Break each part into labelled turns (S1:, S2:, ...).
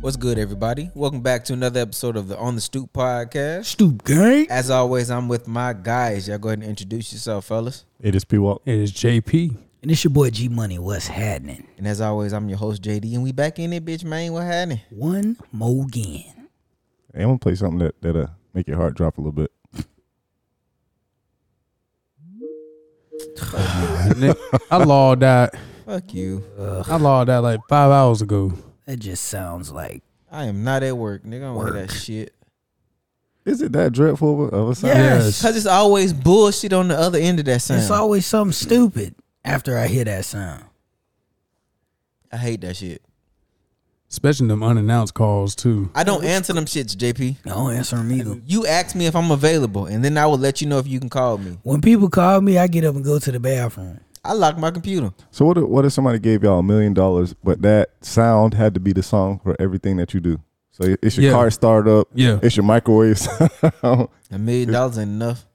S1: What's good, everybody? Welcome back to another episode of the On the Stoop podcast.
S2: Stoop gang.
S1: As always, I'm with my guys. Y'all go ahead and introduce yourself, fellas.
S3: It is P Walk.
S2: It is JP.
S4: And it's your boy G Money. What's happening?
S1: And as always, I'm your host, JD, and we back in it, bitch, man. What happening?
S4: One more again.
S3: Hey, I'm gonna play something that that'll make your heart drop a little bit.
S2: I logged out.
S1: Fuck you.
S2: I logged out like five hours ago.
S4: That just sounds like
S1: I am not at work, nigga. I don't want that shit.
S3: Is it that dreadful of a- of a sound?
S2: Yes.
S1: Cause it's always bullshit on the other end of that sound.
S4: it's always something stupid after I hear that sound.
S1: I hate that shit.
S2: Especially them unannounced calls too.
S1: I don't answer them shits, JP.
S4: I don't answer them either.
S1: You ask me if I'm available, and then I will let you know if you can call me.
S4: When people call me, I get up and go to the bathroom.
S1: I lock my computer.
S3: So what? If, what if somebody gave y'all a million dollars, but that sound had to be the song for everything that you do? So it- it's your
S2: Yeah.
S3: car start up.
S2: Yeah.
S3: It's your microwave sound.
S1: A million dollars ain't enough.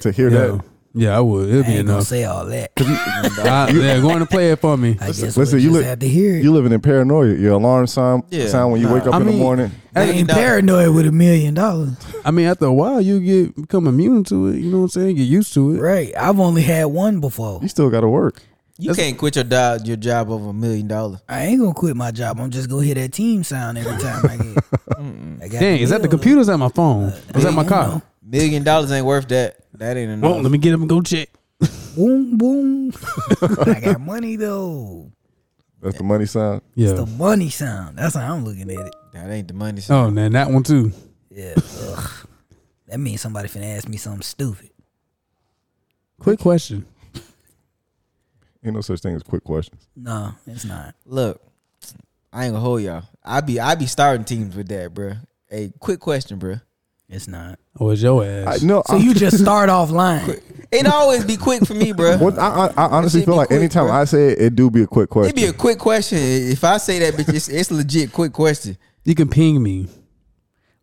S3: to hear
S2: Yeah.
S3: that.
S2: Yeah, I would. It'd
S4: I
S2: be
S4: ain't gonna
S2: enough.
S4: say all that.
S2: I, yeah, going to play it for me.
S4: I guess
S3: listen,
S4: we
S3: you
S4: just
S3: look-
S4: have to hear it.
S3: You living in paranoia. Your alarm sound
S1: Yeah.
S3: sound when you wake up
S2: I
S3: in
S2: mean-
S3: the morning.
S4: I ain't
S1: Million dollars.
S4: paranoid with a million dollars.
S2: I mean, after a while, you get become immune to it. You know what I'm saying? Get used to it.
S4: Right. I've only had one before.
S3: You still got to work.
S1: You can't quit your job, your job over a million dollars.
S4: I ain't gonna quit my job. I'm just gonna hear that team sound every time I get. I got
S2: Dang, is that the
S4: bill.
S2: computer? or Is that my phone?
S4: Uh,
S2: Is that my car?
S1: Million dollars ain't worth that. That ain't enough.
S2: Well, let me get up and go check.
S4: Boom, boom. I got money though.
S3: That's the money sound.
S2: Yeah.
S4: The money sound. That's how I'm looking at it.
S1: that ain't the money. son.
S2: Oh man, that one too.
S4: Yeah. Ugh. That means somebody finna ask me something stupid.
S2: Quick question.
S3: Ain't no such thing as quick questions.
S4: No, it's not.
S1: Look, I ain't gonna hold y'all. I be I be starting teams with that, bruh. Hey, quick question, bruh.
S4: It's not.
S2: Or is Oh, your
S3: I,
S2: ass?
S3: no,
S4: So
S3: I,
S4: you just start off lying.
S1: It always be quick for me, bruh.
S3: what, I, I, I honestly
S1: shit
S3: feel
S1: be
S3: like
S1: quick,
S3: anytime
S1: bro.
S3: I say it, it do be a quick question.
S1: It be a quick question. If I say that, bitch, it's, it's legit quick question.
S2: You can ping me.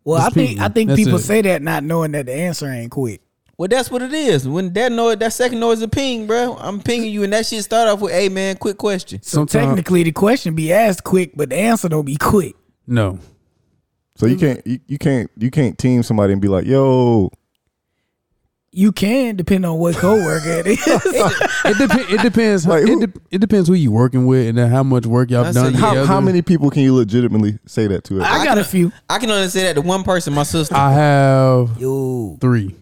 S4: Well, I
S2: It's
S4: think
S2: people.
S4: I think
S2: That's
S4: people
S2: it.
S4: say that not knowing that the answer ain't quick.
S1: Well, that's what it is. When that noise, that second noise, a ping, bruh. I'm pinging you, and that shit start off with, "Hey, man, quick question."
S4: So
S2: Sometime-
S4: technically the question be asked quick, but the answer don't be quick.
S2: No.
S3: so you can't you, you can't you can't team somebody and be like, yo,
S4: You can depend on what coworker it is.
S2: It, dep- it depends.
S3: Like, who-
S2: it, de- it depends who you working with and then how much work y'all
S1: That's
S2: done
S1: it.
S3: how,
S2: together.
S3: how many people can you legitimately say that to?
S4: I got a few.
S1: I can only say that to one person, my sister.
S2: I have
S4: Yo,
S2: three,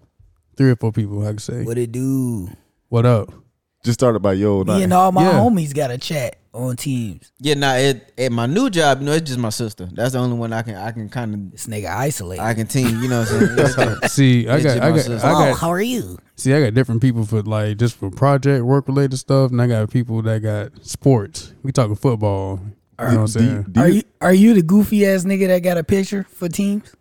S2: three or four people I can say. What,
S4: what it do?
S2: up?
S3: Just started by yo,
S4: Me
S3: nah.
S4: and all my
S2: Yeah.
S4: homies got a chat on Teams.
S1: Yeah, nah. It, at my new job, you know, it's just my sister. That's the only one I can I can kind
S4: This nigga isolate.
S1: of I can team. You know what I'm saying? It's just-
S2: See, I
S1: It's
S2: got,
S1: your
S2: I got,
S1: sister.
S2: I got.
S4: how are you?
S2: See, I got different people for like just for project work related stuff, and I got people that got sports. We talking football. You know what I'm
S3: Do you-
S2: saying?
S3: do
S4: are
S3: you-
S4: you are you the goofy ass nigga that got a picture for Teams?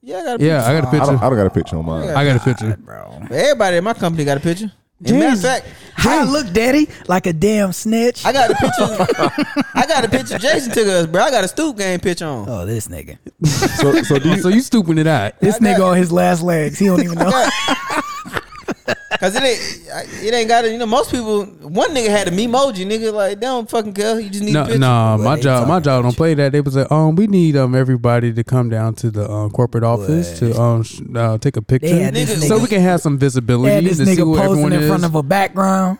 S1: yeah, I got a picture.
S2: Yeah, I got a
S3: I don't,
S2: picture.
S3: I don't got a picture on mine.
S1: Yeah.
S2: I got a picture.
S4: Bro.
S1: Everybody in my company got a picture. As a matter of fact,
S4: How I look, daddy? Like a damn snitch.
S1: I got a picture. I got a picture Jason took us, bro. I got a stoop game picture on.
S4: oh, this nigga.
S3: So, so do you,
S2: So you stooping it out?
S4: This nigga on his last legs. He don't even know.
S1: Cause it ain't, I- it ain't got it. You know, most people. One nigga had a memoji, nigga. Like they don't fucking care. You just need a
S2: No,
S1: picture.
S2: nah, my
S4: they
S2: job, my
S4: talking
S2: job don't play that. They was like, um, we need um everybody to come down to the um, corporate office to um sh- uh, take a
S4: They
S2: picture,
S4: had this
S1: Nigga,
S4: nigga.
S2: so we can have some
S4: they had
S2: visibility
S4: this
S2: to see
S4: nigga
S2: who
S4: posing
S2: everyone
S4: in
S2: is.
S4: front of a background.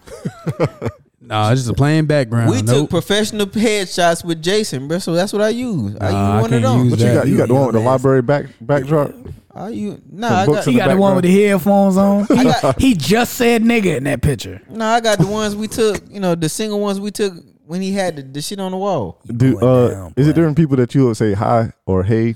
S2: nah, it's just a plain background.
S1: We
S2: Nope.
S1: took professional headshots with Jason, bro. So that's what I use. I
S2: Nah, I
S1: use one of
S2: can't
S1: them.
S2: use
S3: what you
S2: that.
S3: got? You got the one with the library back backdrop.
S1: I use nah. I
S3: Some books
S1: got,
S3: in
S4: He got the one
S3: background.
S4: with the headphones on. He,
S1: got-
S4: he just said nigga in that picture.
S1: nah. I got the ones we took. You know, the single ones we took when he had the, the shit on the wall.
S3: Do
S4: going
S3: uh,
S4: down,
S3: is it
S4: boy.
S3: different people that you would say hi or hey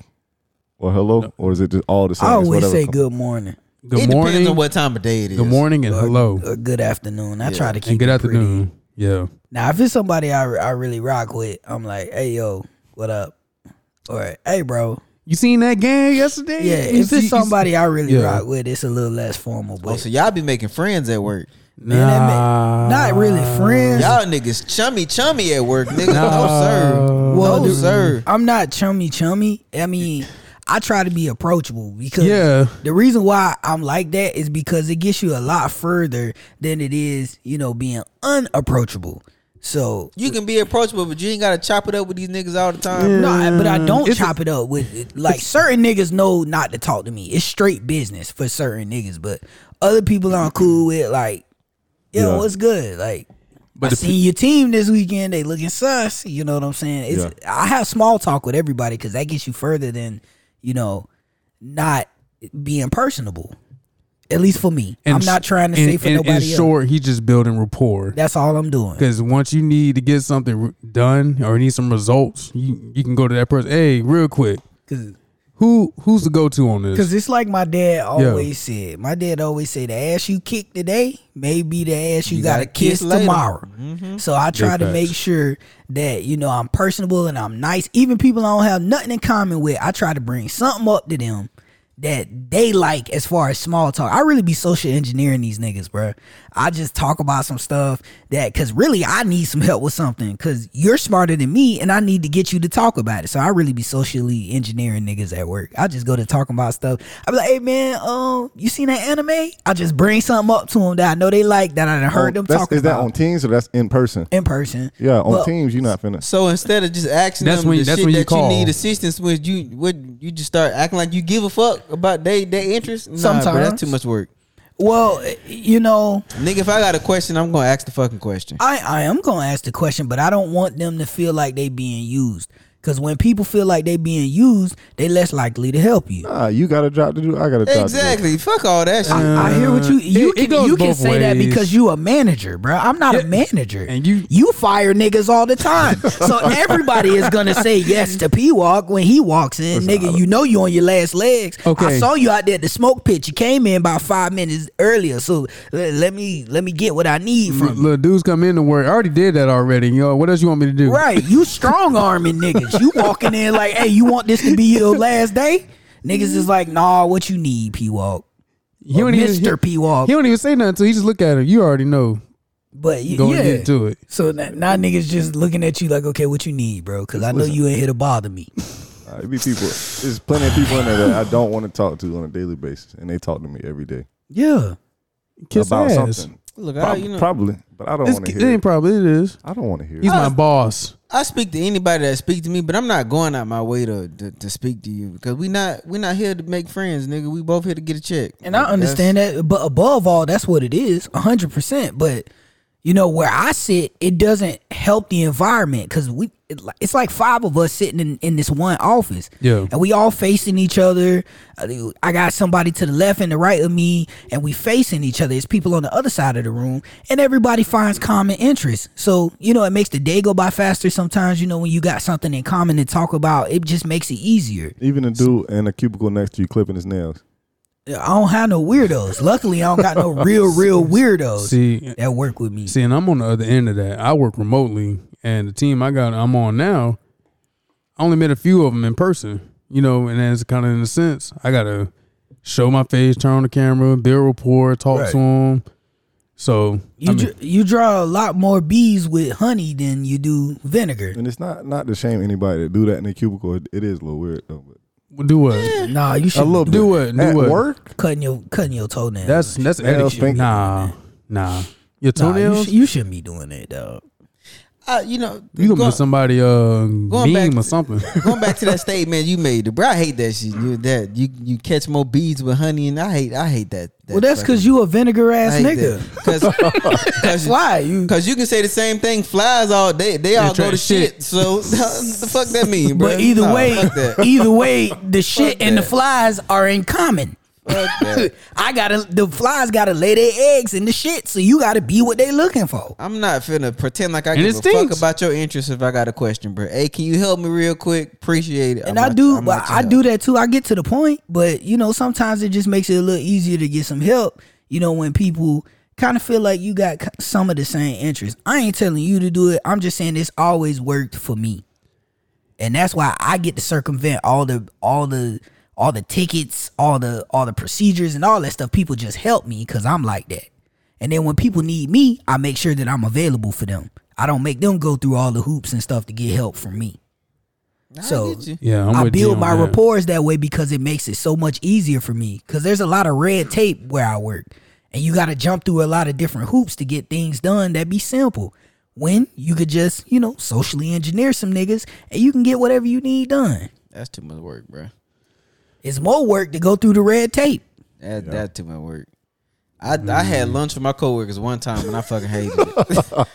S3: or hello or is it just all the same?
S4: I
S3: It's
S4: always
S3: whatever
S4: say
S3: come-
S4: good morning
S2: Good
S1: it
S2: morning.
S1: depends on what time of day it is.
S2: Good morning and
S4: or,
S2: hello
S4: or good afternoon. I try to keep
S2: and good
S4: it pretty.
S2: afternoon. Yeah,
S4: Now, if it's somebody I, I really rock with, I'm like, hey, yo, what up? Or, hey, bro.
S2: you seen that game yesterday?
S4: Yeah,
S2: You
S4: if
S2: see-
S4: it's
S2: you see-
S4: somebody I really
S2: yeah.
S4: rock with, it's a little less formal. But
S1: Oh, so y'all be making friends at work.
S4: man, that
S2: Nah.
S4: ma- not really friends.
S1: Y'all niggas chummy chummy at work, nigga.
S2: Nah.
S1: No sir.
S4: Well,
S1: no
S4: dude,
S1: sir.
S4: I'm not chummy chummy. I mean, I try to be approachable because
S2: Yeah.
S4: the reason why I'm like that is because it gets you a lot further than it is, you know, being unapproachable. So
S1: You can be approachable, but you ain't gotta chop it up with these niggas all the time.
S4: no, I- but I don't
S3: It's a-
S4: chop it up with like certain niggas know not to talk to me. It's straight business for certain niggas, but other people I'm cool with like, yo,
S3: Yeah.
S4: what's good? Like,
S2: But
S4: I
S2: the
S4: seen your team this weekend. They looking sus. You know what I'm saying? It's I have small talk with everybody because that gets you further than you know not being personable. At least for me, I'm
S2: in-
S4: not trying to
S2: in-
S4: say for
S2: in-
S4: nobody
S2: In
S4: else.
S2: short, he's just building rapport.
S4: That's all I'm doing.
S2: Because once you need to get something re- done or need some results, you you can go to that person. Hey, real quick,
S4: Cause,
S2: who who's the go to on this?
S4: Cause it's like my dad always said. My dad always said, "The ass you kick today may be the ass you,
S1: gotta
S4: gotta,
S1: kiss
S4: kiss,
S1: later."
S4: tomorrow." So I try to
S2: facts.
S4: make sure that you know I'm personable and I'm nice. Even people I don't have nothing in common with, I try to bring something up to them that they like as far as small talk. I really be social engineering these niggas, bruh. I just talk about some stuff that cause really I need some help with something cause you're smarter than me and I need to get you to talk about it. So I really be socially engineering niggas at work. I just go to talking about stuff. I be like, hey man, um, you seen that anime? I just bring something up to them that I know they like that I done heard them
S3: Oh, That's-
S4: talking
S3: Is that
S4: about
S3: on teams or that's in person?
S4: in person.
S3: Yeah, on
S4: But-
S3: teams you're not finna.
S1: So instead of just asking
S2: That's
S1: them
S2: when-
S1: the
S2: that's
S1: shit
S2: when you
S1: that
S2: call.
S1: you need assistance with, you would you just start acting like you give a fuck about they they interests? Nah, Sometimes bro,
S4: Sometimes.
S1: that's too much work.
S4: Well, you know,
S1: Nigga, if I got a question, I'm gonna ask the fucking question.
S4: I, I am gonna ask the question, but I don't want them to feel like they being used. Cause when people feel like they being used, they less likely to help you.
S3: Ah, you got a job to do. I got a job. To do.
S1: Exactly. Fuck all that shit.
S4: I hear what you you
S2: it- it
S4: can
S2: goes
S4: you can
S2: both
S4: say that
S2: ways.
S4: because you a manager, bro. I'm not a manager,
S2: and you-
S4: you fire niggas all the time. so everybody is gonna say yes to P Walk when he walks in, nigga. You know you on your last legs. I
S2: Okay.
S4: saw you out there at the smoke pit. You came in about five minutes earlier, so le- let me let me get what I need from you.
S2: Little dudes come in to work. I already did that already. Yo, what else you want me to do?
S4: Right. You strong arming niggas. You walking in like, hey, you want this to be your last day? Niggas is like, nah, what you need, P Walk.
S2: He don't even-
S4: Mr. P Walk.
S2: He don't even say nothing until he just look at him. You already know
S4: But y-
S2: going
S4: yeah.
S2: into it.
S4: So now, now niggas just looking at you like, okay, what you need, bro? Because I know you ain't here to bother me.
S3: Ah, it be people. There's plenty of people in there that I don't want to talk to on a daily basis, and they talk to me every day
S4: Yeah.
S2: Kiss
S3: about
S2: ass.
S3: something.
S1: Look, I,
S3: Prob-
S1: you know,
S3: Probably, but I don't
S2: It's,
S3: want to
S2: it
S3: hear.
S2: ain't
S3: It.
S2: probably it is.
S3: I don't want to hear.
S2: He's
S3: It.
S2: my boss.
S1: I speak to anybody that speaks to me, but I'm not going out my way to, to, to speak to you because we not we not here to make friends, nigga. We both here to get a check.
S4: And I
S1: Like,
S4: understand that, but above all, that's what it is, hundred percent. But you know where I sit, it doesn't help the environment because we it li- it's like five of us sitting in, in this one office,
S2: Yeah.
S4: and we all facing each other. I do- I got somebody to the left and the right of me, and we facing each other. It's people on the other side of the room, and everybody finds common interests. So you know it makes the day go by faster. Sometimes you know when you got something in common to talk about, it just makes it easier.
S3: Even a dude in a cubicle next to you clipping his nails.
S4: I don't have no weirdos. Luckily, I don't got no real, real weirdos
S2: See,
S4: that work with me.
S2: See, and I'm on the other end of that. I work remotely, and the team I got, I'm on now. I only met a few of them in person, you know, and that's kind of in a sense, I gotta show my face, turn on the camera, build rapport, talk
S4: Right.
S2: to them. So
S4: you
S2: I mean,
S4: dr- you draw a lot more bees with honey than you do vinegar.
S3: And it's not not to shame anybody that do that in a cubicle. It, it is a little weird though. But
S2: do what?
S4: Nah, you should
S3: little
S4: be
S2: Do what? Do
S3: at
S2: what?
S3: work,
S4: cutting your cutting your toenail.
S2: That's that's
S3: Nails
S2: etiquette.
S3: stink.
S2: Nah, nah. Your
S4: nah, you,
S2: toenails.
S4: sh- you shouldn't be doing that, dog.
S1: I, Uh, you know,
S2: you gonna
S1: go-
S2: miss somebody uh
S1: back
S2: meme
S1: to-
S2: or something?
S1: going back to that statement you made, bro. I hate that shit. You that you you catch more beads with honey, and I hate I hate that. that
S4: well, that's because you a vinegar ass nigga.
S1: Because
S4: Why you?
S1: Because you can say the same thing. Flies all day. They all go to
S2: Attract
S1: shit.
S2: shit.
S1: So the fuck that mean, bro?
S4: But either
S1: Nah,
S4: way,
S1: fuck that.
S4: either way, the shit and the
S1: that.
S4: flies are in common.
S1: Fuck that.
S4: I gotta the flies gotta lay their eggs in the shit, so you gotta be what they looking for.
S1: I'm not finna pretend like I
S2: And
S1: give
S2: it
S1: a fuck
S2: stinks.
S1: about your interest if I got a question, bro. Hey, can you help me real quick? Appreciate it.
S4: And
S1: I'm
S4: I
S1: not-
S4: do,
S1: I'm
S4: but
S1: not your
S4: I
S1: help.
S4: do that too. I get to the point, but you know, sometimes it just makes it a little easier to get some help. You know, when people kind of feel like you got k- some of the same interests. I ain't telling you to do it. I'm just saying this always worked for me, and that's why I get to circumvent all the all the all the tickets, all the all the procedures, and all that stuff. People just help me because I'm like that. And then when people need me, I make sure that I'm available for them. I don't make them go through all the hoops and stuff to get help from me. So
S1: I get you.
S2: yeah, I'm
S4: I
S2: with you
S4: build
S2: on
S4: my
S2: that.
S4: rapports that way because it makes it so much easier for me. Because there's a lot of red tape where I work, and you got to jump through a lot of different hoops to get things done that be simple. When you could just, you know, socially engineer some niggas and you can get whatever you need done.
S1: That's too much work, bro.
S4: It's more work to go through the red tape.
S1: That that too much work. I I
S2: Mm.
S1: had lunch with my coworkers one time and I fucking hated it.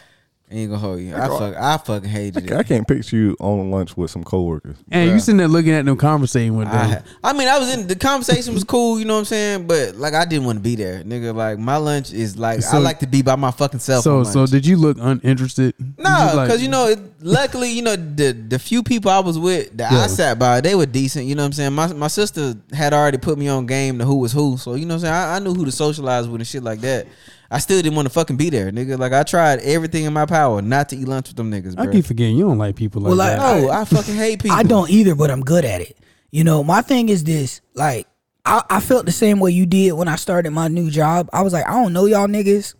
S1: Ain't gonna hold you. I fuck I fucking hated
S3: I
S1: it.
S3: can't picture you on lunch with some coworkers.
S2: And you sitting there looking at them conversating with them.
S1: I, I mean, I was in the conversation was cool, you know what I'm saying, but like I didn't want to be there, nigga. Like my lunch is like I
S2: So-
S1: like to be by my fucking self.
S2: so
S1: on
S2: so
S1: lunch.
S2: did you look uninterested?
S1: No, because you know, it, luckily, you know the the few people I was with that I
S2: Yeah.
S1: sat by, they were decent. You know what I'm saying? My my sister had already put me on game to who was who, so you know what I'm saying. I, I knew who to socialize with and shit like that. I still didn't want to fucking be there, nigga. Like I tried everything in my power not to eat lunch with them niggas,
S2: I
S1: bro.
S2: keep forgetting you don't like people like
S4: Well, I-
S2: that.
S1: oh, I fucking hate people.
S4: I don't either, but I'm good at it. You know, my thing is this: like, I, I felt the same way you did when I started my new job. I was like, I don't know y'all niggas.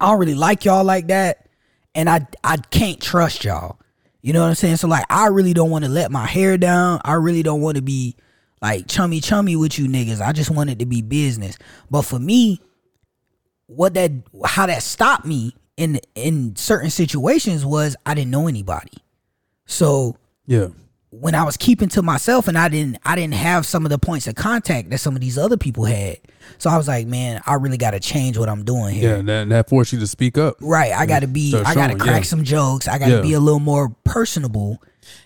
S4: I don't really like y'all like that, and I I can't trust y'all. You know what I'm saying? So like, I really don't want to let my hair down. I really don't want to be like chummy chummy with you niggas. I just want it to be business. But for me, what that how that stopped me in in certain situations was I didn't know anybody. So
S2: yeah.
S4: when I was keeping to myself and I didn't I didn't have some of the points of contact that some of these other people had. So I was like, man, I really gotta change what I'm doing here.
S2: Yeah, that that forced you to speak up.
S4: Right. I gotta be
S2: Start
S4: I gotta
S2: showing,
S4: crack
S2: yeah.
S4: some jokes. I gotta
S2: Yeah.
S4: be a little more personable.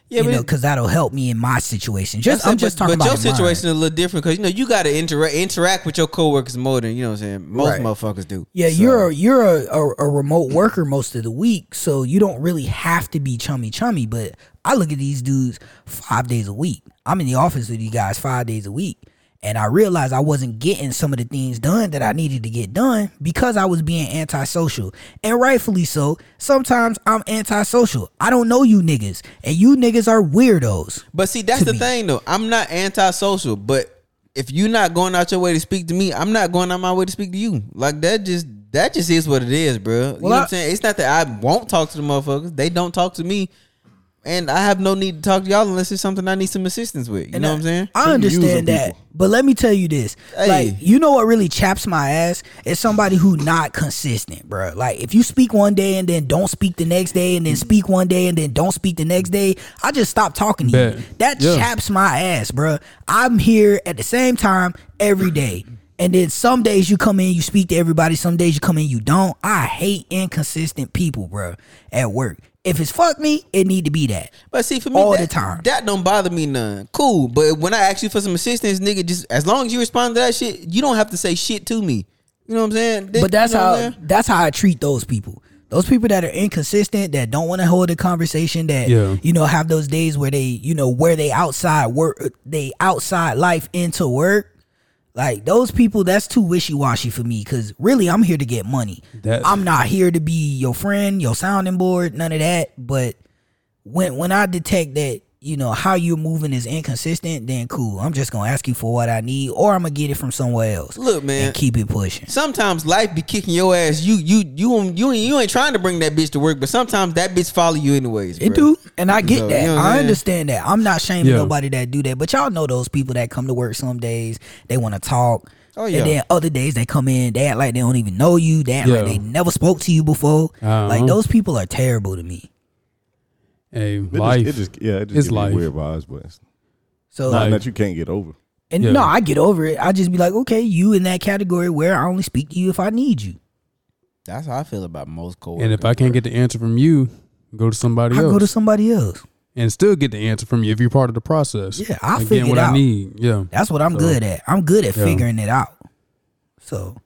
S1: Yeah,
S4: you
S1: but-
S4: know, because that'll help me in my situation.
S1: I
S4: Just
S1: said,
S4: I'm just
S1: but,
S4: talking
S1: but
S4: about in
S1: your
S4: mine.
S1: situation is a little different because you know you got to interact interact with your coworkers more than you know what I'm saying. Most
S4: Right.
S1: motherfuckers do.
S4: Yeah,
S1: So-
S4: you're a, you're a, a, a remote worker most of the week, so you don't really have to be chummy chummy. But I look at these dudes five days a week. I'm in the office with you guys five days a week, and I realized I wasn't getting some of the things done that I needed to get done because I was being antisocial, and rightfully so. Sometimes I'm antisocial. I don't know you niggas, and you niggas are weirdos.
S1: But see, that's
S4: to
S1: the
S4: me.
S1: thing though. I'm not antisocial, but if you're not going out your way to speak to me, I'm not going out my way to speak to you. Like that just that just is what it is, bro. you know
S4: I-
S1: what I'm saying? It's not that I won't talk to the motherfuckers. They don't talk to me. And I have no need to talk to y'all unless it's something I need some assistance with. You know what I'm saying?
S4: I
S3: Them user
S4: understand that,
S3: people.
S4: but let me tell you this:
S1: Hey.
S4: like, you know what really chaps my ass is somebody who not consistent, bro. Like, if you speak one day and then don't speak the next day, and then speak one day and then don't speak the next day, I just stop talking to you.
S2: Bet.
S4: That
S2: Yeah.
S4: chaps my ass, bro. I'm here at the same time every day. And then some days you come in, you speak to everybody. Some days you come in, you don't. I hate inconsistent people, bro, at work. If it's fuck me, it need to be that.
S1: But see, for me,
S4: All
S1: that,
S4: the time.
S1: that don't bother me none. Cool, but when I ask you for some assistance, nigga, just as long as you respond to that shit, you don't have to say shit to me. You know what I'm saying?
S4: but that's
S1: you know what I'm
S4: how
S1: saying?
S4: that's how I treat those people. Those people that are inconsistent, that don't want to hold a conversation, that
S2: Yeah.
S4: you know have those days where they you know where they outside work, they outside life into work. Like those people, that's too wishy washy for me. Cause really, I'm here to get money.
S2: That's-
S4: I'm not here to be your friend, your sounding board, none of that. But when when I detect that you know how you're moving is inconsistent, then cool. I'm just gonna ask you for what I need, or I'm gonna get it from somewhere else.
S1: Look, man.
S4: and keep it pushing.
S1: sometimes life be kicking your ass. You you you ain't- you ain't- you ain't trying to bring that bitch to work, but sometimes that bitch follow you anyways.
S4: It
S1: bruh.
S4: do, and I get
S1: So,
S4: that.
S1: you know what I'm
S4: I
S1: saying?
S4: understand that. I'm not shaming
S2: Yeah.
S4: nobody that do that, but y'all know those people that come to work some days they want to talk,
S1: Oh, yeah.
S4: and then other days they come in they act like they don't even know you, they act like
S2: Yeah.
S4: they never spoke to you before.
S2: Uh-huh.
S4: Like those people are terrible to me.
S2: Hey,
S3: It
S2: life.
S3: Just, it just, yeah, it just
S2: It's
S3: give me
S2: life.
S3: weird vibes, but it's
S4: So
S3: nothing
S2: Like-
S3: that you can't get over.
S4: and
S2: yeah.
S4: no, I get over it. I just be like, okay, you in that category where I only speak to you if I need you.
S1: That's how I feel about most coworkers.
S2: and if I can't get the answer from you, go to somebody
S4: I
S2: else
S4: go to somebody else.
S2: and still get the answer from you if you're part of the process.
S4: Yeah, I'll
S2: And
S4: figure
S2: getting
S4: it
S2: what
S4: out.
S2: I need. Yeah,
S4: That's what I'm
S2: So,
S4: good at. I'm good at
S2: yeah.
S4: figuring it out. So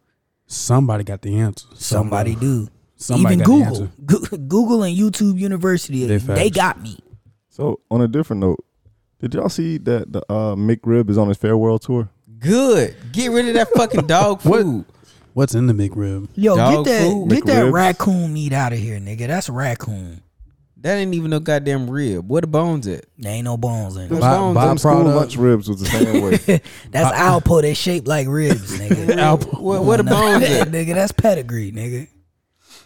S2: somebody got the answer.
S4: somebody do.
S2: Somebody got
S4: Even
S2: the
S4: Google,
S2: answer.
S4: Goo- Google and YouTube University,
S2: They
S4: they,
S2: facts.
S4: got me.
S3: So on a different note, did y'all see that the uh, McRib is on his farewell tour?
S1: Good, get rid of that fucking dog
S2: What?
S1: food.
S2: What's in the McRib?
S4: Yo,
S1: Dog
S4: get that,
S1: food.
S4: get that
S3: McRibs.
S4: raccoon meat out of here, nigga. That's raccoon.
S1: That ain't even no goddamn rib. Where the bones at?
S4: There ain't no bones in
S2: Bi-
S4: it.
S1: bones,
S3: Them school
S2: byproduct.
S3: lunch ribs was the same way.
S4: That's Alpo. They shaped like ribs, nigga.
S2: Alpo.
S1: Where, where the bones at?
S4: nigga, that's pedigree, nigga.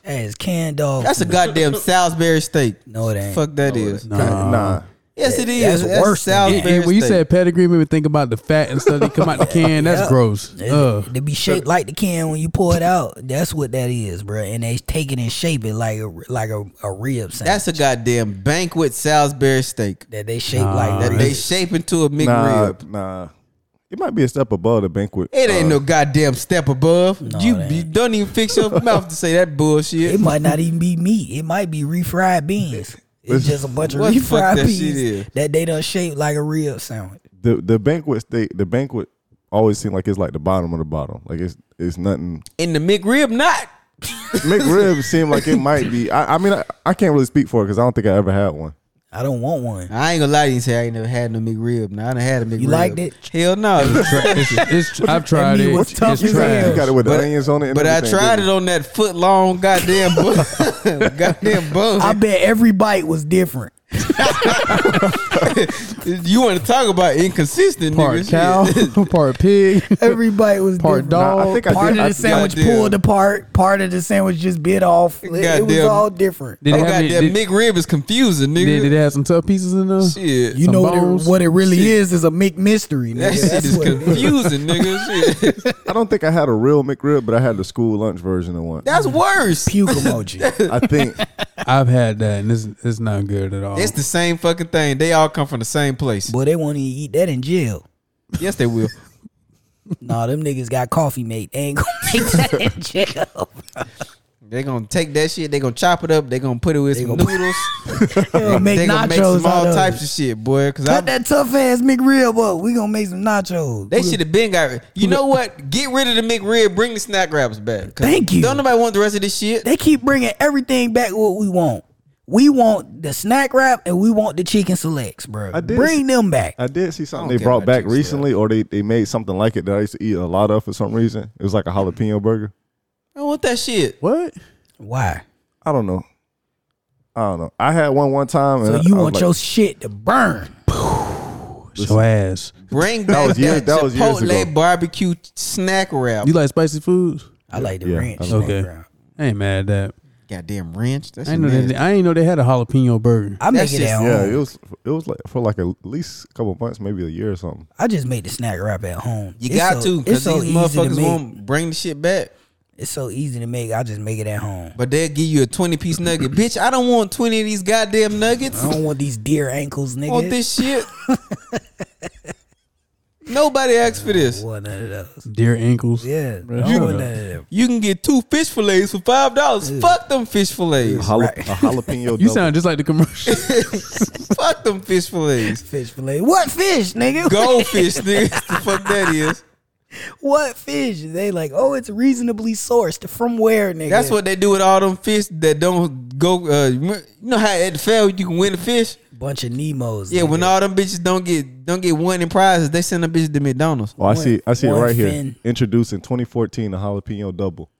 S4: That is canned dog.
S1: That's a goddamn Salisbury steak.
S4: no, it ain't.
S1: Fuck that is.
S2: Nah.
S3: nah,
S1: Yes, it
S4: That's
S1: is.
S4: worse than
S1: Salisbury's
S2: And- and when you
S1: steak.
S2: said pedigree, made me think about the fat and stuff that come out the can. That's
S4: Yeah.
S2: gross. Ugh.
S4: They be shaped like the can when you pour it out. That's what that is, bro. And they take it and shape it like a like a, a rib sandwich.
S1: that's a goddamn banquet Salisbury steak
S4: that they shape like
S1: that
S4: ribs.
S1: they shape into a McRib.
S3: Nah, nah. It might be a step above the banquet.
S1: It ain't
S3: uh,
S1: no goddamn step above. you,
S4: it ain't.
S1: you don't even fix your mouth to say that bullshit.
S4: It might not even be meat. It might be refried beans. It's just a bunch of
S1: What the fuck
S4: refried
S1: that shit
S4: beans
S1: is?
S4: that they done shaped like a rib sandwich.
S3: the the banquet state. The banquet always seem like it's like the bottom of the bottom. Like it's it's nothing.
S1: In the McRib, not.
S3: McRib seem like it might be. I, I mean, I, I can't really speak for it because I don't think I ever had one.
S4: I don't want one.
S1: I ain't gonna lie to you and say I ain't never had no McRib. Nah, I done had a McRib.
S4: liked it?
S1: Hell no.
S2: It's, it's- I've tried
S4: meat
S2: it.
S4: was
S2: It's
S4: tough
S2: trash.
S4: as
S3: You got- you got it with
S1: But-
S3: the onions on it. and
S1: but I
S3: everything,
S1: tried
S3: didn't
S1: it on that foot long goddamn bun. goddamn bun.
S4: I bet every bite was different.
S1: you want to talk about inconsistent
S2: Part
S1: niggas?
S2: cow, part pig,
S4: Every bite was
S2: part
S4: different.
S2: dog.
S3: Nah, I think I
S4: Part
S3: did.
S4: of
S3: I,
S4: the sandwich
S1: Goddamn.
S4: pulled apart. Part of the sandwich just bit off. It, it was
S1: Goddamn.
S4: all different.
S2: Did
S1: Oh,
S2: it have any-
S1: goddamn
S2: did-
S1: McRib is confusing, nigga.
S2: Did, did it have some tough pieces in there?
S1: Shit.
S4: You
S2: Some
S4: know what
S2: bones?
S4: it, what it really
S1: Shit.
S4: is is a McMystery.
S1: that
S4: Nigga.
S1: shit
S4: That's
S1: is
S4: what it is.
S1: confusing, nigga. Shit.
S3: I don't think I had a real McRib, but I had the school lunch version of one.
S1: That's worse.
S4: Puke emoji.
S3: I think
S2: I've had that, and it's it's not good at all.
S1: It's the same fucking thing. They all come from the same place.
S4: Boy, they won't even eat that in jail.
S1: Yes, they will.
S4: Nah, them niggas got coffee mate. They ain't gonna make that in jail.
S1: They gonna take that shit. They gonna chop it up. They gonna put it with
S4: They
S1: some
S4: gonna-
S1: noodles.
S4: They'll make
S1: they gonna
S4: nachos
S1: make some
S4: out
S1: all
S4: of
S1: types
S4: it.
S1: of shit, boy. Cause
S4: Cut
S1: I,
S4: that tough ass McRib up. We gonna make some nachos.
S1: they should have been got. You know what? Get rid of the McRib. Bring the snack wraps back. 'Cause
S4: Thank you.
S1: Don't nobody want the rest of this shit.
S4: They keep bringing everything back what we want. We want the snack wrap and we want the chicken selects, bro.
S3: I did-
S4: Bring them back.
S3: I did see something
S1: don't
S3: they
S1: care
S3: brought
S1: about
S3: back
S1: chicken
S3: recently, or they, they made something like it that I used to eat a lot of for some reason. It was like a jalapeno burger.
S1: I don't want that shit.
S3: What?
S4: Why?
S3: I don't know. I don't know. I had one one time.
S4: So
S3: and
S4: you
S3: I, I was
S4: want
S3: like,
S4: your shit to burn.
S2: so ass.
S1: Bring back that,
S3: was years- that was years ago.
S1: Chipotle barbecue snack wrap.
S2: You like spicy foods?
S4: I like the
S3: Yeah,
S4: ranch.
S3: I
S4: snack
S2: like it.
S4: wrap.
S2: I ain't mad at that.
S1: Goddamn ranch. That's
S2: I ain't know they, I ain't know they had a jalapeno burger.
S4: I
S1: That's
S4: make it
S1: just-
S4: at home.
S3: Yeah, it was it was like for like at least a couple months, maybe a year or something.
S4: I just make the snack wrap at home.
S1: You
S4: It's
S1: got
S4: so-
S1: to because
S4: It's so
S1: these
S4: easy to
S1: motherfuckers
S4: make.
S1: won't bring the shit back.
S4: It's so easy to make. I just make it at home.
S1: But they'll give you a twenty piece nugget, bitch. I don't want twenty of these goddamn nuggets.
S4: I don't want these deer ankles, nigga.
S1: on this shit. Nobody asked for this.
S4: One of those.
S2: Deer ankles.
S4: Yeah.
S2: Bruh,
S4: I
S2: shut
S4: don't want
S2: up.
S4: none of them.
S1: You can get two fish fillets for five dollars. Fuck them fish fillets.
S3: Jala- A jalapeno.
S2: You
S3: double-
S2: sound just like the commercial.
S1: Fuck them fish fillets.
S4: Fish fillet. What fish, nigga?
S1: Goldfish, nigga. the fuck that is.
S4: what fish? They like, oh, it's reasonably sourced. From where, nigga?
S1: That's what they do with all them fish that don't go. Uh, you know how at the fair you can win a fish.
S4: bunch of Nemos.
S1: Yeah,
S4: nigga.
S1: when all them bitches don't get don't get one in prizes, they send them bitches to McDonald's.
S3: Oh, I see. I see it
S4: One
S3: right here.
S4: fin.
S3: Introducing 2014 a jalapeno double.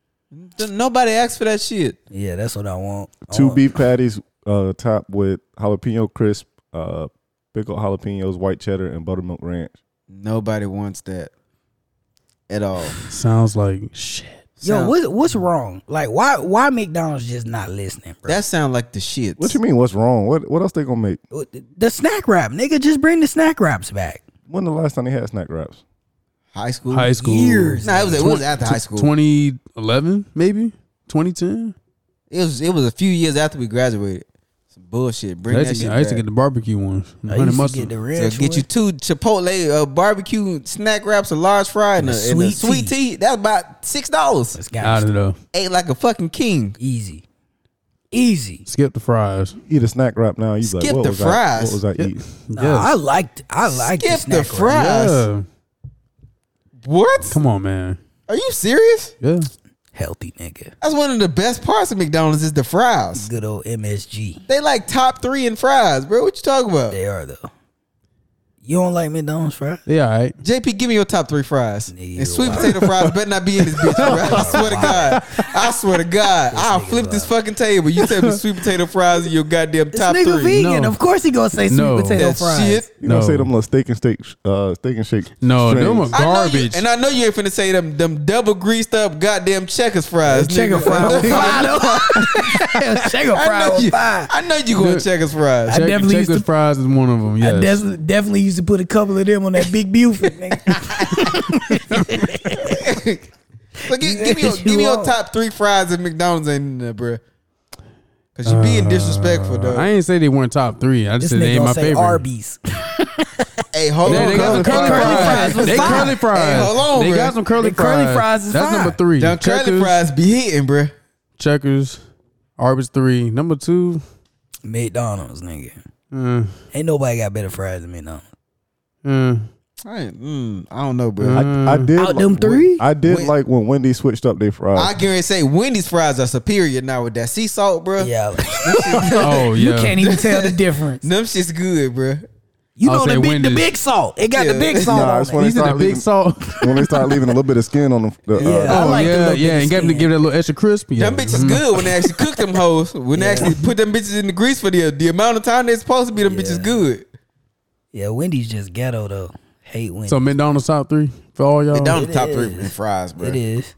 S1: Nobody asked for that shit.
S4: Yeah, that's what I want. Oh, I
S3: Two
S4: want-
S3: beef patties, uh, topped with jalapeno crisp, uh, pickled jalapenos, white cheddar, and buttermilk ranch.
S1: Nobody wants that at all.
S2: Sounds like shit.
S4: Yo,
S1: Sound-
S4: what, what's wrong? Like, why why McDonald's just not listening, bro?
S1: That sound like the shit.
S3: What you mean? What's wrong? What What else they gonna make?
S4: the snack wrap, nigga. Just bring the snack wraps back.
S3: When the last time they had snack wraps?
S1: High school.
S2: High school.
S4: Years.
S1: No, it was, it was after high school.
S2: 2011, maybe 2010.
S1: It was it was a few years after we graduated. Some bullshit. Bring
S2: I
S1: that
S2: used, to,
S1: shit.
S2: I used to
S1: back.
S2: get the barbecue ones.
S4: I
S2: honey
S4: used to
S2: mustard.
S4: Oh, get the
S1: So
S4: ranch.
S1: get you
S4: one.
S1: two Chipotle uh, barbecue snack wraps, a large fry, and a, and a
S4: sweet
S1: sweet
S4: tea.
S1: tea. That's about six dollars.
S4: It's got
S2: I don't know.
S1: Ate like a fucking king.
S4: easy, easy.
S2: Skip the fries.
S3: Eat a snack wrap now. You be like,
S1: Skip
S3: what
S1: the
S3: was I,
S1: fries.
S3: what was I
S2: Yeah.
S3: eating?
S4: Nah, I
S2: Yes.
S4: liked. I liked
S1: Skip
S4: the,
S1: the
S4: snack wrap.
S1: fries.
S2: yeah.
S1: What?
S2: Come on, man.
S1: Are you serious?
S2: Yeah.
S4: Healthy nigga.
S1: That's one of the best parts of McDonald's is the fries.
S4: Good old MSG.
S1: They like top three in fries, bro. What you talking about?
S4: They are though. You don't like McDonald's fries?
S2: They all right.
S1: JP, give me your top three fries.
S4: Nigga,
S1: and sweet
S4: wow.
S1: potato fries better not be in this bitch, bro. I swear to God. I swear to God. I'll
S4: nigga
S1: flip this fucking table. You tell me sweet potato fries are your goddamn
S4: This
S1: top
S4: nigga
S1: three.
S4: vegan.
S2: No.
S4: Of course he gonna say sweet
S2: No.
S4: potato
S1: That
S4: fries.
S1: shit.
S3: You gonna
S2: No.
S3: say them little steak and steak, uh, steak and shake.
S2: No,
S3: strains.
S2: them are
S1: I know you-
S2: garbage.
S1: and I know you ain't finna say them them double greased up goddamn checkers fries.
S4: Checker
S1: nigga.
S4: fry
S2: oh
S4: with fire though. Checker
S1: I
S4: fry
S1: know, you,
S4: with fire.
S1: I know you going checkers fries.
S4: I
S2: Check,
S4: definitely used
S2: Checkers
S4: to-
S2: fries is one of them.
S4: I
S2: Yes.
S4: des- definitely used to put a couple of them on that big Buford. nigga.
S1: So give, give me your,
S4: You
S1: give me your
S4: are.
S1: top three fries at McDonald's ain't in there, bruh. Cause you being disrespectful,
S2: Uh, I
S1: dog.
S2: ain't say they weren't top three. I just said
S4: This
S2: they ain't
S4: nigga
S2: my
S4: gonna say
S2: favorite.
S4: Arby's.
S1: Hey, hold
S2: Yeah,
S1: on,
S2: they got some
S1: cousin.
S2: curly
S4: Curly fries
S2: fries.
S4: was
S2: They
S4: fire.
S2: curly fries.
S1: Hey, hold on,
S2: They
S1: bruh.
S2: got some curly
S4: The curly
S2: fries.
S4: fries is
S2: That's
S4: fire.
S2: number three.
S1: Them curly
S2: Checkers,
S1: fries be hitting, bruh.
S2: Checkers. Arby's three. Number two.
S4: McDonald's, nigga.
S2: Uh,
S4: Ain't nobody got better fries than McDonald's.
S2: uh,
S1: I, ain't, mm, I don't know, bro.
S3: I, I
S2: Mm.
S3: did.
S4: Out
S3: li-
S4: them three?
S3: I did
S1: Wen-
S3: like when Wendy switched up their fries.
S1: I guarantee say Wendy's fries are superior now with that sea salt, bro.
S4: Yeah. like-
S2: oh
S4: You
S2: yeah.
S4: can't even tell the difference.
S1: Them shit's good, bro.
S4: You
S2: I'll
S4: know
S2: say
S4: the big, the
S2: Wendy's.
S4: big salt. It got
S1: Yeah.
S4: the big salt
S3: Nah,
S4: on
S3: that's
S4: it.
S3: when they
S2: These are
S3: start
S2: the big
S3: leaving,
S2: salt.
S3: when they start leaving a little bit of skin on them. The, uh,
S4: Yeah. I
S2: Oh
S4: like the
S2: yeah,
S4: little
S2: yeah,
S4: bit
S2: and gave
S4: of
S2: them to
S4: skin.
S2: give it a little extra crispy. Mm.
S1: Them
S2: yeah.
S4: Mm-hmm.
S1: bitches good when they actually cook them hoes. When they actually put them bitches in the grease for the the amount of time they're supposed to be, them bitches
S4: Yeah.
S1: good.
S4: Yeah, Wendy's just ghetto though. Hate Wendy's.
S2: So McDonald's top three for all y'all.
S1: They down the top
S4: is.
S1: three in fries, bro.
S4: it is.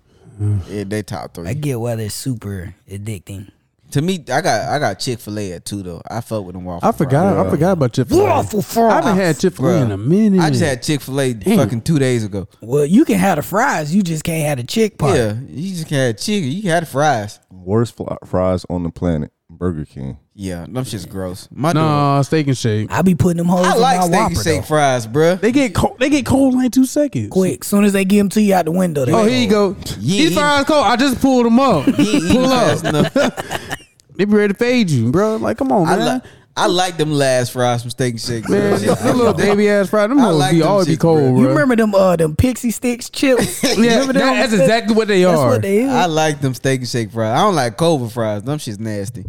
S1: Yeah, they top three.
S4: I get why they're super addicting.
S1: to me, I got I got Chick Fil A at two though. I fuck with them waffle.
S2: I forgot. I forgot about Chick Fil A.
S4: Waffle fries.
S2: I haven't had Chick Fil A
S1: Bruh.
S2: in a minute.
S1: fries. I just had Chick Fil A fucking two days ago.
S4: Well, you can have the fries. You just can't have the chick part.
S1: Yeah, you just had chicken. You had fries.
S3: worst fl- fries on the planet, Burger King.
S1: Yeah, them shit's gross. My dog.
S2: no steak and shake.
S4: I be putting them hoes
S1: I
S4: in
S1: like
S4: my
S1: steak and
S4: Whopper
S1: shake
S4: though.
S1: fries, bruh.
S2: They get cold. They get cold in like two seconds.
S4: Quick, soon as they give them to you out the window. They
S2: Oh, here you go.
S1: Yeah,
S2: These
S1: he-
S2: fries cold. I just pulled them up.
S1: He ain't eating
S2: Pull up.
S1: fast enough.
S2: They be ready to fade you, bro. Like, come on,
S1: I,
S2: man.
S1: li- I like them last fries from Steak and Shake. bro.
S2: man,
S1: Yeah,
S2: these little baby ass fries. Them
S1: I
S2: hoes
S1: like
S2: be
S1: them
S2: always be
S1: shits, bro.
S2: cold, bro.
S4: You remember them uh them pixie sticks chips? You
S2: Yeah,
S4: remember them?
S2: that- that's exactly what they
S4: That's
S2: are.
S4: what they is.
S1: I like them Steak and Shake fries. I don't like Cobra fries. Them shit's nasty.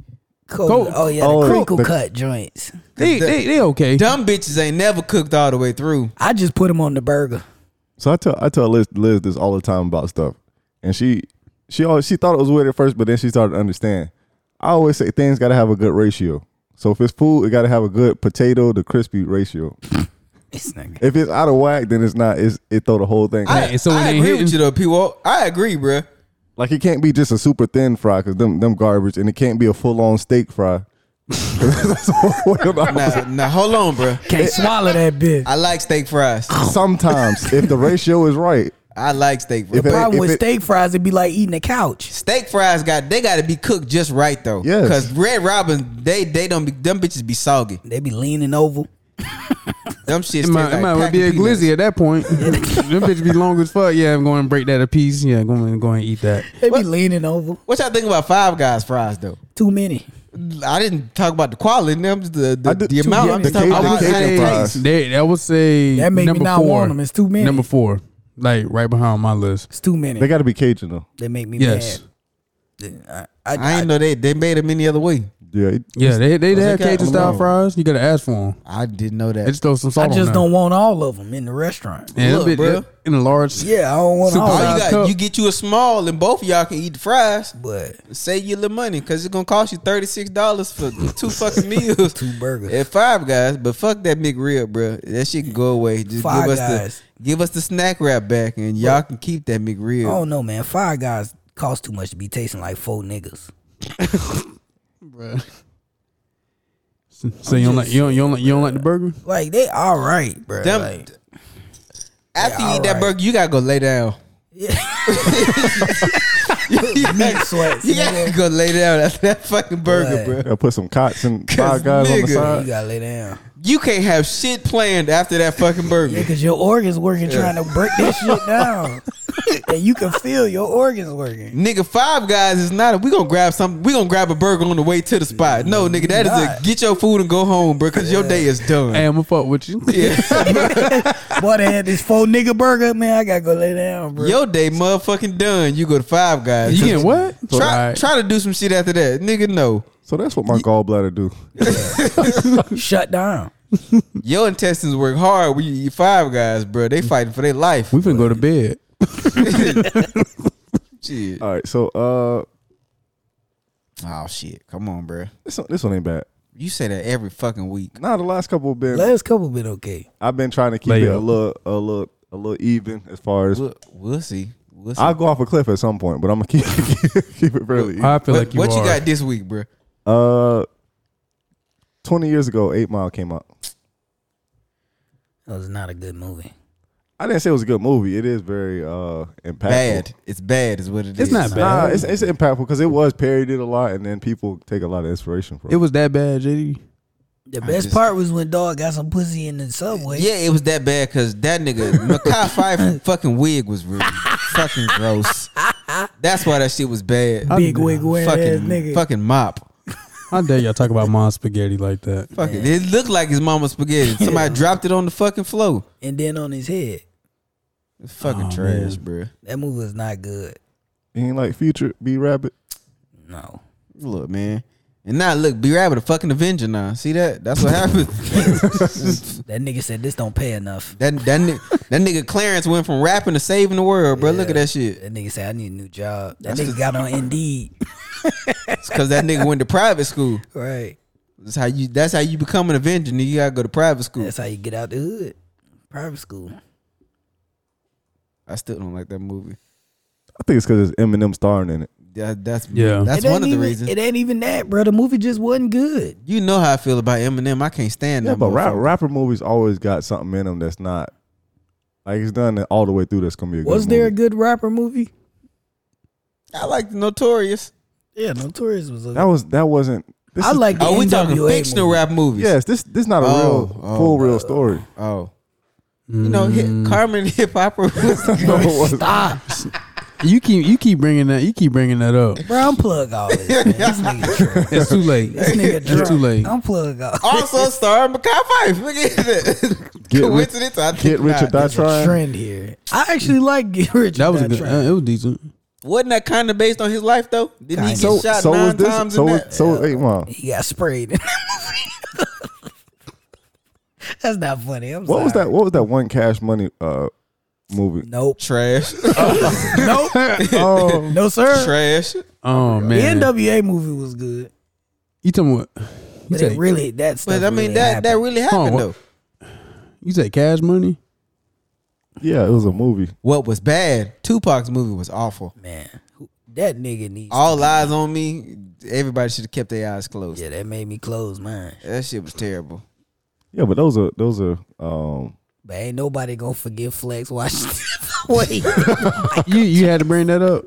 S4: Cool.
S2: Cool.
S4: Oh yeah, the
S3: Oh,
S4: crinkle
S3: the-
S4: cut joints.
S2: they,
S1: the-
S2: they, they okay.
S1: Dumb bitches ain't never cooked all the way through.
S4: I just put them on the burger.
S3: So I tell I tell Liz, Liz this all the time about stuff, and she she always she thought it was weird at first, but then she started to understand. I always say things got to have a good ratio. So if it's food, it got to have a good potato to crispy ratio.
S4: This nigga.
S3: If it's out of whack, then it's not. It's it throw the whole thing.
S1: I,
S3: off.
S2: and so when
S1: I
S2: they
S1: agree
S2: hitting-
S1: with you though, P. Walk. I agree, bruh.
S3: like it can't be just a super thin fry because them them garbage, and it can't be a full on steak fry. 'Cause that's what I'm about.
S1: Now, now hold on, bruh.
S4: Can't swallow that bitch.
S1: I like steak fries.
S3: Sometimes if the ratio is right,
S1: I like steak fries.
S3: If it-
S1: But
S4: Problem
S3: if
S4: with
S3: it-
S4: steak fries, it'd be like eating a couch.
S1: steak fries got they got to be cooked just right though.
S3: Yes.
S1: Cause Red Robin, they they don't be them bitches be soggy.
S4: They be leaning over.
S1: Them
S2: It
S1: shit taste
S2: might, it
S1: like
S2: might
S1: packing
S2: be a
S1: peanuts.
S2: glizzy at that point. Them bitch be long as fuck. Yeah, I'm going to break that a piece. Yeah, I'm going to go and eat that.
S4: They
S1: What?
S4: be leaning over.
S1: What y'all think about Five Guys fries though?
S4: Too many.
S1: I didn't talk about the quality. Them the the,
S3: I did
S1: the
S3: too.
S1: amount.
S3: Yeah,
S1: I'm just
S3: the
S1: talking
S3: Cajun-
S1: about
S3: the
S1: how it
S3: Cajun fries.
S1: tastes.
S2: They, that would say
S4: That make me
S2: number
S4: not
S2: four.
S4: want 'em. It's too many.
S2: Number four, like right behind my list.
S4: It's too many.
S3: they got to be Cajun though.
S4: they make me
S2: Yes.
S4: mad. I, I,
S1: I ain't know they they made them any other way.
S3: Yeah, it-
S2: Yeah, they they, they
S1: they
S2: have
S1: got-
S2: Cajun
S3: I
S2: style
S3: don't know.
S2: fries. You got to ask for them.
S1: I didn't know
S2: They
S1: that.
S2: just throw some
S4: I
S2: salt on
S4: just
S2: there.
S4: don't want all of them in the restaurant.
S2: Yeah, that
S1: Look,
S2: bit-
S1: bruh.
S2: that- in a large.
S4: Yeah, I don't want
S2: Super
S4: all
S1: All
S4: of
S1: you
S2: size
S4: them.
S1: got,
S2: cup.
S1: you get you a small, and both of y'all can eat the fries.
S4: But
S1: Save you a little money because it's gonna cost you thirty six dollars for two fucking meals,
S4: Two burgers.
S1: at Five Guys. But fuck that McRib, bro. That shit can go away. Just
S4: Five
S1: give us
S4: Guys.
S1: the give us the snack wrap back, and y'all can keep that
S4: I
S1: McRib.
S4: don't know, man. Five guys cost too much to be tasting like four niggas.
S2: bruh. So you don't like you don't, you don't like you don't like the burger?
S4: Like they all right, bro.
S1: Them-
S4: Like,
S1: After you
S4: Yeah,
S1: eat that
S4: alright.
S1: burger, you gotta go lay down.
S4: meat sweats.
S1: You gotta go lay down after that fucking burger,
S4: Right.
S1: bro.
S3: I put some cots and
S1: 'Cause
S3: five guys on the
S1: nigga.
S4: nigga. You
S3: side.
S4: gotta lay down.
S1: You can't have shit planned after that fucking
S4: Yeah,
S1: burger.
S4: cause your organs working trying to break that shit down. and you can feel your organs working.
S1: Nigga, five guys is not. A, we gonna grab something. We gonna grab a burger on the way to the spot. No, nigga, that is
S4: Not.
S1: a get your food and go home, bro. Cause your day is done.
S2: Hey, I'ma fuck with you.
S4: Boy, they had this four nigga burger, man. I gotta go lay down, bro.
S1: Your day motherfucking done. You go to Five Guys.
S2: You getting what?
S1: Try,
S2: Alright.
S1: try to do some shit after that, nigga. No,
S3: So that's what my gallbladder do.
S4: Shut down.
S1: Your intestines work hard when you eat five guys, bro. They fighting for their life.
S2: We finna go to bed.
S1: Shit.
S3: All right, so uh,
S1: Oh shit. Come on, bro.
S3: this one, this one ain't bad.
S1: You say that every fucking week.
S3: Nah, the last couple have been.
S4: Last couple been okay.
S3: I've been trying to keep it a
S2: Layout.
S3: little, a little, a little even as far as.
S1: We'll, we'll see. We'll see.
S3: I'll go off a cliff at some point, but I'm gonna keep keep it fairly. even.
S2: I feel
S1: what
S2: like you
S1: what
S2: are.
S1: you got this week, bro?
S3: Uh, twenty years ago, Eight Mile came out.
S4: That was not a good movie.
S3: I didn't say it was a good movie. It is very uh impactful.
S1: Bad. It's bad, is what it is.
S2: It's not bad.
S3: Nah, it's, it's impactful because it was parodied a lot, and then people take a lot of inspiration from.
S2: It was that bad, JD.
S4: The
S1: I
S4: best
S1: just-
S4: part was when dog got some pussy in the subway.
S1: Yeah, it was that bad because that nigga Makai Five fucking wig was really fucking gross. That's why that shit was bad.
S2: I-
S4: Big wig wearing ass
S1: fucking
S4: nigga.
S1: fucking mop.
S2: How dare y'all talk about mom spaghetti like that?
S1: Fucking, it looked like his mama's spaghetti. Somebody dropped it on the fucking floor.
S4: And then on his head.
S1: It's fucking
S2: Oh,
S1: trash, bro.
S4: That movie was not good.
S3: it. You ain't like Future B Rabbit.
S4: No.
S1: Look, man. And now look, B Rabbit a fucking Avenger now. See that? That's what happened.
S4: That nigga said this don't pay enough.
S1: that that ni- that nigga Clarence went from rapping to saving the world, bro. Look at that shit.
S4: That nigga said I need a new job. That nigga got on Indeed.
S1: It's cause that nigga went to private school.
S4: Right.
S1: That's how you that's how you become an Avenger, nigga. You gotta go to private school.
S4: That's how you get out the hood. Private school.
S1: I still don't like that movie.
S3: I think it's because it's Eminem starring in it.
S1: That, that's
S2: Yeah.
S1: That's
S4: It ain't
S1: one of the
S4: even-
S1: reasons.
S4: It ain't even that, bro. The movie just wasn't good.
S1: you know how I feel about Eminem. I can't stand
S3: Yeah,
S1: that.
S3: but rap,
S1: motherfucker.
S3: rapper movies always got something in them that's not like it's done it all the way through. That's gonna be a good.
S4: Was there a
S3: movie.
S4: good rapper movie?
S1: I like the Notorious.
S4: Yeah, Notorious was.
S3: that
S4: A,
S3: was that wasn't. This
S4: I
S3: is-
S4: like. The
S1: Oh, we talking
S4: NWA
S1: fictional
S4: movie.
S1: rap movies.
S3: Yes, this this not a
S1: Oh,
S3: real
S1: oh.
S3: full real story.
S1: Oh. You know,
S2: Mm.
S1: hip, Carmen hip hopper was
S3: No, it wasn't.
S4: Stop,
S2: You keep you keep bringing that you keep bringing that up.
S4: bro. Unplug all this. Man. This nigga drunk.
S2: It's too late.
S4: This nigga drunk.
S2: It's too late.
S4: Unplug all.
S1: also starring Makai Fife. Look at that.
S3: Get rich,
S1: Coincidence? I think
S3: get rich or
S1: not.
S3: die
S4: There's a
S3: trying.
S4: trend here. I actually like Get Rich.
S2: That was a
S4: Die
S2: good.
S4: Trying.
S2: Uh, it was decent.
S1: Wasn't that kind of based on his life though? Didn't he get
S4: Kinda.
S1: shot
S3: so was
S1: nine
S3: this.
S1: times
S3: so
S1: in
S3: was,
S1: that?
S3: so was eight mile.
S4: He got sprayed. in that movie. That's not funny. I'm
S3: What was
S4: sorry.
S3: that? What was that one Cash Money uh movie?
S4: Nope.
S1: Trash,
S3: oh,
S1: Um,
S4: No sir.
S1: trash.
S2: Oh
S4: The
S2: man,
S4: NWA movie was good,
S2: you talking what? You
S4: but it
S2: say
S4: really that stuff.
S1: But I mean
S4: really
S1: that that
S4: happened.
S1: really happened
S2: what-
S1: though.
S2: you say cash money?
S3: yeah, it was a movie.
S1: What was bad? Tupac's movie was awful.
S4: man, who- that nigga needs.
S1: All eyes on me. Everybody should have kept their eyes closed.
S4: yeah, that made me close mine.
S1: That shit was terrible.
S3: Yeah, but those are those are. um
S4: But ain't nobody gonna forgive Flex Washington. Wait, you
S2: You you had to bring that up.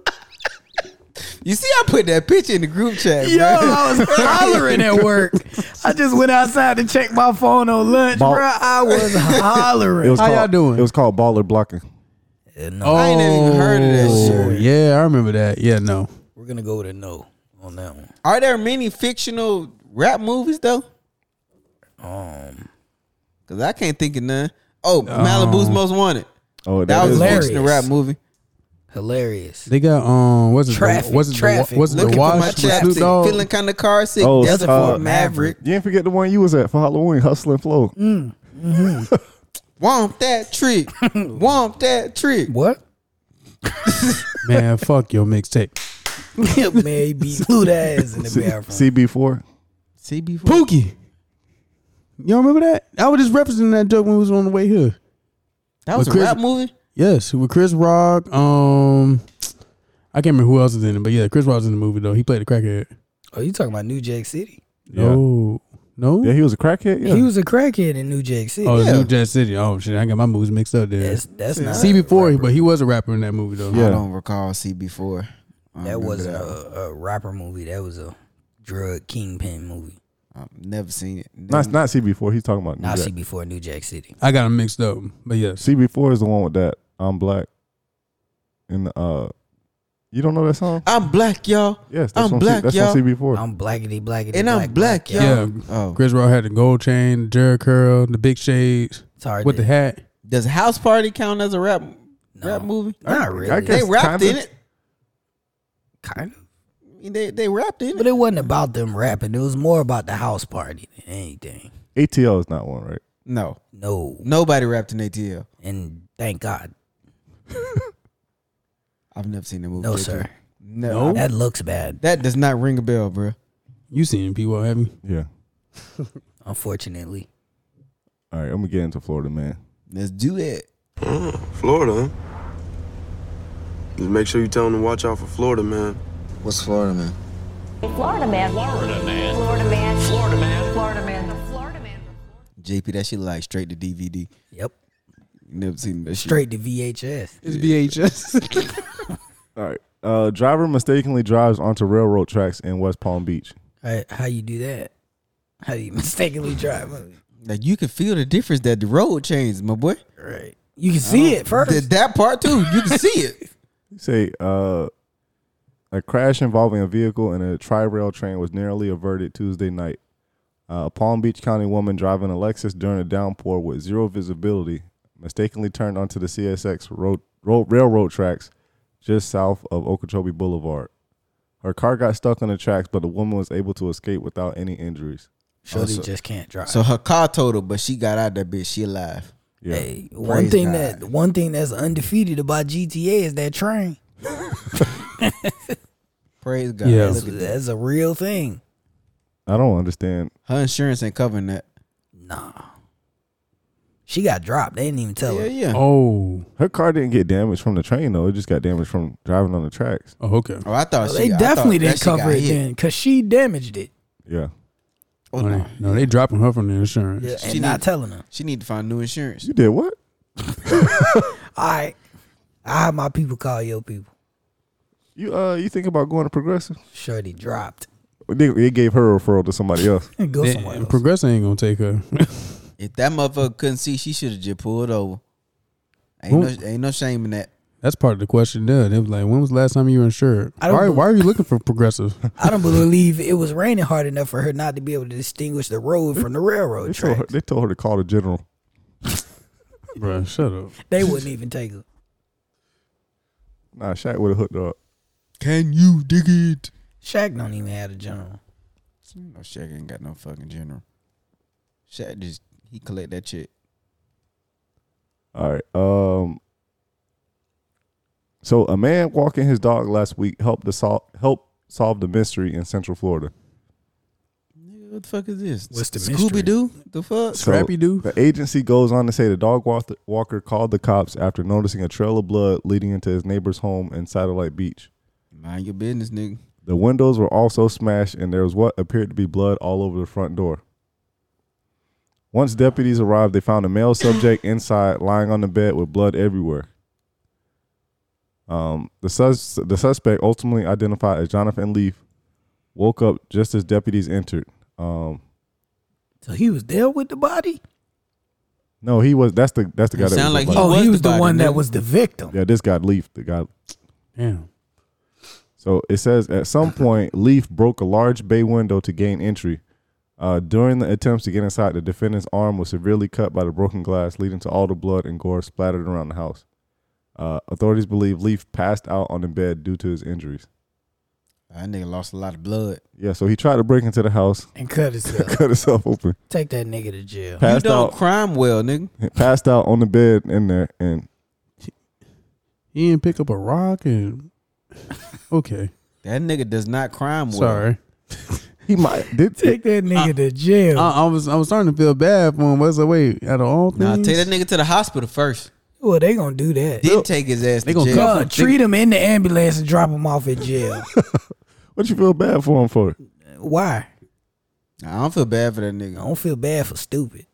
S1: You see, I put that picture in the group chat,
S4: Yo,
S1: bro.
S4: I was hollering at work. I just went outside to check my phone on lunch,
S3: Ball-
S4: bro. I was
S3: It
S4: hollering.
S3: was
S2: How y'all
S3: called,
S2: doing?
S3: It was called Baller Blocking.
S4: Uh, no,
S2: Oh,
S1: I ain't even heard of that shit.
S2: Yeah, I remember that. Yeah, no.
S4: we're gonna go with a no on that one.
S1: Are there many fictional rap movies though?
S4: Um,
S1: Cause I can't think of none.
S3: Um,
S1: Oh, Malibu's Most Wanted.
S3: Oh,
S1: That was a
S4: hilarious.
S1: fictional rap movie.
S4: hilarious.
S2: They got um, what's it?
S4: Traffic,
S2: The, what's it?
S4: traffic.
S2: The, what's it?
S1: Looking
S2: The
S1: for my
S2: wash with
S1: chapstick,
S2: Snoop Dogg.
S1: feeling kind of car sick.
S3: Oh,
S1: Desert
S3: uh,
S1: Ford Maverick. Mm.
S3: You didn't forget the one you was at for Halloween, Hustle and Flow.
S1: Womp that trick. Womp that trick.
S4: What?
S2: Man, fuck your mixtape.
S4: Maybe blew that ass in the bathroom.
S3: CB4.
S1: CB4.
S2: Pookie. You don't remember that? I was just referencing that joke when we was on the way here.
S1: That was a
S2: With Chris-
S1: rap movie?
S2: Yes, with Chris Rock. Um, I can't remember who else is in it, but yeah, Chris Rock's in the movie though. He played the crackhead.
S4: Oh, you talking about New Jack City?
S2: Oh no.
S3: Yeah, he was a crackhead. Yeah.
S4: He was a crackhead in New Jack City.
S2: Oh, it's
S1: Yeah.
S2: New Jack City. Oh shit, I got my movies mixed up there.
S4: that's that's not
S2: See before, but he was a rapper in that movie though.
S1: I
S3: Yeah.
S1: don't recall CB4. I don't
S4: That
S1: remember
S4: wasn't
S1: that.
S4: a, a rapper movie. That was a drug kingpin movie.
S1: I've never seen it.
S3: not not CB4. He's talking about New
S4: Now
S3: Jack.
S4: see before New Jack City.
S2: I got them mixed up, but yes.
S3: CB4 is the one with that I'm black. And uh, you don't know that song?
S1: I'm black, y'all.
S3: Yes,
S1: Uh, I'm
S3: that's on,
S1: black,
S3: C- that's
S1: y'all.
S3: on CB4.
S4: I'm blackity blackity
S1: And I'm black, y'all.
S2: Yeah.
S1: Oh.
S2: Chris Rock had the gold chain, the Jerry curl, the big shades
S4: It's hard
S2: with
S4: to-
S2: the hat.
S1: Does House Party count as a rap
S4: No.
S1: rap movie?
S4: Not really.
S3: I
S1: They
S3: guess- It's
S1: rapped
S3: kinda-
S1: in it.
S4: kind of.
S1: I mean, They they rapped in
S4: But
S1: it.
S4: it wasn't about them rapping. It was more about the house party than anything.
S3: ATL is not one, right?
S1: No,
S4: No,
S1: nobody rapped in ATL.
S4: and thank God,
S1: I've never seen that movie.
S4: no,
S1: JP.
S4: sir.
S1: No,
S4: That looks bad.
S1: that does not ring a bell, bro.
S2: You seen people, have you?
S3: Yeah.
S4: Unfortunately,
S3: All right, I'm gonna get into Florida, man.
S1: Let's do it.
S5: Florida, huh? Just make sure you tell them to watch out for Florida, man.
S6: What's Florida, man?
S7: Florida man. Florida man. Florida man. Florida man. Florida man. Florida man.
S1: JP, that shit like straight to DVD.
S4: yep.
S1: You never seen that shit.
S4: Straight to VHS.
S2: It's VHS.
S3: All right. Uh, driver mistakenly drives onto railroad tracks in West Palm Beach.
S4: How, how you do that? How do you mistakenly drive?
S1: Like you can feel the difference that the road changed, my boy.
S4: Right. You can see
S1: Oh,
S4: it first.
S1: That, that part too, you can see it.
S3: You say uh, a crash involving a vehicle and a tri-rail train was narrowly averted Tuesday night. Uh, a Palm Beach County woman driving a Lexus during a downpour with zero visibility mistakenly turned onto the CSX road, road railroad tracks just south of Okeechobee Boulevard. Her car got stuck on the tracks, but the woman was able to escape without any injuries.
S4: Shorty Oh, just can't drive.
S1: So her car totaled, but she got out that bitch. She alive.
S3: Yeah.
S4: Hey, one thing that one thing that's undefeated about GTA is that train.
S1: Praise God.
S2: Yeah.
S4: That's,
S1: Look at that.
S4: that's a real thing.
S3: I don't understand.
S1: Her insurance ain't covering that.
S4: Nah. She got dropped. They didn't even tell
S1: Yeah,
S4: her.
S1: yeah. Oh,
S2: oh,
S3: Her car didn't get damaged from the train though; it just got damaged from driving on the tracks.
S2: oh, okay.
S1: I thought
S4: they
S1: she, I
S4: definitely
S1: thought that
S4: didn't
S1: she got
S4: cover it
S1: hit.
S4: then because she damaged it.
S3: Yeah,
S1: Oh,
S2: no,
S1: no.
S2: they, no, they dropping her from the insurance.
S4: Yeah, and
S1: She
S4: not
S1: need-
S4: telling her.
S1: She need to find new insurance.
S3: you did what?
S4: All right. I have my people call your people.
S3: You uh, you think about going to Progressive?
S4: Shorty dropped.
S3: They, they gave her a referral to somebody else.
S4: Go
S2: They-
S4: somewhere.
S2: and
S4: Else.
S2: Progressive ain't gonna take her.
S1: If that motherfucker couldn't see, she should have just pulled over. Ain't
S2: Well-
S1: no, ain't no shame in that.
S2: That's part of the question. There, they was like, when was the last time you were insured?
S4: I don't
S2: Why,
S4: bel-
S2: why are you looking for Progressive?
S4: I don't believe it was raining hard enough for her not to be able to distinguish the road from the
S3: They
S4: railroad
S3: told, her,
S4: track.
S3: they told her to call the general.
S2: Bruh, shut up.
S4: They wouldn't even take her.
S3: Nah, Shaq would have hooked her up.
S1: Can you dig it?
S4: Shaq don't even have a general.
S1: No, Shaq ain't got no fucking general. Shaq just he collect that shit.
S3: All right. Um. So a man walking his dog last week helped to solve help solve the mystery in Central Florida.
S1: Nigga, what the fuck is this?
S4: What's the mystery?
S1: Scooby Doo? The fuck?
S3: So-
S2: Scrappy Doo.
S3: The agency goes on to say the dog walth- walker called the cops after noticing a trail of blood leading into his neighbor's home in Satellite Beach.
S1: Mind your business, nigga.
S3: The windows were also smashed, and there was what appeared to be blood all over the front door. Once deputies arrived, they found a male subject inside, lying on the bed with blood everywhere. Um, the, sus- the suspect, ultimately identified as Jonathan Leaf, woke up just as deputies entered. Um,
S4: So he was there with the body?
S3: no, he was. That's the that's the guy.
S1: It
S3: that
S1: sound
S3: was
S1: like
S3: the-
S4: Oh,
S1: was
S4: he
S1: the
S4: was the,
S1: body,
S4: one that
S1: nigga.
S4: was the victim.
S3: yeah, this guy Leaf, the guy
S2: Damn.
S3: So it says at some point, Leaf broke a large bay window to gain entry. Uh, during the attempts to get inside, the defendant's arm was severely cut by the broken glass, leading to all the blood and gore splattered around the house. Uh, authorities believe Leaf passed out on the bed due to his injuries.
S1: That nigga lost a lot of blood.
S3: Yeah, so he tried to break into the house,
S4: And cut himself.
S3: cut himself open,
S4: take that nigga to jail.
S3: passed
S1: you don't
S3: out,
S1: crime well, nigga.
S3: passed out on the bed in there, and
S2: He didn't pick up a rock and. Okay,
S1: That nigga does not crime well.
S2: sorry.
S3: he might did.
S4: Take that nigga to
S1: Uh,
S4: jail.
S2: I, I was I was starting to feel bad for him. I was like, wait, out of all things,
S1: Nah, take that nigga to the hospital first.
S4: well, they gonna do that.
S1: Then take his ass
S2: They
S1: to
S2: gonna
S1: jail.
S2: cut-
S4: Uh, treat him in the ambulance and drop him off at jail.
S3: What you feel bad for him for?
S4: Why?
S1: I don't feel bad for that
S4: I
S1: nigga.
S4: don't feel bad for stupid.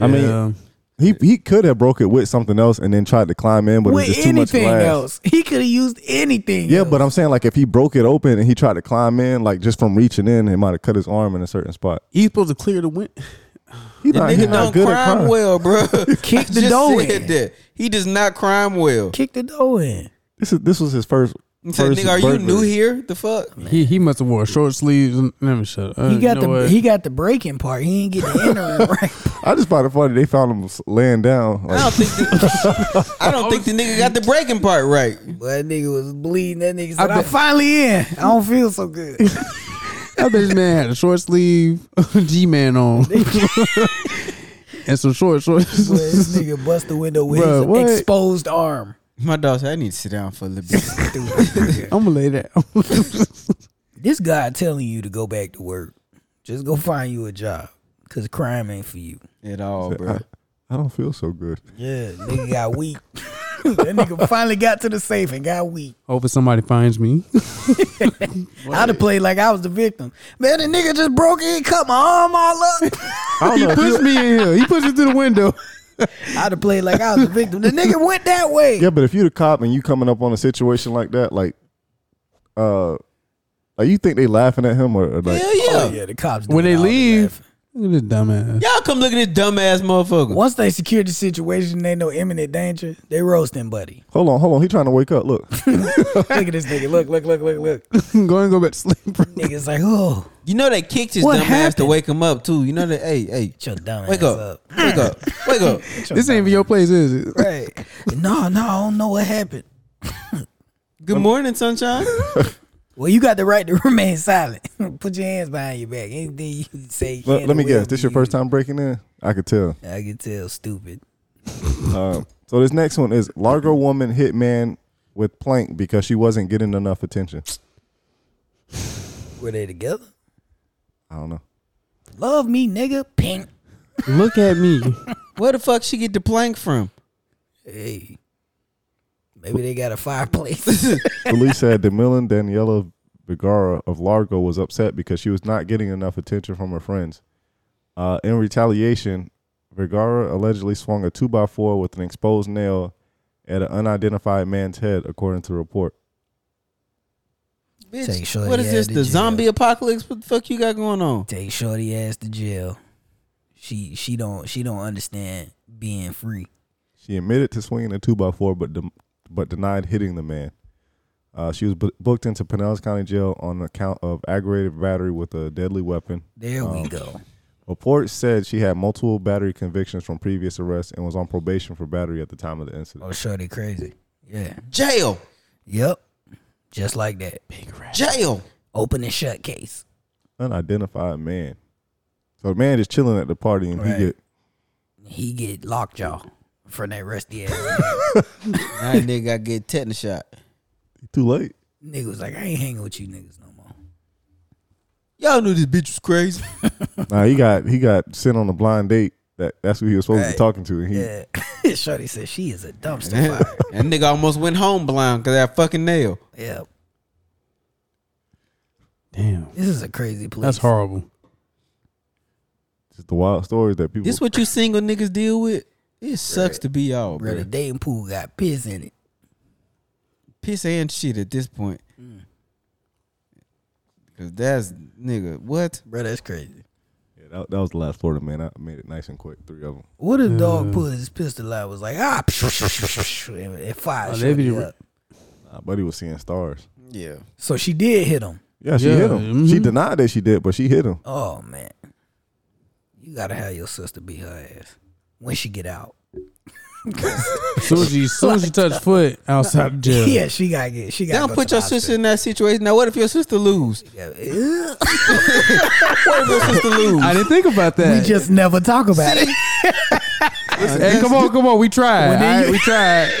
S3: I mean-
S2: Yeah.
S3: He he could have broke it with something else and then tried to climb in, but it was
S4: With
S3: just too much
S4: anything
S3: glass.
S4: else, he could have used anything.
S3: Yeah,
S4: else.
S3: but I'm saying like if he broke it open and he tried to climb in, like just from reaching in, it might have cut his arm in a certain spot.
S2: he's supposed to clear the win.
S3: He
S1: That
S3: not, he
S1: nigga
S3: not
S1: don't
S3: good at
S1: crime
S3: crime.
S1: well, bro.
S4: Kick
S1: I
S4: the
S1: just
S4: door
S1: said
S4: in.
S1: that. He does not crime well.
S4: kick the door in.
S3: This is this was his first.
S1: I said,
S3: first
S1: nigga, are
S3: burglary.
S1: you new here? The fuck?
S2: He he must have wore short sleeves. and- Let me shut up. Uh,
S4: He got
S2: you know
S4: the
S2: what?
S4: he got the breaking part. He ain't get the interim right.
S3: I just find it funny they found him s- laying down.
S1: I
S3: Like,
S1: don't think the, I don't think the nigga got the breaking part right.
S4: But that nigga was bleeding. That nigga
S2: I
S4: said, "I'm
S2: bet-
S4: finally in. I don't feel so good."
S2: That bitch man had a short sleeve G man on. and some short shorts.
S4: Boy, this nigga bust the window with
S2: Bruh,
S4: his
S2: what?
S4: exposed arm.
S1: My dog said, I need to sit down for a little bit.
S2: I'm gonna lay that.
S4: This guy telling you to go back to work. Just go find you a job. Cause crime ain't for you.
S1: At all, bro.
S3: I, I don't feel so good.
S4: Yeah, nigga got weak. that nigga finally got to the safe and got weak.
S2: Hoping somebody finds me.
S4: I'd have played like I was the victim. Man, the nigga just broke in, cut my arm all up.
S3: I
S2: He
S3: don't know.
S2: pushed me in here. He pushed me through the window.
S4: I'd have played like I was the victim. The nigga went that way.
S3: Yeah, but if you the cop and you coming up on a situation like that, like, uh, like you think they laughing at him or, or like,
S1: Hell yeah.
S4: Oh, yeah, the cops.
S2: When they
S4: doing all the
S2: leave,
S4: laughing.
S2: look at this dumbass.
S1: Y'all come look at this dumbass motherfucker.
S4: once they secure the situation, they know imminent danger. They roast him, buddy.
S3: hold on, hold on, he trying to wake up. Look,
S4: look at this nigga. Look, look, look, look, look.
S2: go and go back to sleep. bro.
S4: Nigga's like, oh,
S1: You know they kicked his
S4: What
S1: dumbass to
S4: happened?
S1: wake him up too. You know that hey, hey.
S4: shut your dumb
S1: Wake
S4: ass
S1: up. Wake up. Wake up.
S2: This ain't even your place, is it?
S4: Right. no, no, I don't know what happened.
S1: Good morning, sunshine.
S4: Well, you got the right to remain silent. Put your hands behind your back. Anything you say. you
S3: let,
S4: can
S3: let me
S4: or
S3: guess.
S4: will
S3: This
S4: be
S3: your first time breaking in? I could tell.
S4: used. I can tell, stupid.
S3: Um, so this next one is Largo woman hit man with plank because she wasn't getting enough attention.
S4: Were they together?
S3: I don't know.
S4: Love me, nigga. Pink.
S2: Look at me.
S1: Where the fuck she get the plank from?
S4: Hey. Maybe they got a fireplace.
S3: Police said DeMillan Daniela Vigara of Largo was upset because she was not getting enough attention from her friends. Uh, in retaliation, Vergara allegedly swung a two by four with an exposed nail at an unidentified man's head, according to the report.
S1: Bitch,
S4: Take shorty
S1: what is
S4: out
S1: this?
S4: of
S1: The
S4: jail.
S1: zombie apocalypse? What the fuck you got going on?
S4: Take shorty ass to jail. She she don't she don't understand being free.
S3: She admitted to swinging a two by four, but dem- but denied hitting the man. Uh, she was bu- booked into Pinellas County Jail on account of aggravated battery with a deadly weapon.
S4: There we
S3: Um,
S4: go.
S3: Reports said she had multiple battery convictions from previous arrests and was on probation for battery at the time of the incident.
S4: Oh, shorty crazy. Yeah.
S1: Jail.
S4: Yep. Just like that.
S1: Jail.
S4: Open and shut case. Oh.
S3: Unidentified man. So the man is chilling at the party and
S4: Right.
S3: he get
S4: He get lockjaw from that rusty ass.
S1: That nigga got get tetanus shot.
S3: too late.
S4: Nigga was like, I ain't hanging with you niggas no more.
S1: Y'all knew this bitch was crazy.
S3: nah, he got he got sent on a blind date. That that's who he was supposed to
S4: Right.
S3: be talking to. And he
S4: Yeah. Shorty said she is a dumpster fire.
S1: that nigga almost went home blind because that fucking nail.
S4: yeah.
S2: Damn.
S4: This is a crazy place.
S2: That's horrible.
S3: just the wild stories that people
S1: This what you single niggas deal with? It sucks to be y'all,
S4: Bro, the
S1: bro.
S4: dating pool got piss in it.
S1: Piss and shit at this point. Cause that's nigga, what?
S4: Bro, that's crazy.
S3: Yeah, that, that was the last Florida man. I made it nice and quick. Three of them.
S4: What if dog pulled his pistol out was like, ah, and and fired
S2: Oh, they
S4: Shorty
S2: be-
S4: up.
S3: Nah, buddy was seeing stars.
S1: Yeah.
S4: So she did hit him.
S3: Yeah, she
S2: Yeah,
S3: hit him. She
S4: mm-hmm.
S2: mhm.
S3: denied that she did, but she hit him.
S4: Oh man. You gotta have your sister beat her ass when she get out.
S2: Soon as you, soon as you touch foot outside of
S4: Yeah,
S2: jail,
S4: she gotta get she gotta
S1: Don't
S4: go
S1: put
S4: to
S1: your
S4: the
S1: sister in that situation. Now what if your sister lose?
S4: hospital. Ugh.
S1: What if your sister lose?
S2: I didn't think about that.
S4: We just never talk about it.
S2: hey, come on, come on. We tried. All right, we tried.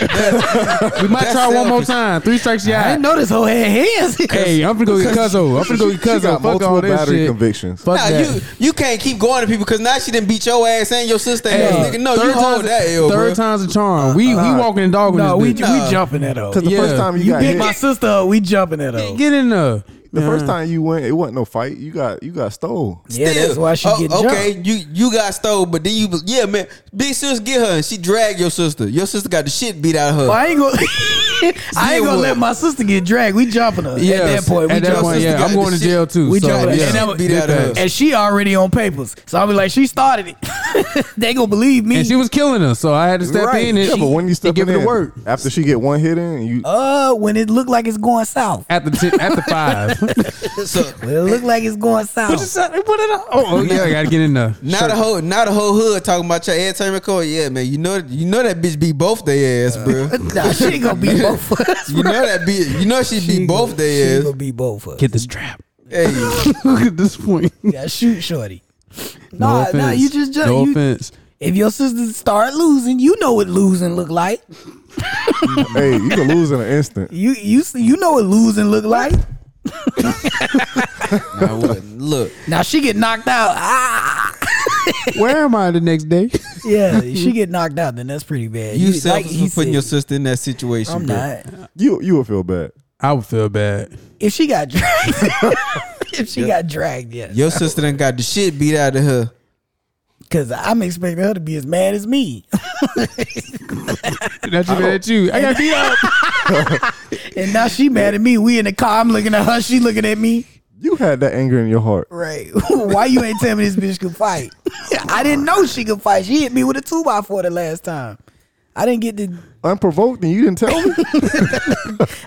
S2: we might try one more
S1: selfish.
S2: time. Three strikes,
S4: I
S2: yeah.
S4: didn't know this whole had hands.
S2: Hey, I'm gonna go get Cuzzo. I'm gonna go get
S3: She
S2: Cuzzo.
S3: got
S2: Fuck
S3: multiple
S2: all this
S3: battery
S2: shit.
S3: convictions.
S2: Fuck
S1: Nah,
S2: that.
S1: you you can't keep going to people because now she didn't beat your ass and your sister
S2: Hey,
S1: ass. Nigga, no, you
S2: third
S1: hold
S2: time's-
S1: that L,
S2: Third
S1: bro.
S2: time's a charm. We we walking and dogging
S4: no, we,
S2: this
S4: we
S2: bitch.
S1: Nah.
S4: jumping that up.
S3: Because the first
S2: Yeah.
S3: time you,
S4: You
S3: got
S4: beat
S3: hit,
S4: my sister up, we jumping that up.
S2: Get in there.
S3: the
S2: Nah.
S3: first time you went, it wasn't no fight. You got you got stole.
S4: Yeah,
S1: Still.
S4: that's why she
S1: Oh,
S4: get
S1: Okay,
S4: jumped.
S1: you you got stole, but then you yeah man, big sis get her and she dragged your sister. Your sister got the shit beat out of her.
S4: Well, I ain't gonna I ain't
S1: Yeah,
S4: gonna
S1: what?
S4: let my sister get dragged. We jumping her
S2: Yeah,
S4: at that point. We
S2: at that
S4: jumping
S2: point,
S1: just
S2: yeah,
S1: got
S2: I'm
S1: the
S2: going to
S1: shit-
S2: jail too.
S4: We
S2: so,
S4: jumped the
S2: yeah.
S4: shit out of-
S1: Beat
S2: Did
S1: out of
S2: that.
S1: her.
S4: and she already on papers. So I'll be like, she started it. they gonna believe me.
S2: And she was killing us, so I had to step
S4: Right.
S2: in. And
S4: Yeah,
S3: Yeah, but when you
S2: and
S3: step
S2: give
S3: in,
S2: it a work
S3: after she get one hit in, you
S4: uh, when it looked like it's going south.
S2: at the t- at the five.
S1: so
S4: When it looked like it's going south.
S2: oh, oh, yeah, I gotta get in there.
S1: now the whole now the whole hood talking about your every time you call. Yeah man, you know you know that bitch beat both their
S4: Uh,
S1: ass, bro.
S4: nah, she ain't gonna be both of us.
S1: You know that beat. You know she beat both
S4: She
S1: their ass.
S4: gonna be both of us.
S2: the strap.
S1: Hey,
S2: Look at this point.
S4: You gotta shoot shorty.
S2: No
S4: nah,
S2: offense.
S4: nah, you just ju-
S2: no
S4: you-
S2: offense.
S4: If your sisters start losing, you know what losing look like.
S3: hey, you can lose in an instant.
S4: You you s- you know what losing look like.
S1: nah, what? look,
S4: Now she get knocked out. Ah,
S2: Where am I the next day?
S4: yeah, she get knocked out. Then that's pretty bad.
S1: you selfish
S4: he
S1: for putting
S4: said,
S1: your sister in that situation.
S4: I'm
S1: bro.
S4: not.
S3: You you will feel bad.
S2: I would feel bad.
S4: If she got dragged, if she got dragged, yes.
S1: Your sister done got the shit beat out of her.
S4: Because I'm expecting her to be as mad as me,
S2: Not you mad at you. I got beat up.
S4: and now she mad at me. We in the car. I'm looking at her. She looking at me.
S3: You had that anger in your heart.
S4: Right. Why you ain't tell me this bitch could fight? I didn't know she could fight. She hit me with a two by four the last time. I didn't get to
S3: Unprovoked, and you didn't tell me.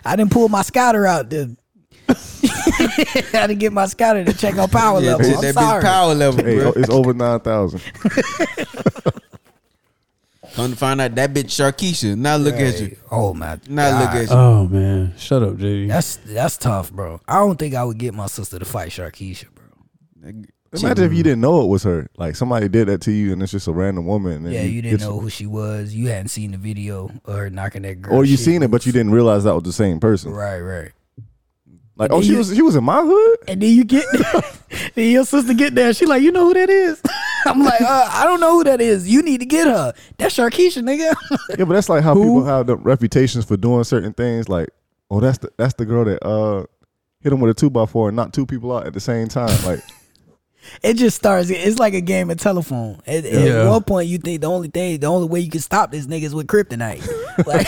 S4: I didn't pull my scouter out to I didn't get my scouter to check on power
S1: Yeah,
S4: level.
S1: just
S4: I'm
S1: that bitch
S4: sorry.
S1: power level,
S3: hey, oh,
S1: bro.
S3: it's over nine thousand.
S1: Come to find out that bitch Sharkeisha. Now look at you.
S4: Oh my
S1: Now
S4: God.
S1: look at you.
S2: Oh man, shut up, JD.
S4: That's that's tough, bro. I don't think I would get my sister to fight Sharkeisha, bro.
S3: Imagine if you didn't know it was her. Like somebody did that to you, and it's just a random woman. And then
S4: Yeah, you didn't
S3: it's-
S4: know who she was. You hadn't seen the video of her knocking that girl.
S3: Or you
S4: shit.
S3: seen it, but you didn't realize that was the same person.
S4: Right, right.
S3: Like, oh,
S4: Then
S3: she
S4: you-
S3: was she was in my hood.
S4: And then you get there, then your sister get there. She like, you know who that is? I'm like, uh, I don't know who that is. You need to get her. That's Sharkeisha, nigga.
S3: Yeah, but that's like how people have the reputations for doing certain things. Like, oh, that's the that's the girl that uh hit him with a two by four and knocked two people out at the same time. Like,
S4: it just starts. It's like a game of telephone. At, at
S2: Yeah.
S4: one point, you think the only thing, the only way you can stop this nigga is with kryptonite. like,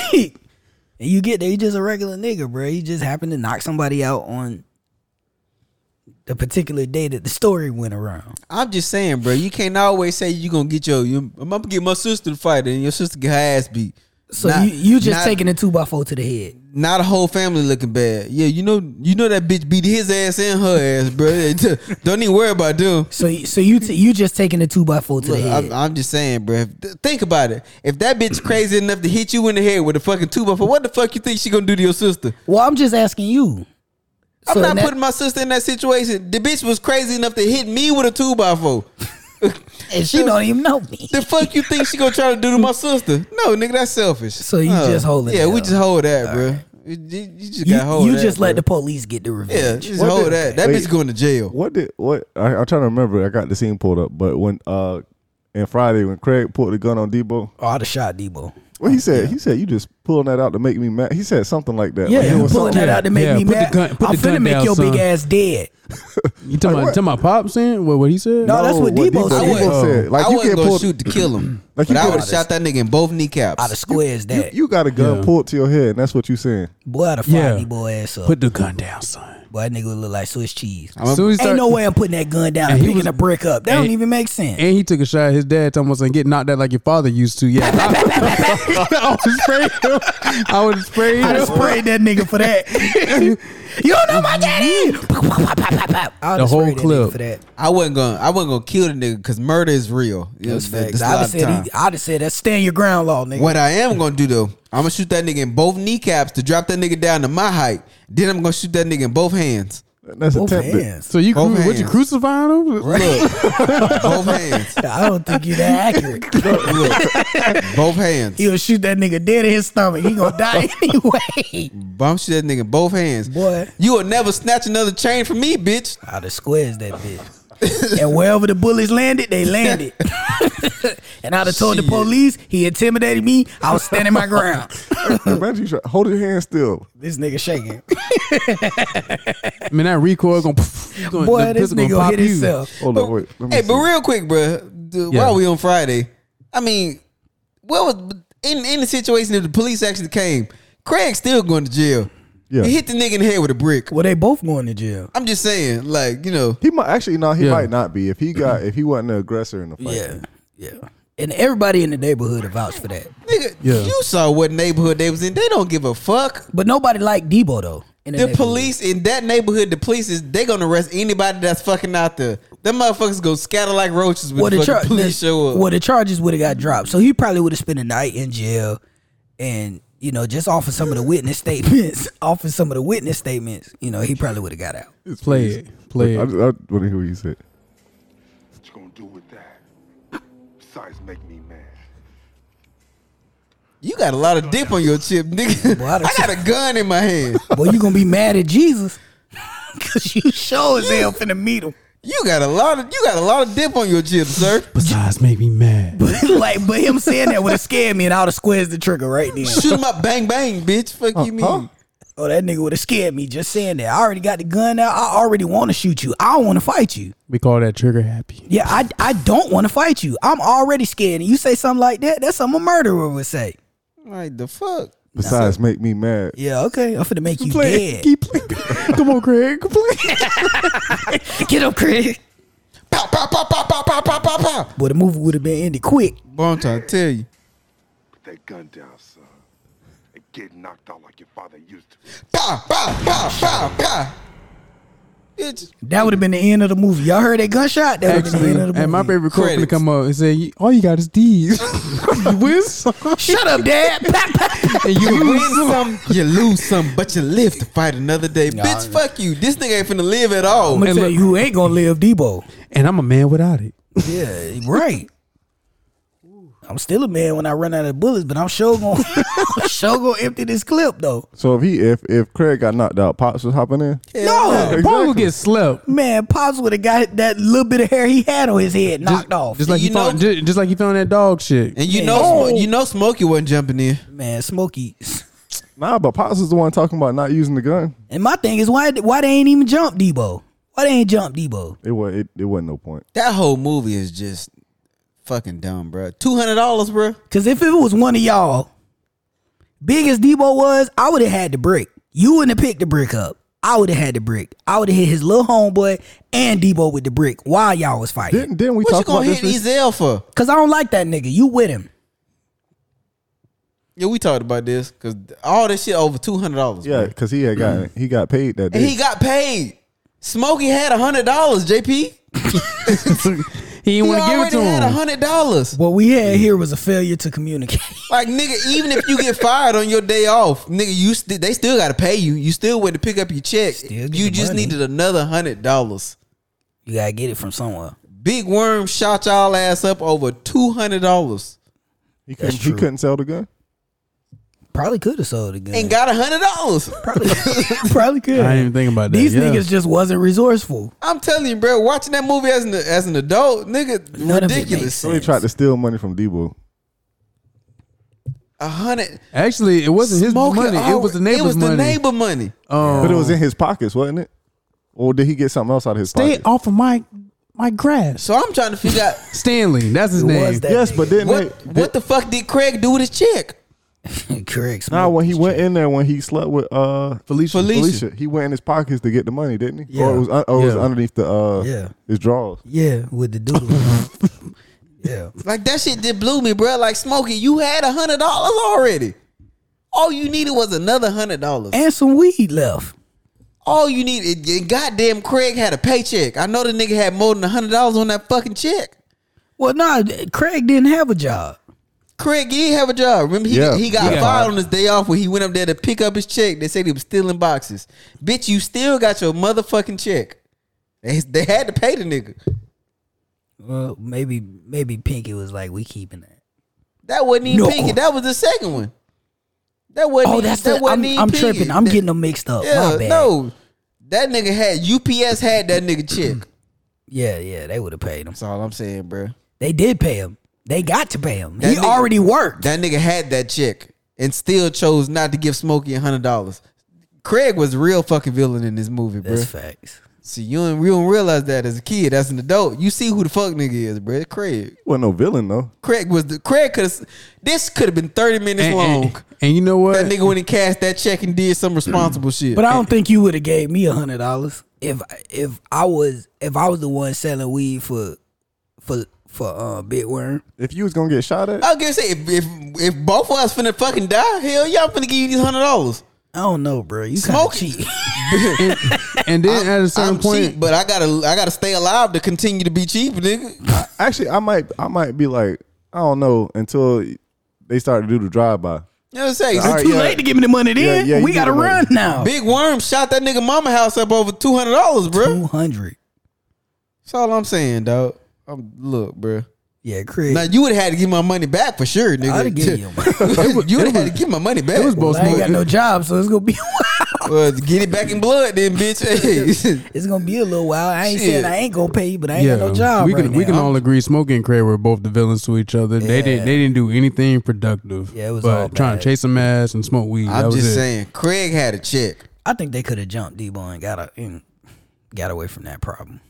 S4: and you get there, you just a regular nigga, bro. You just happen to knock somebody out on the particular day that the story went around.
S1: I'm just saying, bro. You can't always say you gonna get your. You, I'm gonna get my sister to fight, and your sister get her ass beat.
S4: So
S1: Not-
S4: you you just
S1: not-
S4: taking a two by four to the head.
S1: not a whole family looking bad. Yeah, you know, you know that bitch beat his ass and her ass, bro. Don't even worry about them.
S4: So you- so you t- you just taking a two by four to
S1: Look,
S4: the head.
S1: I'm, I'm just saying, bro. if- th- think about it. If that bitch crazy enough to hit you in the head with a fucking two by four, what the fuck you think she gonna do to your sister?
S4: well, I'm just asking you.
S1: I'm
S4: So
S1: not
S4: that-
S1: putting my sister in that situation. The bitch was crazy enough to hit me with a two by four.
S4: and she don't even know me.
S1: The fuck you think she gonna try to do to my sister? No, nigga, that's selfish.
S4: So you just holding
S1: Yeah,
S4: that
S1: we
S4: up.
S1: just hold that, bro. You, you- you just
S4: You,
S1: gotta hold
S4: you
S1: that,
S4: just let
S1: bro.
S4: the police get the
S1: yeah,
S4: revenge.
S1: just
S3: What
S1: hold
S3: the-
S1: that. That
S3: Wait.
S1: bitch going to jail.
S3: what did what? I, I'm trying to remember. I got the scene pulled up, but when uh, in Friday when Craig pulled the gun on Debo,
S4: Oh, I'd have shot Debo.
S3: well, he said he said you just pulling that out to make me mad. He said something like that.
S4: Yeah,
S3: Like, it
S4: you
S3: was
S4: pulling
S3: something-
S4: that out to make
S2: Yeah,
S4: me
S2: put the
S4: mad.
S2: gun- put
S4: I'm
S2: the
S4: finna
S2: gun
S4: make
S2: down,
S4: your big
S2: son.
S4: ass dead.
S2: You talking about, talking about pops saying what what he said?
S4: No, that's what Debo
S3: Debo
S4: said.
S1: Oh.
S3: said. Like
S1: I
S3: you
S1: wasn't
S3: can't
S1: gonna
S3: pull.
S1: shoot to kill him,
S3: Like, you
S1: but I
S3: can't-
S1: would have shot that nigga in both kneecaps.
S4: I'd have squares that.
S3: You got a gun
S2: Yeah.
S3: pulled to your head, and that's what you saying.
S4: boy, I'd have
S2: Yeah.
S4: fired Debo ass up.
S2: Put the gun down, son.
S4: boy, that nigga would look like Swiss cheese.
S2: As soon as he
S4: Ain't
S2: start-
S4: no way I'm putting that gun down and,
S2: And he
S4: picking
S2: was-
S4: a brick up. That don't
S2: and-
S4: even make sense.
S2: And he took a shot at his dad, talking about saying, get knocked out like your father used to. Yeah. I, I would spray him. I would spray him.
S4: I'd have sprayed that nigga for that. you don't know my daddy. Pop, pop, pop, pop, pop, pop. I'd
S2: The
S4: have
S2: whole
S4: sprayed that
S2: clip.
S4: nigga for that.
S1: I wasn't gonna. I wasn't gonna kill the nigga because murder is real. It
S4: That's
S1: was
S4: facts.
S1: that's a
S4: I'd
S1: lot
S4: have
S1: of
S4: said
S1: time.
S4: he, I'd have said that's stand your ground law, nigga.
S1: What I am gonna do though, I'm gonna shoot that nigga in both kneecaps to drop that nigga down to my height. Then I'm gonna shoot that nigga in both hands.
S3: That's
S4: Both
S3: a tactic.
S4: hands.
S2: So you,
S1: Both
S2: cru- what, you
S1: hands.
S2: crucifying him?
S1: Look, both hands.
S4: I don't think you that accurate.
S1: Look, both hands.
S4: He'll shoot that nigga dead in his stomach. He gonna die anyway.
S1: I'm shoot that nigga in both hands.
S4: Boy.
S1: you will never snatch another chain from me, bitch.
S4: I'd have squares that bitch. and wherever the bullets landed, they landed. and I'd have told the
S1: Shit.
S4: police he intimidated me. I was standing my ground.
S3: Imagine you try, hold your hand still.
S4: this nigga shaking.
S2: I mean, that recoil going to.
S4: Boy, this nigga gonna hit himself.
S3: Hold on, wait. Let me
S1: Hey,
S3: see.
S1: but real quick, bro.
S2: Yeah.
S1: While we on Friday, I mean, what was in in the situation if the police actually came? Craig's still going to jail.
S3: Yeah.
S1: He hit the nigga in the head with a brick.
S4: Well, they both going to jail.
S1: I'm just saying, like you know,
S3: He might actually no, he
S2: Yeah.
S3: might not be. If he got if he wasn't the aggressor in the fight.
S4: Yeah, yeah. And everybody in the neighborhood vouched for that.
S1: nigga,
S2: Yeah.
S1: you saw what neighborhood they was in. They don't give a fuck.
S4: But nobody liked Debo though. in
S1: The
S4: neighborhood.
S1: police in that neighborhood, the police is they gonna arrest anybody that's fucking out there. Them motherfuckers go scatter like roaches when
S4: Well,
S1: the
S4: the,
S1: fucking
S4: char-
S1: police
S4: the-
S1: show up.
S4: Well, the charges would have got dropped, so he probably would have spent a night in jail, and You know, just off of some of the witness statements, off of some of the witness statements, you know, he probably would have got out.
S2: Play it. Play
S3: I, I
S2: it.
S3: want to hear what you said.
S6: What you gonna do with that? Besides, make me mad.
S1: You got a lot of dip on your chip, nigga.
S4: Boy, I done
S1: I got a gun in my hand.
S4: Boy, you gonna be mad at Jesus because you sure as hell finna meet him.
S1: You got a lot of you got a lot of dip on your chip, sir.
S2: Besides, make me mad.
S4: like, but him saying that would have scared me, and I would have squares the trigger right then.
S1: Shoot 'em up, bang bang, bitch. Fuck you mean?
S3: huh?
S4: Oh, that nigga would have scared me just saying that. I already got the gun out. I already want to shoot you. I don't want to fight you.
S2: We call that trigger happy.
S4: Yeah, I, I don't want to fight you. I'm already scared. And you say something like that, that's something a murderer would say.
S1: Like the fuck?
S3: Besides, make me mad.
S4: Yeah, okay. I'm finna make you
S2: Play it.
S4: dead.
S2: Keep playing. Come on, Craig. Play.
S4: Get up, Craig.
S1: Pow pow pow pow pow pow pow pow pow.
S4: Boy, the movie would have been ended quick.
S1: Boy, I'm trying to tell you.
S6: Put that gun down, son. And get knocked out like your father used to.
S1: Pow pow pow pow pow. Bitch,
S4: That would have been the end of the movie. Y'all heard that gunshot? That would have been the
S2: Actually,
S4: end of the
S2: and my
S4: movie.
S2: favorite quote gonna
S1: Credits.
S2: come up and say, "You- "All you got is D's." you win some,
S4: Shut up, Dad. Pack, pack.
S2: and you
S1: you win
S2: lose some.
S1: some, you lose some, but you live to fight another day. Bitch, fuck you. This nigga ain't finna live at all.
S4: I'm gonna
S2: And
S4: tell
S2: look-
S4: you who ain't gonna live, Debo.
S2: And I'm a man without it.
S4: Yeah, right. I'm still a man when I run out of bullets, but I'm sure gonna I'm sure gonna empty this clip though.
S3: So if he if if Craig got knocked out, Pops was hopping in.
S4: No,
S2: Paul will
S3: Exactly.
S2: get slept.
S4: man, Pops would have got that little bit of hair he had on his head knocked
S2: just,
S4: off.
S2: Just like
S1: You
S2: you, found,
S1: know-
S2: ju- just, like you found that dog shit.
S1: And you
S4: Yeah.
S1: know, Smo-
S4: Oh.
S1: you know, Smokey wasn't jumping in.
S4: man, Smokey.
S3: Nah, but Pops is the one talking about not using the gun.
S4: And my thing is why why they ain't even jump Debo? Why they ain't jump Debo?
S3: It was it, it wasn't no point.
S1: That whole movie is just fucking dumb, bro. Two hundred dollars, bro.
S4: Cause if it was one of y'all, big as Debo was, I would have had the brick. You wouldn't have picked the brick up. I would have had the brick. I would have hit his little homeboy and Debo with the brick while y'all was fighting.
S3: Didn't didn't we
S1: What you
S3: talk about
S1: gonna
S3: this?
S1: hit
S3: re-
S1: Ezel for?
S4: Cause I don't like that nigga. You with him.
S1: Yeah, we talked about this because all this shit over two hundred dollars.
S3: Yeah, because he had got he got paid that
S1: and
S3: day.
S1: he got paid. Smokey had hundred dollars. JP,
S2: He
S1: he
S2: didn't want to give it
S1: already
S2: to
S1: had
S2: him.
S1: hundred dollars.
S4: What we had here was a failure to communicate.
S1: Like nigga, even if you get fired on your day off, nigga, you st- they still gotta pay you. You still went to pick up your check.
S4: Still get
S1: You
S4: the
S1: just
S4: money.
S1: needed another hundred dollars.
S4: you gotta get it from somewhere.
S1: Big Worm shot y'all ass up over two hundred dollars
S3: he,
S4: That's
S3: couldn't, he
S4: true.
S3: couldn't sell the gun.
S4: Probably could have sold a gun.
S1: and got hundred dollars.
S4: probably, probably could.
S2: I didn't think about that.
S4: These
S2: yeah.
S4: niggas just wasn't resourceful.
S1: I'm telling you, bro, watching that movie as an as an adult, nigga,
S4: None of it makes
S1: ridiculous.
S3: So he
S4: sense.
S3: tried to steal money from Debo.
S1: A hundred.
S2: Actually, it wasn't his
S1: Smokey
S2: money. it
S1: alre-
S2: was the neighbor's
S1: It was
S2: money.
S1: the neighbor money.
S2: Um,
S3: But it was in his pockets, wasn't it? Or did he get something else out of his
S2: stay
S3: pocket?
S2: off of my my grass.
S1: So I'm trying to figure out
S2: Stanley, that's his
S4: It
S2: name.
S4: was that
S3: yes,
S4: nigga.
S3: but didn't
S1: what
S3: they?
S1: what the fuck did Craig do with his check?
S4: Craig Smith.
S3: Nah, when he went in there, when he slept with uh
S2: Felicia.
S1: Felicia.
S3: Alicia, he went in his pockets to get the money, didn't he? Or
S4: Yeah.
S3: it was un- or it was
S2: Yeah.
S3: underneath the uh
S4: Yeah.
S3: his drawers.
S4: Yeah, with the doodle. yeah.
S1: Like that shit just blew me, bro. Like Smokey, you had a hundred dollars already. All you needed was another hundred dollars.
S4: And some weed left.
S1: All you needed, and goddamn Craig had a paycheck. I know the nigga had more than a hundred dollars on that fucking check.
S4: Well, nah, Craig didn't have a job.
S1: Craig did have a job. Remember, he,
S3: Yeah.
S1: he got
S2: He got
S1: fired
S2: fired.
S1: on his day off when he went up there to pick up his check. They said he was stealing boxes. Bitch, you still got your motherfucking check. They, they had to pay the nigga.
S4: Well, maybe maybe Pinky was like, we keeping that.
S1: That wasn't even
S4: No.
S1: Pinky. That was the second one. That wasn't.
S4: Oh,
S1: even-
S4: that's
S1: that
S4: the,
S1: wasn't
S4: I'm,
S1: even
S4: I'm
S1: Pinky.
S4: tripping. I'm
S1: That-
S4: getting them mixed up.
S1: Yeah,
S4: My bad.
S1: no. That nigga had UPS had that nigga check.
S4: Yeah, yeah, they would have paid him.
S1: That's all I'm saying, bro.
S4: They did pay him. They got to pay him.
S1: That
S4: he
S1: nigga-
S4: already worked.
S1: That nigga had that check and still chose not to give Smokey a hundred dollars. Craig was the real fucking villain in this movie, bro.
S4: That's facts.
S1: See, you don't, you don't realize that as a kid, as an adult, you see who the fuck nigga is, bro. Craig.
S3: wasn't no villain though.
S1: Craig was the Craig could have. This could have been thirty minutes
S2: And,
S1: long.
S2: and, and you know what?
S1: that nigga went and cashed that check and did some responsible shit.
S4: But I don't think you would have gave me a hundred dollars if if I was if I was the one selling weed for for for uh Big Worm.
S3: If you was gonna get shot at,
S1: I'll give say if, if if both of us finna fucking die, hell yeah, I'm finna give you these hundred dollars.
S4: I don't know, bro. You smoke
S1: Smokey.
S4: cheap.
S2: and then at a certain
S1: I'm
S2: point,
S1: cheap, but I gotta I gotta stay alive to continue to be cheap, nigga.
S3: actually, I might I might be like I don't know until they started to do the drive by.
S1: You know what I'm saying?
S3: All right,
S4: Too
S3: yeah.
S4: late to give me the money then.
S3: yeah,
S4: we
S3: you
S4: got to
S3: need to
S4: run now.
S1: Big Worm shot that nigga mama house up over two hundred dollars, bro.
S4: Two hundred.
S1: That's all I'm saying, dog. I'm, look, bro.
S4: Yeah, Chris.
S1: Now you would have had to give my money back for sure, nigga.
S4: I'd have given you.
S1: you would have had to give my money back.
S2: It was both.
S4: I ain't got no
S2: It,
S4: job, so it's gonna be.
S1: Well, get it back in blood, then, bitch. Hey.
S4: It's gonna be a little while. I ain't
S1: Shit.
S4: saying I ain't gonna pay you, but I ain't
S2: yeah,
S4: got no job.
S2: we can
S4: right
S2: we can
S4: now.
S2: all agree. Smoke and Craig were both the villains to each other. They didn't they didn't do anything productive.
S4: Yeah, it was
S2: But
S4: all
S2: trying
S4: bad.
S2: to chase some ass and smoke weed. that
S1: I'm
S2: was
S1: just
S2: it.
S1: saying, Craig had a check.
S4: I think they could have jumped Debo and got a, and got away from that problem.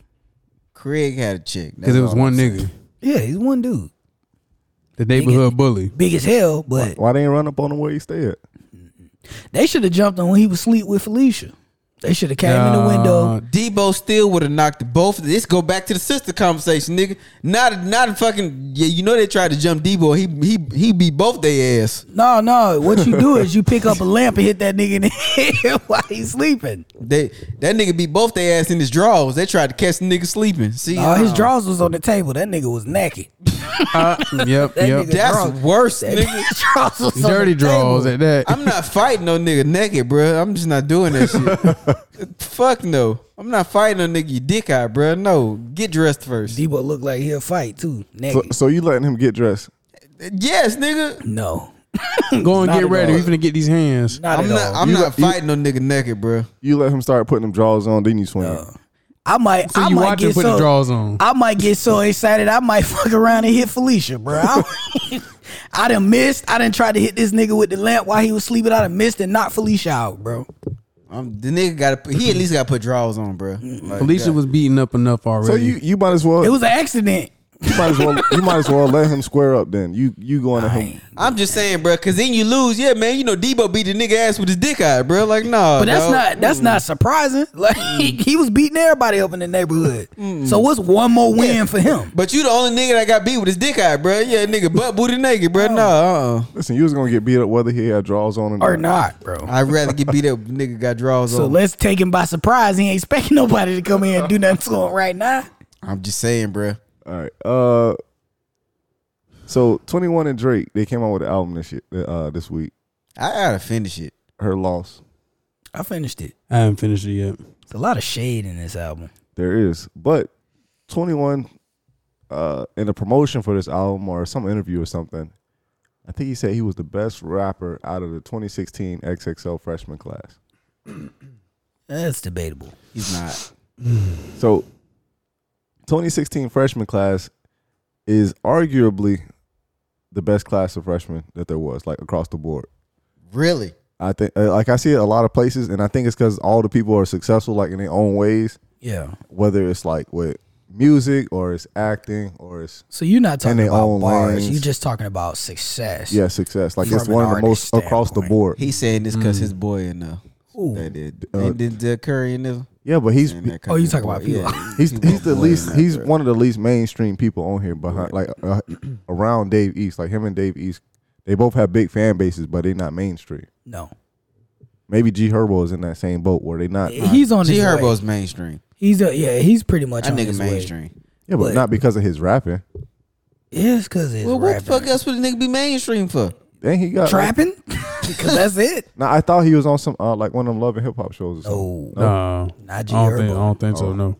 S1: Craig had a check.
S2: because it was one nigga,
S4: Yeah, he's one dude,
S2: the neighborhood bully.
S4: big as hell, but
S3: Why they ain't run up on him where he stay at?
S4: they should have jumped on when he was sleep with Felicia. They should have came in the window.
S1: Debo still would have knocked both. This go back to the sister conversation, nigga. Not not fucking. Yeah, you know they tried to jump Debo. He he he beat both their ass.
S4: No, no. What you do is you pick up a lamp and hit that nigga in the head while he's sleeping.
S1: They that nigga beat both their ass in his drawers. They tried to catch the nigga sleeping. See,
S4: All his
S1: uh,
S4: drawers was on the table. That nigga was naked.
S2: Uh, yep,
S4: That
S2: yep.
S4: nigga
S1: That's
S4: drawers-
S1: worse,
S4: that
S1: nigga.
S4: nigga drawers was on
S2: Dirty
S4: the table.
S2: draws at that.
S1: I'm not fighting no nigga naked, bro. I'm just not doing that shit. Fuck no. I'm not fighting no nigga. You dick out, bro. No, get dressed first.
S4: Debo looked like he'll fight too.
S3: So,
S4: Naked.
S3: so you letting him get dressed?
S1: Yes, nigga.
S4: no,
S2: Go and
S4: Not
S2: get
S4: at
S2: ready.
S4: all.
S2: We finna get these hands.
S4: not
S1: I'm
S4: at all.
S1: not. I'm
S3: You
S1: not
S3: got- you-
S1: fighting no nigga naked, bro.
S3: You let him start putting them drawers on, then you swing.
S4: I might.
S2: So
S4: I
S2: you
S4: might
S2: watch him
S4: get
S2: put
S4: so,
S2: the draws on.
S4: I might get so excited. I might fuck around and hit Felicia, bro. I, I done missed. I done tried to hit this nigga with the lamp while he was sleeping. I done missed and knocked Felicia out, bro.
S1: Um, the nigga got to. He at least got to put drawers on, bro. Like,
S2: Felicia
S1: God.
S2: was beaten up enough already.
S3: so you you might as well
S4: It was an accident.
S3: you might as well you might as well let him square up. Then you you going to him.
S1: I'm just saying, bro. Cause then you lose. Yeah, man. You know, Debo beat the nigga ass with his dick out, bro. Like, nah.
S4: But that's
S1: dog.
S4: not that's not surprising. Like he was beating everybody up in the neighborhood. So what's one more win for him?
S1: But you the only nigga that got beat with his dick out, bro. Yeah, nigga, butt booty naked, bro. Nah. Uh. uh
S3: Listen, you was gonna get beat up whether he had drawers on
S4: Or not, bro.
S1: I'd rather get beat up. if Nigga got drawers
S4: So
S1: on.
S4: let's take him by surprise. He ain't expecting nobody to come in and do nothing to him right now.
S1: I'm just saying, bro.
S3: All right. Uh, so Twenty One and Drake, they came out with an album this shit, uh, this week.
S1: I gotta finish it.
S3: Her loss,
S4: I finished it.
S2: I haven't finished it yet.
S4: It's a lot of shade in this album.
S3: there is, but Twenty One, uh, in the promotion for this album or some interview or something, I think he said he was the best rapper out of the 2016 XXL freshman class.
S4: That's debatable.
S1: He's not.
S3: So, 2016 freshman class is arguably the best class of freshmen that there was, like across the board.
S1: Really?
S3: I think, uh, like I see it a lot of places, and I think it's because all the people are successful, like in their own ways,
S4: Yeah.
S3: whether it's like with music or it's acting or it's
S4: So you're not talking
S3: And they
S4: about
S3: own
S4: bars.
S3: lanes.
S4: You're just talking about success.
S3: yeah success. Like it's
S4: From an
S3: one of the most
S4: artist
S3: across the
S4: standpoint.
S3: board.
S1: He's saying this
S4: Mm.
S1: because his boy in there.
S4: Ooh.
S1: That did. Uh, did the Curry in there?
S3: yeah, but he's
S1: And that
S4: Oh, you
S1: Curry
S4: talking
S1: boy,
S4: about people.
S3: he's
S1: People
S3: he's
S1: boy
S3: the
S1: in
S3: least
S1: there,
S3: he's
S1: bro.
S3: one of the least mainstream people on here behind like uh, around Dave East. Like him and Dave East, they both have big fan bases, but they're not mainstream.
S4: No.
S3: Maybe G Herbo is in that same boat where they not. Yeah,
S4: He's on
S1: G
S4: his way.
S1: Herbo's mainstream.
S4: He's a, yeah. He's pretty much
S1: That
S4: on
S1: nigga
S4: his
S1: mainstream.
S4: way.
S3: but,
S4: but-
S3: not because of his rapping.
S4: It's because it's
S1: Well, what the fuck
S4: rapping.
S1: else would a nigga be mainstream for?
S3: Then he got like-
S4: trapping. Because that's it.
S3: No, I thought he was on some uh, like one of them love and hip hop shows. Or something.
S4: Oh
S2: Nah, I
S4: Not G
S2: don't think I
S4: Herbo.
S2: don't think so. No,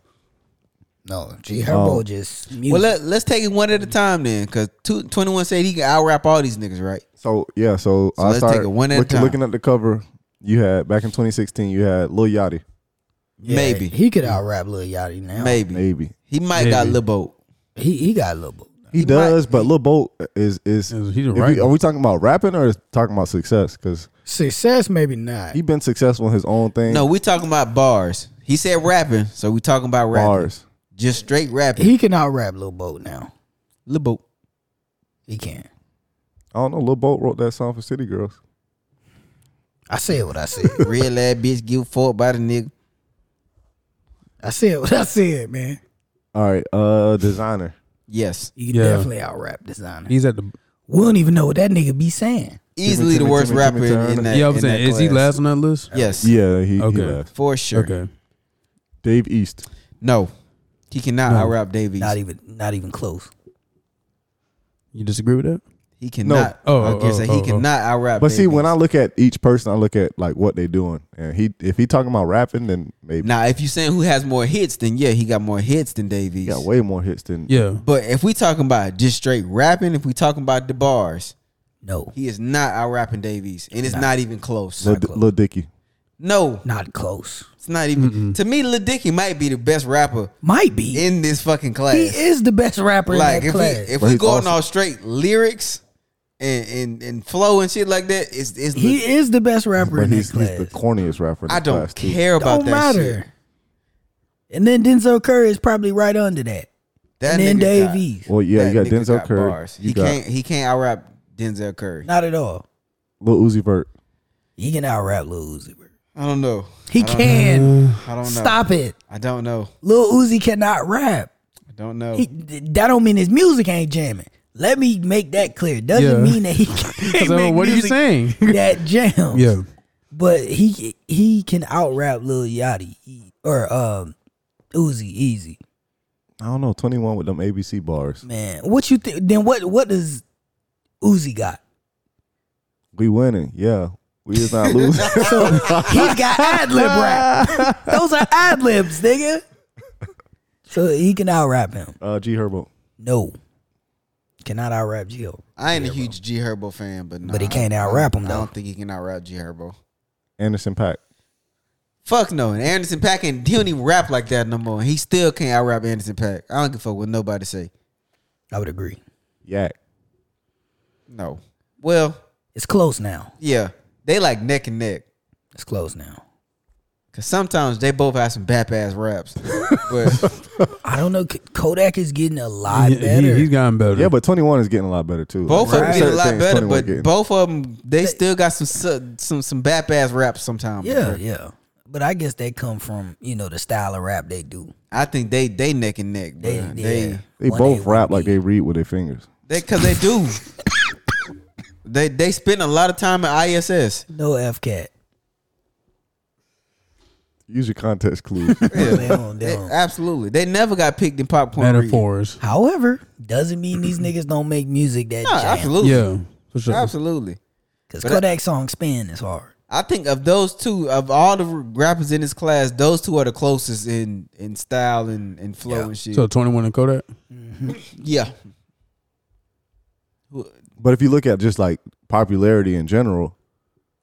S4: no, G Herbo
S3: Oh.
S4: just
S1: Well,
S4: music.
S1: let, let's take it one at a time then, because 21 said he can out rap all these niggas, right?
S3: So yeah, so,
S1: So
S3: I
S1: let's
S3: started
S1: take it one at a
S3: looking,
S1: time.
S3: looking at the cover. You had back in 2016. You had Lil Yachty,
S4: Yeah,
S1: maybe.
S4: he could out rap Lil Yachty now.
S1: Maybe.
S3: maybe
S1: He might got
S2: Maybe.
S1: Lil Boat.
S4: he he got a little bit.
S3: he, does, but Lil Boat is Oh. is.
S2: Is he the
S3: if we-
S2: right-
S3: are we talking about rapping or is talking about success? Because
S4: Success, maybe not.
S3: he been successful in his own thing.
S1: No, we talking about bars. He said rapping, so we talking about rapping.
S3: bars.
S1: Just straight rapping.
S4: He can out rap Lil Boat now.
S1: Lil Boat.
S4: He can.
S3: I don't know. Lil Boat wrote that song for City Girls.
S4: I said what I said.
S1: Real ass bitch give a fuck by the nigga.
S4: I said what I said, man.
S3: All right, uh, designer.
S1: Yes.
S4: You can
S2: Yeah.
S4: definitely out rap designer.
S2: he's at the.
S4: We don't even know what that nigga be saying.
S1: Easily
S3: Timmy,
S1: the worst
S3: Timmy,
S1: rapper
S3: Timmy
S1: in-
S3: Turner.
S1: in that.
S2: Yeah, I'm
S1: in
S2: saying,
S1: that
S2: is he
S1: class.
S2: last on that list?
S1: Yes.
S3: Yeah, he, he
S2: Okay.
S3: left.
S1: For sure.
S2: Okay.
S3: Dave East.
S1: No. He cannot out rap Davies.
S4: Not even not even close.
S2: You disagree with that?
S1: He cannot. Oh,
S2: Oh,
S1: I guess
S2: oh,
S1: that
S2: oh,
S1: he
S2: oh.
S1: cannot out rap.
S3: But see, when I look at each person, I look at like what they doing. And he, if he talking about rapping, then maybe
S1: now, if you saying who has more hits, then yeah, he got more hits than Davies.
S3: he got way more hits than
S2: Yeah.
S1: But if we talking about just straight rapping, if we talking about the bars,
S4: No,
S1: he is not out rapping Davies, and it's not even close.
S3: Lil, Lil Dicky.
S1: no,
S4: not close.
S1: it's not even. To me, Lil Dicky might be the best rapper
S4: Might be.
S1: in this fucking class.
S4: he is the best rapper
S1: like
S4: in that
S1: if we
S4: class.
S1: if
S3: But
S1: we
S3: he's
S1: going
S3: awesome.
S1: all straight lyrics and, and and flow and shit like that, it's it's.
S4: he is the best rapper
S3: But
S4: in that
S3: he's,
S4: class.
S3: he's the corniest rapper. In
S1: I
S3: the
S1: don't
S3: class, too.
S1: care about
S4: Don't
S1: that
S4: matter.
S1: shit.
S4: And then Denzel Curry is probably right under that.
S1: That
S4: and then
S1: nigga got-
S4: Davies.
S3: Well, yeah,
S1: that
S3: you got
S1: nigga
S3: Denzel Curry.
S1: bars.
S3: You
S1: He
S3: got
S1: can't he can't out rap Denzel Curry.
S4: Not at all.
S3: Lil Uzi Vert.
S4: He can out rap Lil Uzi. Vert.
S1: I don't know.
S4: He
S1: I don't
S4: can.
S1: know. I don't know.
S4: Stop it.
S1: I don't know.
S4: Lil Uzi cannot rap.
S1: I don't know.
S4: He, that don't mean his music ain't jamming. Let me make that clear. Doesn't
S2: Yeah.
S4: mean that he can't
S2: So
S4: make
S2: what are you
S4: music
S2: saying?
S4: that jam.
S2: Yeah.
S4: But he he can out rap Lil Yachty he- or um Uzi Easy.
S3: I don't know. Twenty one with them ABC bars.
S4: Man, what you think? Then what? What does Uzi got?
S3: We winning. Yeah, we is not losing.
S4: So he's got ad lib rap. Those are ad libs, nigga. So he can out rap him.
S3: uh, G Herbo.
S4: No, cannot out rap Gio.
S1: I ain't a huge G Herbo fan, but nah,
S4: But he can't
S1: I-
S4: out-rap him,
S1: I
S4: though.
S1: don't think he can out rap G Herbo.
S3: Anderson Pack.
S1: Fuck no, and Anderson Pack and he don't even rap like that no more. He still can't out rap Anderson Pack. I don't give a fuck what nobody say.
S4: I would agree.
S3: Yak.
S1: No. Well,
S4: It's close now.
S1: yeah, they like neck and neck.
S4: It's close now.
S1: Cause sometimes they both have some bap ass raps, but
S4: I don't know. K- Kodak is getting a lot
S2: He,
S4: better.
S2: has gotten better.
S3: Yeah, but twenty one is getting a lot better too.
S1: both of them
S4: Right.
S1: get a
S3: Certain
S1: lot
S3: things
S1: better.
S3: 21
S1: But
S3: getting.
S1: both of them, they still got some su- some some bap ass raps sometimes.
S4: yeah, yeah. But I guess they come from you know the style of rap they do.
S1: I think they they neck and neck. Bro.
S4: They
S1: They
S4: yeah.
S1: they
S3: they
S4: One
S3: both
S4: A, one
S3: rap like
S4: B.
S3: they read with their fingers.
S1: because they, do. they they spend a lot of time at ISS.
S4: no F cat.
S3: Use your context clues.
S4: They don't- they
S1: They-
S4: don't.
S1: absolutely, they never got picked in popcorn. reading.
S2: metaphors.
S4: However, doesn't mean these niggas don't make music that
S1: No,
S4: jam.
S1: absolutely,
S2: Yeah, for sure.
S1: absolutely.
S4: Because
S1: But I-
S4: Kodak song spin is hard.
S1: I think of those two, of all the rappers in this class, those two are the closest in in style and, and flow
S4: Yeah.
S1: and shit.
S2: So twenty one in Kodak.
S1: yeah,
S3: but if you look at just like popularity in general,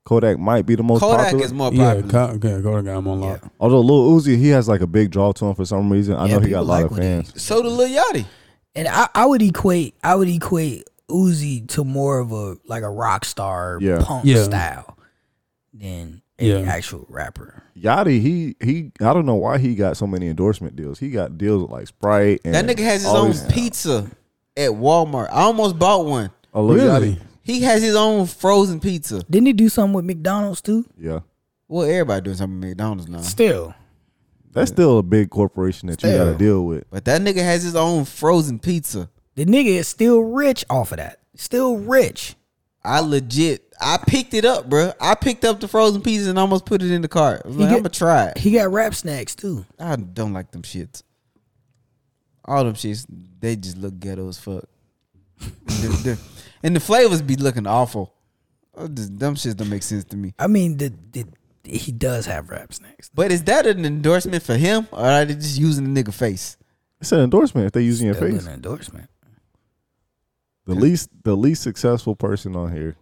S3: Kodak might be the most
S1: Kodak
S3: popular.
S1: is more
S2: Yeah,
S1: popular.
S2: Ko- okay, Kodak got him on lock.
S3: Although Lil Uzi, he has like a big draw to him for some reason. I
S4: Yeah,
S3: know he
S4: people
S3: got a
S4: like
S3: lot of
S4: what he-
S3: fans.
S1: so do Lil Yachty.
S4: And I, I would equate I would equate Uzi to more of a like a rock star
S3: Yeah.
S4: punk
S2: Yeah.
S4: style than a
S2: Yeah.
S4: actual rapper.
S3: Yachty, he he, I don't know why he got so many endorsement deals. He got deals with like Sprite. And
S1: That nigga has his
S3: all
S1: own
S3: these-
S1: pizza at Walmart. I almost bought one.
S3: Oh, Lil
S2: Really?
S3: Yachty.
S1: He has his own frozen pizza.
S4: Didn't he do something with McDonald's too?
S3: Yeah,
S1: Well, everybody doing something at McDonald's now.
S4: Still.
S3: that's still a big corporation that you got to
S4: Still.
S3: deal with.
S1: But that nigga has his own frozen pizza.
S4: The nigga is still rich off of that. Still rich.
S1: I legit, I picked it up, bruh. I picked up the frozen pizza and almost put it in the cart. I was like,
S4: get-
S1: I'm gonna try it.
S4: He got rap snacks too.
S1: I don't like them shits. All them shits, they just look ghetto as fuck. The- the- and the flavors be looking awful. Oh, just- them shits don't make sense to me.
S4: I mean the, the he does have rap snacks.
S1: But is that an endorsement for him, or are they just using the nigga face?
S3: It's an endorsement if they using your
S4: Still
S3: face.
S4: an endorsement.
S3: The least the least successful person on here.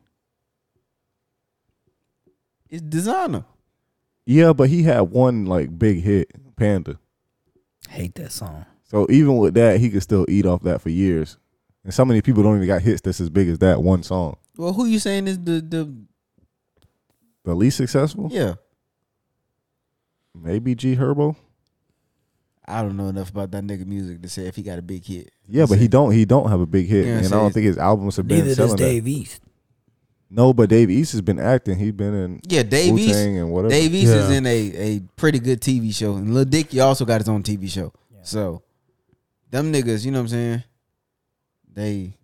S1: It's designer.
S3: Yeah, but he had one like big hit, Panda.
S4: Hate that song.
S3: So even with that, he could still eat off that for years. And so many people don't even got hits that's as big as that one song.
S1: Well, who you saying is the the
S3: The least successful,
S1: yeah?
S3: maybe G Herbo.
S1: I don't know enough about that nigga music to say if he got a big hit.
S3: Yeah, but he don't he don't have a big hit,
S1: Yeah,
S3: and I
S1: so
S3: don't
S1: he's-
S3: think his albums have been
S4: Neither does
S3: selling that.
S4: Dave East.
S3: No, but Dave East has been acting. He's been in
S1: Yeah, Dave East-
S3: Wu-Tang and whatever.
S1: Dave East is
S2: Yeah.
S1: in a, a pretty good TV show, and Lil Dicky also got his own TV show. So, them niggas, you know what I'm saying? They,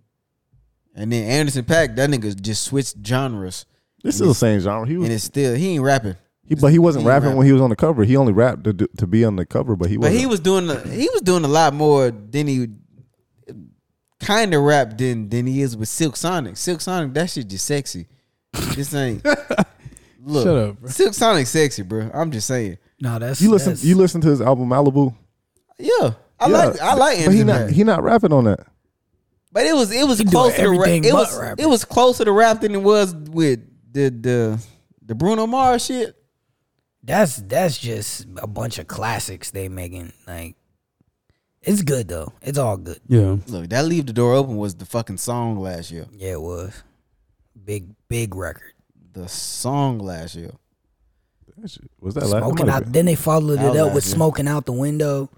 S1: and then Anderson Pack, that nigga just switched genres,
S3: This is the same genre. He
S1: and
S3: was,
S1: it's still he ain't rapping,
S3: he, but he wasn't
S1: he
S3: rapping
S1: rapping.
S3: when he was on the cover. He only rapped to, do- to be on the cover, but he
S1: but
S3: was.
S1: he was doing a, he was doing a lot more than he kind of rap than than he is with Silk Sonic. Silk Sonic, that shit just sexy. This ain't. Look,
S2: Shut up, bro.
S1: Silk Sonic sexy, bro. I'm just saying.
S4: No, that's
S3: You listen.
S4: that's-
S3: You listen to his album Malibu.
S1: Yeah, I
S3: Yeah.
S1: like I like
S3: But he
S1: Anderson
S3: not.
S1: Paak.
S3: He not rapping on that.
S1: But it was it was
S4: He doing
S1: closer to rap.
S4: everything
S1: It
S4: but
S1: was
S4: rapping.
S1: it was closer to rap than it was with the the the Bruno Mars shit.
S4: that's that's just a bunch of classics they making. Like, it's good though. It's all good.
S2: Yeah.
S1: Look, that leave the door open was the fucking song last year.
S4: Yeah, it was big, big record.
S1: The song last year.
S3: That shit- Was that last?
S4: Smoking out. Then they followed
S1: That
S4: it
S1: was
S4: up with
S1: last year.
S4: smoking out the window.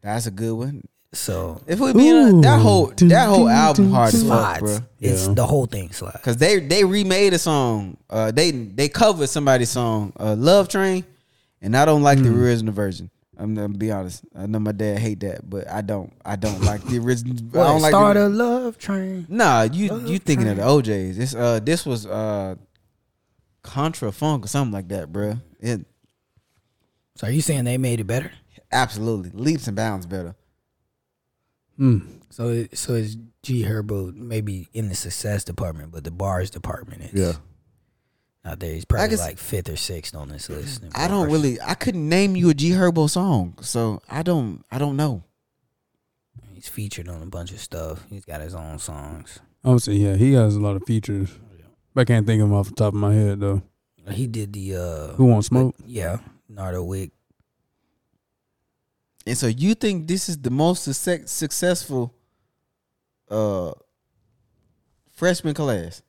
S1: That's a good one.
S4: So
S1: If we be
S2: Ooh.
S1: that whole that whole album hard as fuck,
S4: slides.
S1: bro.
S4: It's
S2: Yeah.
S4: the whole thing slides.
S1: Cause they they remade a song. Uh, they they covered somebody's song, uh, "Love Train," and I don't like
S4: Mm.
S1: the original version. I'm gonna be honest. I know my dad hate that, but I don't. I don't like the original. I don't like the-
S4: Start a love train.
S1: Nah, you
S4: Love
S1: you thinking of the OJ's? This uh this was uh Contra Funk or something like that, bruh. It
S4: So are you saying they made it better?
S1: absolutely leaps and bounds better.
S2: Mm.
S4: So it, so it's G Herbo maybe in the success department, but the bars department is
S3: Yeah.
S4: out there. He's probably
S1: I guess-
S4: like fifth or sixth on this list.
S1: I don't really. I couldn't name you a G Herbo song, so I don't. I don't know.
S4: He's featured on a bunch of stuff. He's got his own songs.
S2: I would say yeah, he has a lot of features. But I can't think of him off the top of my head though.
S4: He did the uh
S2: Who wants smoke?
S4: yeah Nardo Wick.
S1: And so you think this is the most success, successful uh freshman class?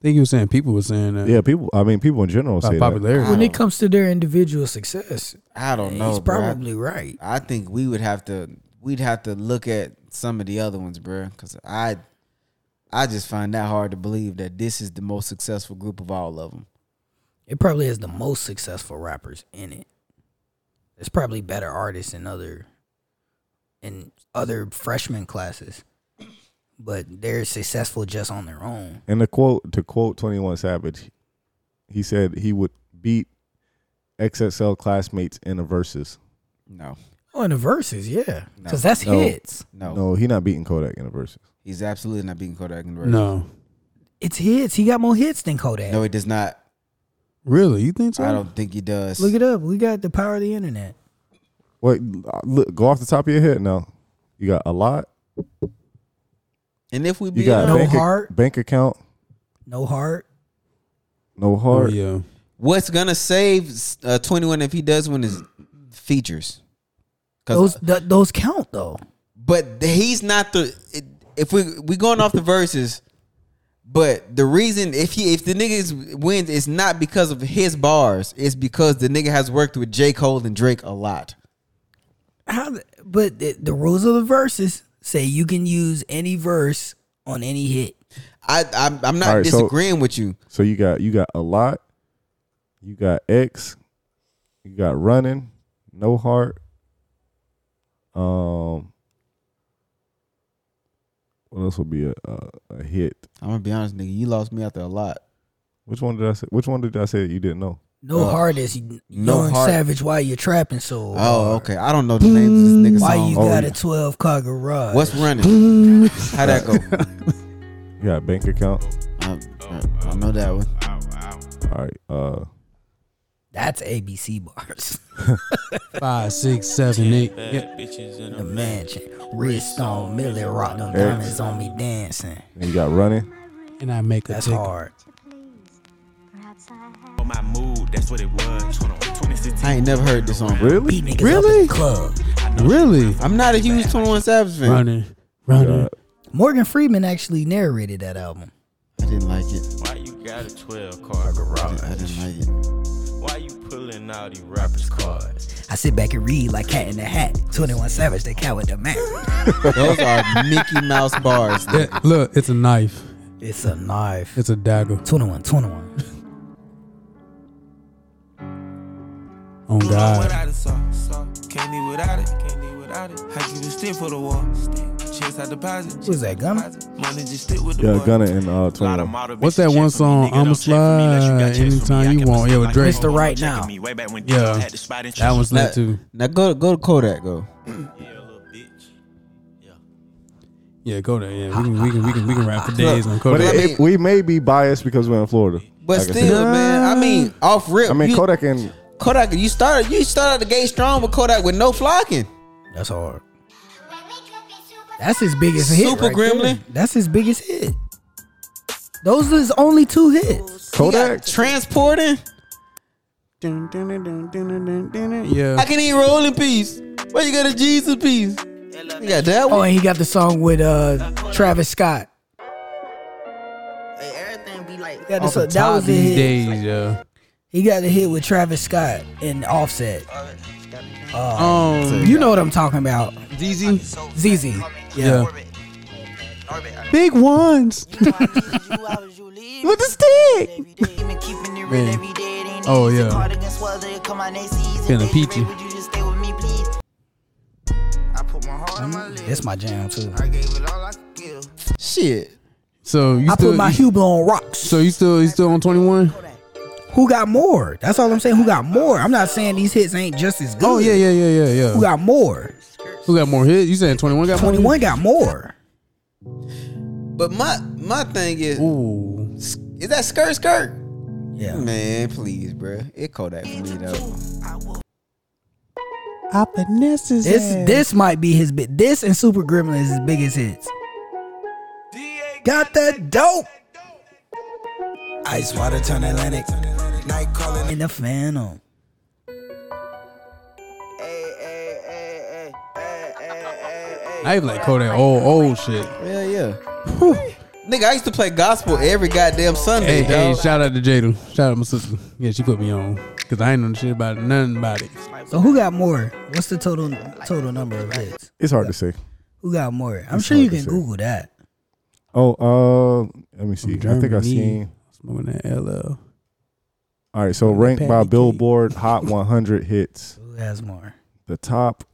S2: I think he was saying people were saying that.
S3: Yeah, people. I mean, people in general
S2: By
S3: say that.
S2: popularity.
S1: When it
S4: comes to their individual success,
S1: Oh. I don't know.
S4: he's
S1: bruh.
S4: probably right.
S1: I think we would have to we'd have to look at some of the other ones, bruh. Because I I just find that hard to believe that this is the most successful group of all of them.
S4: It probably has the most successful rappers in it. There's probably better artists in other in other freshman classes, but they're successful just on their own.
S3: And the quote to quote Twenty One Savage, he said he would beat XXL classmates in the verses.
S1: No,
S4: Oh, in the verses, yeah,
S1: No.
S4: because that's
S3: No.
S4: hits.
S1: no,
S3: No, he not beating Kodak in the verses.
S1: he's absolutely not beating Kodak in the verse.
S2: No.
S4: It's hits. He got more hits than Kodak.
S1: no, he does not.
S2: Really? You think so?
S1: I don't think he does.
S4: Look it up. We got the power of the internet.
S3: Wait, uh, look, go off the top of your head. No, you got a lot.
S1: and if we
S3: You
S1: be
S3: got
S4: No
S1: honest,
S3: bank, ac-
S4: heart.
S3: bank account,
S4: No heart.
S3: no
S2: Oh,
S3: heart.
S2: yeah.
S1: what's gonna save uh, twenty one if he does one is features.
S4: Those
S1: Because
S4: th- those count though.
S1: but he's not the if we we going off the verses but the reason if he if the nigga is, wins it's not because of his bars it's because the nigga has worked with J Cole and Drake a lot
S4: How? th- But the, the rules of the verses say you can use any verse on any hit.
S1: I I'm, I'm not
S3: All right, so-
S1: disagreeing with you
S3: So you got you got a lot. You got X. You got running, no heart. Um, what else would be a, a, a hit?
S1: I'm gonna be honest nigga you lost me out there a lot
S3: Which one did I say? Which one did I say that you didn't know?
S4: No
S1: Uh,
S4: heart is
S1: no
S4: young
S1: heart.
S4: savage. Why you trapping
S1: oh
S4: so? hard?
S1: okay I don't know the names of this nigga
S4: Why
S1: song
S4: you
S3: Oh,
S4: got
S3: yeah.
S4: a twelve car garage?
S1: what's running how that go
S3: You got bank account.
S1: I, I, I know that one
S3: All right. Uh,
S4: that's ABC bars.
S2: Five, six, seven, eight. Yeah.
S4: the mansion, wrist on Millie Rock, them diamonds on me dancing.
S3: and you got running.
S2: And I make a
S4: That's
S2: tick.
S4: hard.
S1: I ain't never heard this song bro.
S3: Really?
S4: Beat niggas up in
S2: Really?
S4: the club.
S2: Really?
S1: I'm not a huge 21 Savage fan
S2: Running. Running.
S4: Morgan Freeman actually narrated that album.
S1: I didn't like it
S8: Why you got a 12 car
S1: I
S8: garage?
S1: didn't like it
S8: Why you pulling all these rappers' cards?
S4: I sit back and read like Cat in the Hat. Twenty One Savage, they cat with the man.
S1: Those are Mickey Mouse bars.
S2: Yeah, look, it's a knife.
S4: It's a knife.
S2: It's a dagger.
S4: 21, 21.
S2: Oh God.
S8: Without it, so, so. Can't live without it. Can't live without it. I keep a stick for the wall. Chase I deposit.
S4: Who's that, Gunna?
S8: Money just stick with the
S3: Yeah,
S8: boy.
S3: Gunna and uh,
S8: Lot of
S3: 21.
S8: model
S2: What's
S8: bitches
S2: that
S8: check
S2: one
S8: for me,
S2: song,
S8: nigga, don't
S2: I'ma
S8: check for me unless you got
S2: slide
S8: checks for me.
S2: anytime
S8: I
S2: you
S8: can
S2: want.
S8: slide
S2: Yeah, with
S8: like
S2: Drake.
S8: Mr.
S4: Mr. Right
S8: Checking
S4: Now.
S8: me way back when
S2: Yeah.
S8: I had to spot and
S2: That
S8: choose.
S2: one's
S1: Now,
S2: lit too.
S1: now go to go to Kodak go.
S8: Yeah, little bitch. Yeah.
S2: Yeah, go there. Yeah, we can we can we can, we can rap for days on
S3: But
S2: Kodak.
S3: it-
S1: I
S3: it- we may be biased because we're in Florida.
S1: But
S3: Like I said.
S1: still, man, I mean, off rip.
S3: I mean,
S1: you,
S3: Kodak and
S1: Kodak, you started you started the gate strong with Kodak with no flocking.
S4: That's hard. That's his biggest hit.
S1: Super
S4: right there.
S1: Gremlin?
S4: That's his biggest hit. Those are his only two hits.
S1: You got
S3: Kodak.
S1: transporting.
S2: Dun, dun, dun, dun, dun, dun, dun, dun. Yeah,
S1: I can eat rolling piece. Where you got a Jesus piece? You got that
S4: Oh,
S1: one.
S4: and he got the song with uh Travis Scott. Yeah,
S2: Off
S4: that's a-
S2: the
S4: that
S2: top
S4: was a
S2: these
S4: hit.
S2: days. Yeah.
S4: He got a hit with Travis Scott and Offset.
S2: Um,
S4: You know what I'm talking about,
S2: DZ.
S4: ZZ.
S2: Yeah. Big ones. With the stick. Man. Oh yeah. Feeling peachy.
S4: Mm, That's my jam too.
S1: Shit.
S2: So you
S4: I
S2: still
S4: put my Hublot on rocks.
S2: so you still you still on twenty one?
S4: Who got more? That's all I'm saying. Who got more? I'm not saying these hits ain't just as good.
S2: Oh yeah yeah yeah yeah
S4: Who
S2: yeah.
S4: got more?
S2: Who got more hits? You saying twenty one got more
S4: 21 got more.
S1: But my my thing is,
S2: hits? Ooh.
S1: is that skirt skirt?
S4: Yeah.
S1: Man, please, bruh. It Kodak for me though.
S4: This this might be his bit. This and Super Gremlin is his biggest hits. Got that dope.
S8: Ice water turn Atlantic. Night calling.
S4: In the phantom.
S2: I even like Kodak old old shit.
S1: Yeah, yeah. Nigga, I used to play gospel every goddamn
S2: Hey,
S1: Sunday,
S2: hey,
S1: dog.
S2: shout out to Jada. Shout out to my sister. Yeah, she put me on. Cause I ain't know shit about it, nothing about it.
S4: So who got more? What's the total total number of hits?
S3: It's hard to say.
S4: Who got more? I'm sure you
S3: hard to
S4: can
S3: say.
S4: Google that.
S3: Oh, uh, let me see. I think
S2: Germany.
S3: I seen.
S2: Smoking that LL.
S3: All right, so ranked by
S2: patty cake.
S3: Billboard Hot 100 hits,
S4: Who has more?
S3: the top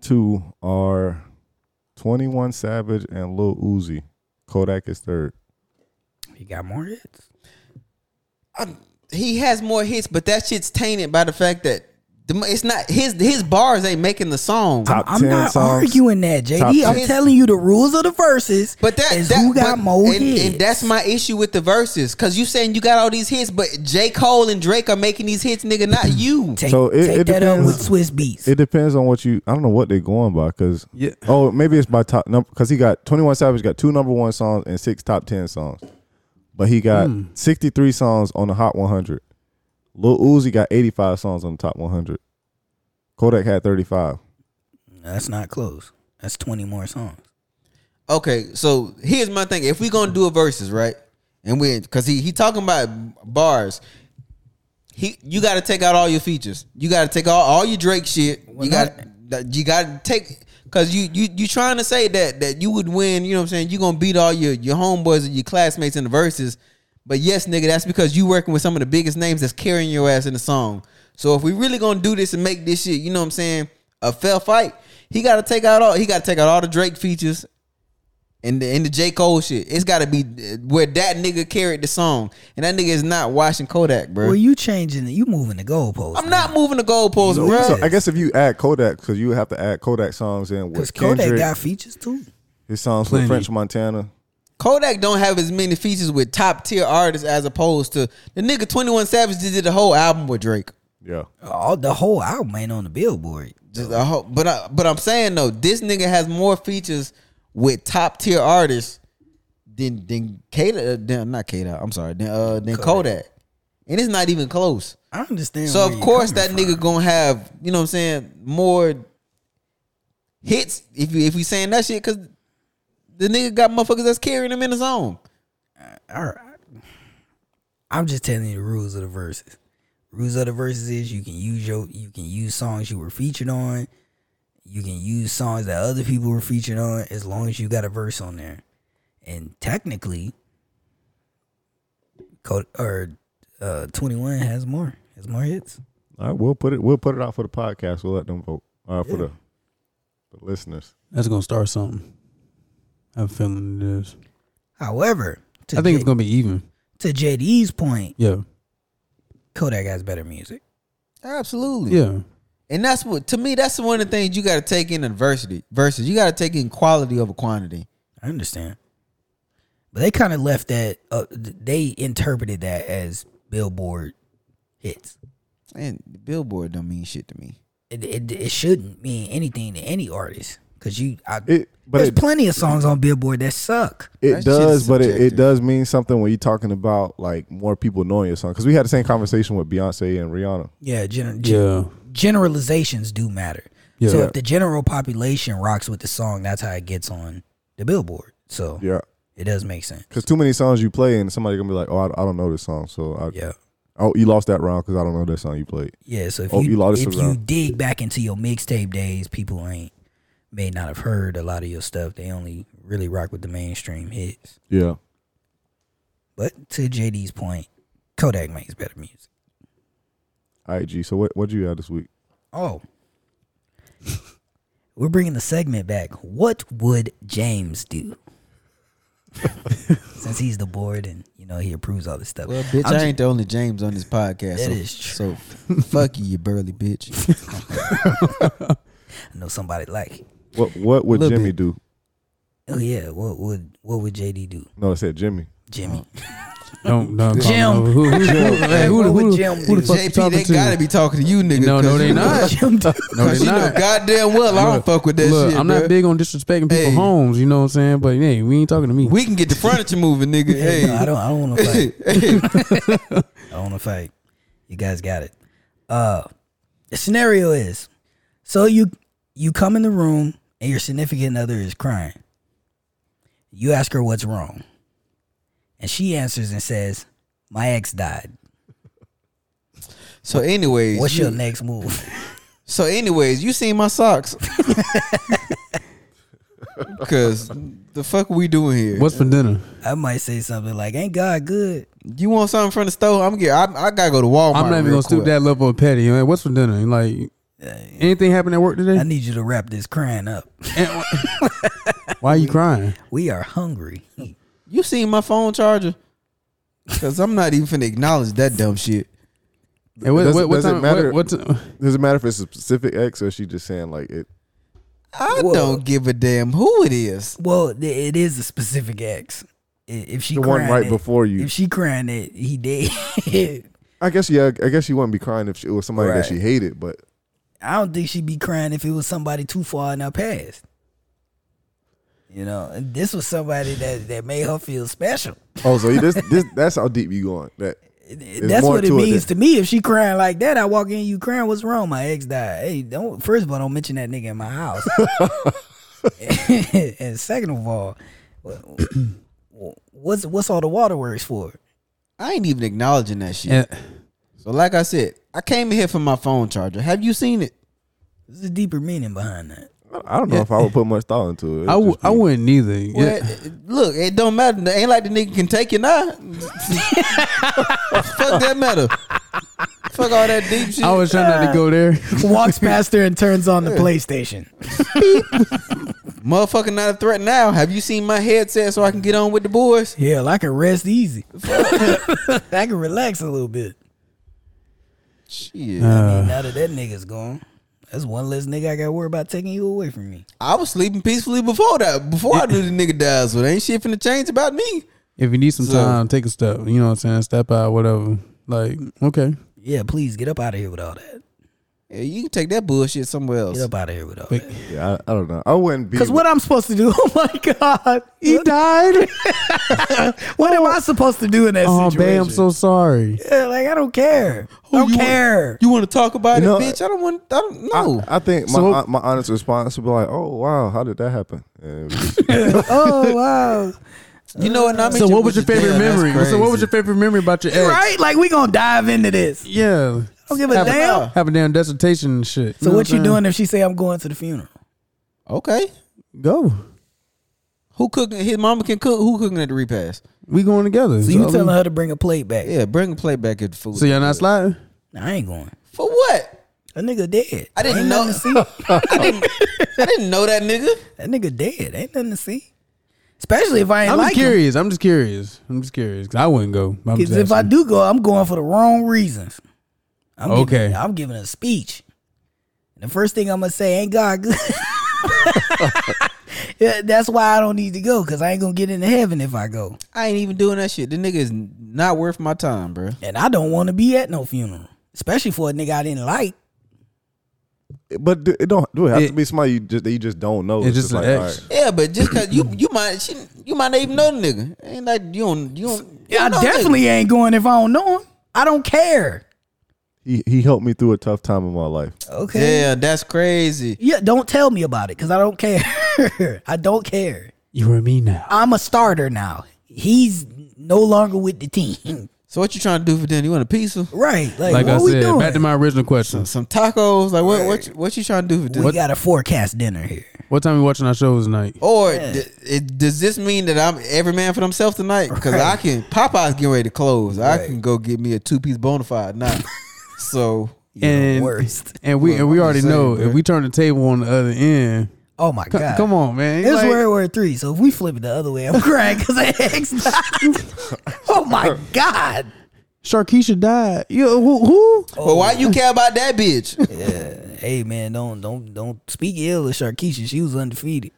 S3: two are 21 Savage and Lil Uzi. Kodak is third.
S4: He got more hits.
S1: I- he has more hits, but that shit's tainted by the fact that the, mo- it's not his his bars ain't making the song.
S3: Top
S4: I'm
S3: 10
S4: not
S3: songs.
S4: arguing that,
S3: Top
S4: JD. I'm
S1: ten.
S4: telling you the rules of the verses.
S1: But that,
S4: is
S1: that
S4: who got
S1: but-
S4: more
S1: and,
S4: hits.
S1: and that's my issue with the verses, cause you saying you got all these hits, but J Cole and Drake are making these hits, nigga, not you.
S4: take,
S3: So it-
S4: take
S3: it
S4: that up
S3: depends.
S4: with Swiss Beats.
S3: It depends on what you. I don't know what they're going by because.
S2: Yeah.
S3: Oh, maybe it's by top number because he got 21 Savage got two number one songs and six top 10 songs, but he got
S4: Hmm.
S3: 63 songs on the Hot 100. Lil Uzi got 85 songs on the top 100. Kodak had 35.
S4: that's not close. That's 20 more songs.
S1: Okay, so here's my thing: if we gonna do a verses, right, and we, cause he he talking about bars. He, you got to take out all your features. You got to take all, all your Drake shit.
S4: Well,
S1: you got you got to take because you you you trying to say that that you would win. You know what I'm saying? You gonna beat all your your homeboys and your classmates in the verses. But yes, nigga, that's because you working with some of the biggest names that's carrying your ass in the song. So if we really gonna do this and make this shit, you know what I'm saying, a fair fight, he got to take out all he got to take out all the Drake features and the, and the J. Cole shit. It's got to be uh, where that nigga carried the song. And that nigga is not watching Kodak, bro.
S4: Well, you changing it. You moving the goalpost.
S1: I'm not moving the goalposts,
S4: You
S1: bro.
S4: know,
S3: So I guess if you add Kodak, because you have to add Kodak songs in
S4: because
S3: with
S4: Kodak
S3: Kendrick,
S4: got features too.
S3: his songs
S2: Plenty.
S3: with French Montana.
S1: Kodak don't have as many features with top tier artists as opposed to the nigga 21 Savage just did the whole album with Drake.
S3: Yeah,
S4: All the whole album ain't on the Billboard.
S1: Just a whole, but I, but I'm saying though, this nigga has more features with top tier artists than than Kata, uh, than, not Kata. I'm sorry, than uh, than Kodak, and it's not even close.
S4: I understand.
S1: So
S4: where
S1: of
S4: you're
S1: course that
S4: coming
S1: nigga gonna have, you know what I'm saying, more hits if you if we saying that shit cause the nigga got motherfuckers that's carrying him in his own.
S4: from. All right. I'm just telling you the rules of the verses. Rules of the verses is you can use your you can use songs you were featured on. You can use songs that other people were featured on as long as you got a verse on there. And technically, Code or uh, 21 has more has more hits.
S3: all right, we'll put it. We'll put it out for the podcast. We'll let them vote. All right, for the, the listeners.
S2: That's gonna start something. I have a feeling it is.
S4: However, to
S2: I think
S4: J-
S2: it's gonna be even.
S4: to JD's point,
S2: Yeah.
S4: Kodak has better music.
S1: Absolutely.
S2: Yeah.
S1: And that's what to me, that's one of the things you gotta take in adversity versus you gotta take in quality over quantity.
S4: I understand. But they kind of left that. Uh, th- they interpreted that as Billboard hits.
S1: And the billboard don't mean shit to me.
S4: It, it, it shouldn't mean anything to any artist because you. I,
S3: It, but
S4: there's
S3: it,
S4: plenty of songs on Billboard that suck.
S1: That
S3: it
S1: shit
S3: does,
S1: is
S3: but it, it
S1: subjective.
S3: does mean something when you're talking about like more people knowing your song. Because we had the same conversation with Beyonce and Rihanna.
S4: Yeah, gen- gen-
S2: Yeah.
S4: generalizations do matter.
S2: Yeah.
S4: So if the general population rocks with the song, that's how it gets on the Billboard. So
S3: Yeah,
S4: it does make sense.
S3: because too many songs you play and somebody gonna be like, "Oh, I, I don't know this song," so I,
S4: Yeah.
S3: oh, you lost that round because I don't know that song you played.
S4: Yeah, so if
S3: Oh, you
S4: you,
S3: lost
S4: if
S3: us
S4: you
S3: around.
S4: dig back into your mixtape days, people ain't may not have heard a lot of your stuff. They only really rock with the mainstream hits.
S3: Yeah,
S4: But to JD's point, Kodak makes better music.
S3: All right, G. So what what you had this week?
S4: Oh. We're bringing the segment back. What would James do? Since he's the board and you know he approves all this stuff.
S1: Well, bitch,
S4: I'm
S1: I
S4: ju-
S1: ain't the only James on this podcast.
S4: That
S1: so,
S4: is true.
S1: So fuck you, you burly bitch.
S4: I know somebody like. it.
S3: What what would
S1: Little
S3: Jimmy
S1: bit.
S3: do?
S4: Oh yeah, what would what would JD do,
S3: No, I said Jimmy.
S4: Jimmy?
S2: Don't don't call me
S4: Jim.
S2: over. Who, who, who, hey, who,
S4: What
S2: the-
S4: would
S2: who, the-
S4: Jim
S2: who the
S4: do?
S2: fuck you
S1: JP,
S2: talking
S1: they
S2: to?
S1: gotta be talking to you, nigga.
S2: No,
S1: 'cause
S2: no, they
S1: you-
S2: not.
S4: Jim do-
S2: No,
S1: Cause
S2: they
S1: you know
S2: not.
S1: goddamn well I don't fuck with that
S2: Look,
S1: shit.
S2: I'm
S1: bruh.
S2: not big on disrespecting people's
S1: Hey.
S2: homes, you know what I'm saying? But hey, we ain't talking to me.
S1: We can get the furniture moving, nigga.
S4: Hey,
S1: Hey,
S4: no, I don't. I don't want to fight.
S1: hey,
S4: I don't want to fight. You guys got it. Uh, the scenario is: so you you come in the room and your significant other is crying. You ask her what's wrong, and she answers and says, "My ex died."
S1: So, anyways,
S4: What's
S1: you-
S4: your next move?
S1: so, anyways, you seen my socks? Cause the fuck we doing here?
S2: What's for dinner?
S4: I might say something like, "Ain't God good?"
S1: You want something from the store? I'm get. I, I gotta go to Walmart.
S2: I'm not even
S1: real
S2: gonna stoop
S1: quick.
S2: that level of petty. man. What's for dinner? And, Like anything happened at work
S4: I
S2: today?
S4: need you to wrap this crying up.
S2: Why are you crying?
S4: We are hungry.
S1: You seen my phone charger? Cause I'm not even finna acknowledge that dumb shit.
S2: Hey, what,
S3: Does-
S2: what, what
S3: does it
S2: time?
S3: matter?
S2: What, what ti-
S3: Does it matter if it's a specific ex or is she just saying like it?
S1: I
S4: Well-
S1: don't give a damn who it is.
S4: Well, th- it is a specific ex. I- If she
S3: The one
S4: crying
S3: right
S4: it-
S3: before you.
S4: if she crying that he did.
S3: I guess yeah. I guess she wouldn't be crying if she, it was somebody
S4: Right.
S3: that she hated. But
S4: I don't think she'd be crying if it was somebody too far in her past. You know, and this was somebody that that made her feel special.
S3: oh, so this this that's how deep you going? That
S4: That's
S3: more
S4: what it
S3: to it
S4: means to
S3: than-
S4: me. If she crying like that, I walk in, you crying, what's wrong? My ex died. Hey, don't first of all, don't mention that nigga in my house. and second of all, what's what's all the waterworks for?
S1: I ain't even acknowledging that shit.
S2: eh,
S1: So, like I said, I came in here for my phone charger. Have you seen it?
S4: There's a deeper meaning behind that.
S3: I don't know if I would put much thought into it.
S2: I, w- I wouldn't neither.
S1: Well,
S2: Yeah.
S1: it- it- look, it don't matter. It ain't like the nigga can take your nah. Fuck that matter. Fuck all that deep shit.
S2: I was trying not to go there.
S4: Walks past her and turns on the PlayStation.
S1: Motherfucker, not a threat now. Have you seen my headset so I can get on with the boys?
S4: Hell, I can rest easy. I can relax a little bit.
S1: Shit.
S2: Uh,
S4: I mean, now that that nigga's gone, that's one less nigga I got to worry about taking you away from me.
S1: I was sleeping peacefully before that. Before I knew the nigga died, so there ain't shit finna change about me.
S2: If you need some
S1: So-
S2: time, take a step. You know what I'm saying? Step out, whatever. Like, okay.
S4: Yeah, please get up out of here with all that.
S1: Yeah, you can take that bullshit somewhere else.
S4: Get up out of here with all that.
S3: Yeah, I, I don't know. I wouldn't be.
S4: Because what I'm supposed to do? Oh my god, he died. what am I supposed to do in that
S2: Oh, babe,
S4: situation?
S2: I'm so sorry.
S4: Yeah, like I don't care. I don't
S1: you want-
S4: care.
S1: You want to talk about
S3: You know,
S1: it, bitch? I don't want. I don't know.
S3: I, I think my
S2: So-
S3: my honest response would be like, "Oh wow, how did that happen?" And we just-
S4: oh wow.
S1: you know what I mean?
S2: So, what was your favorite memory? So, what was your favorite memory about your ex?
S4: Right? Like we gonna dive into this.
S2: Yeah.
S4: don't give a
S2: have,
S4: damn.
S2: Have a damn dissertation and shit.
S4: So
S2: know
S4: what you
S2: I'm saying?
S4: doing if she say I'm going to the funeral?
S1: Okay.
S2: Go.
S1: Who cooking? His mama can cook. Who cooking at the repast?
S2: We going together.
S4: So you
S2: I mean-
S4: telling her to bring a plate back?
S1: Yeah, bring a plate back at the food.
S2: So y'all not sliding?
S4: Nah, I ain't going.
S1: For what?
S4: That nigga dead.
S1: I didn't
S4: Ain't
S1: know-
S4: nothing to see.
S1: I didn't, I didn't know that nigga.
S4: That nigga dead. Ain't nothing to see. Especially if I ain't
S2: I'm
S4: like
S2: just curious. I'm just curious. I'm just curious. 'Cause I wouldn't go. I'm
S4: Because
S2: just
S4: if I
S2: asking.
S4: do go, I'm going for the wrong reasons. I'm giving-
S2: Okay.
S4: I'm giving a speech. And the first thing I'm gonna say ain't God good. Yeah, That's why I don't need to go because I ain't gonna get into heaven if I go,
S1: I ain't even doing that shit. The nigga is not worth my time, bro.
S4: and I don't want to be at no funeral, especially for a nigga I didn't like.
S3: But do- it don't do it have
S2: It-
S3: to be somebody you just that you just don't know.
S2: It's just an
S3: all
S2: ex.
S3: right.
S1: Yeah, but just cause you you might she, you might not even know the nigga. Ain't like you don't you don't. you
S4: I
S1: don't know the nigga.
S4: definitely ain't going if I don't know him. I don't care.
S3: He he helped me through a tough time in my life.
S4: Okay.
S1: Yeah, that's crazy.
S4: Yeah, don't tell me about it because I don't care. I don't care.
S2: You and me now.
S4: I'm a starter now. He's no longer with the team.
S1: So what you trying to do for dinner? You want a pizza?
S4: right. Like,
S2: Like
S4: what
S2: I
S4: we
S2: said,
S4: doing?
S2: back to my original question.
S1: Some tacos? Like what what you, what you trying to do for
S4: we
S1: dinner?
S4: got a forecast dinner here.
S2: What time you watching our shows tonight?
S4: Oh,
S1: Or d- it, does this mean that I'm every man for themselves tonight? Because I can Popeye's getting ready to close. I can go get me a two piece bona fide now. so
S2: and
S4: worst.
S2: and we and we
S1: I'm
S2: already
S1: just saying,
S2: know
S1: bro.
S2: if we turn the table on the other end.
S4: Oh my
S2: c-
S4: god!
S2: come on, man.
S4: It's
S2: Like,
S4: World War Three. So if we flip it the other way, I'm crying because I asked. oh my god!
S2: Sharkeisha died. Yo, who? who?
S4: Oh.
S1: but why you care about that bitch?
S4: Hey man, don't don't don't speak ill of Sharkeisha. She was undefeated.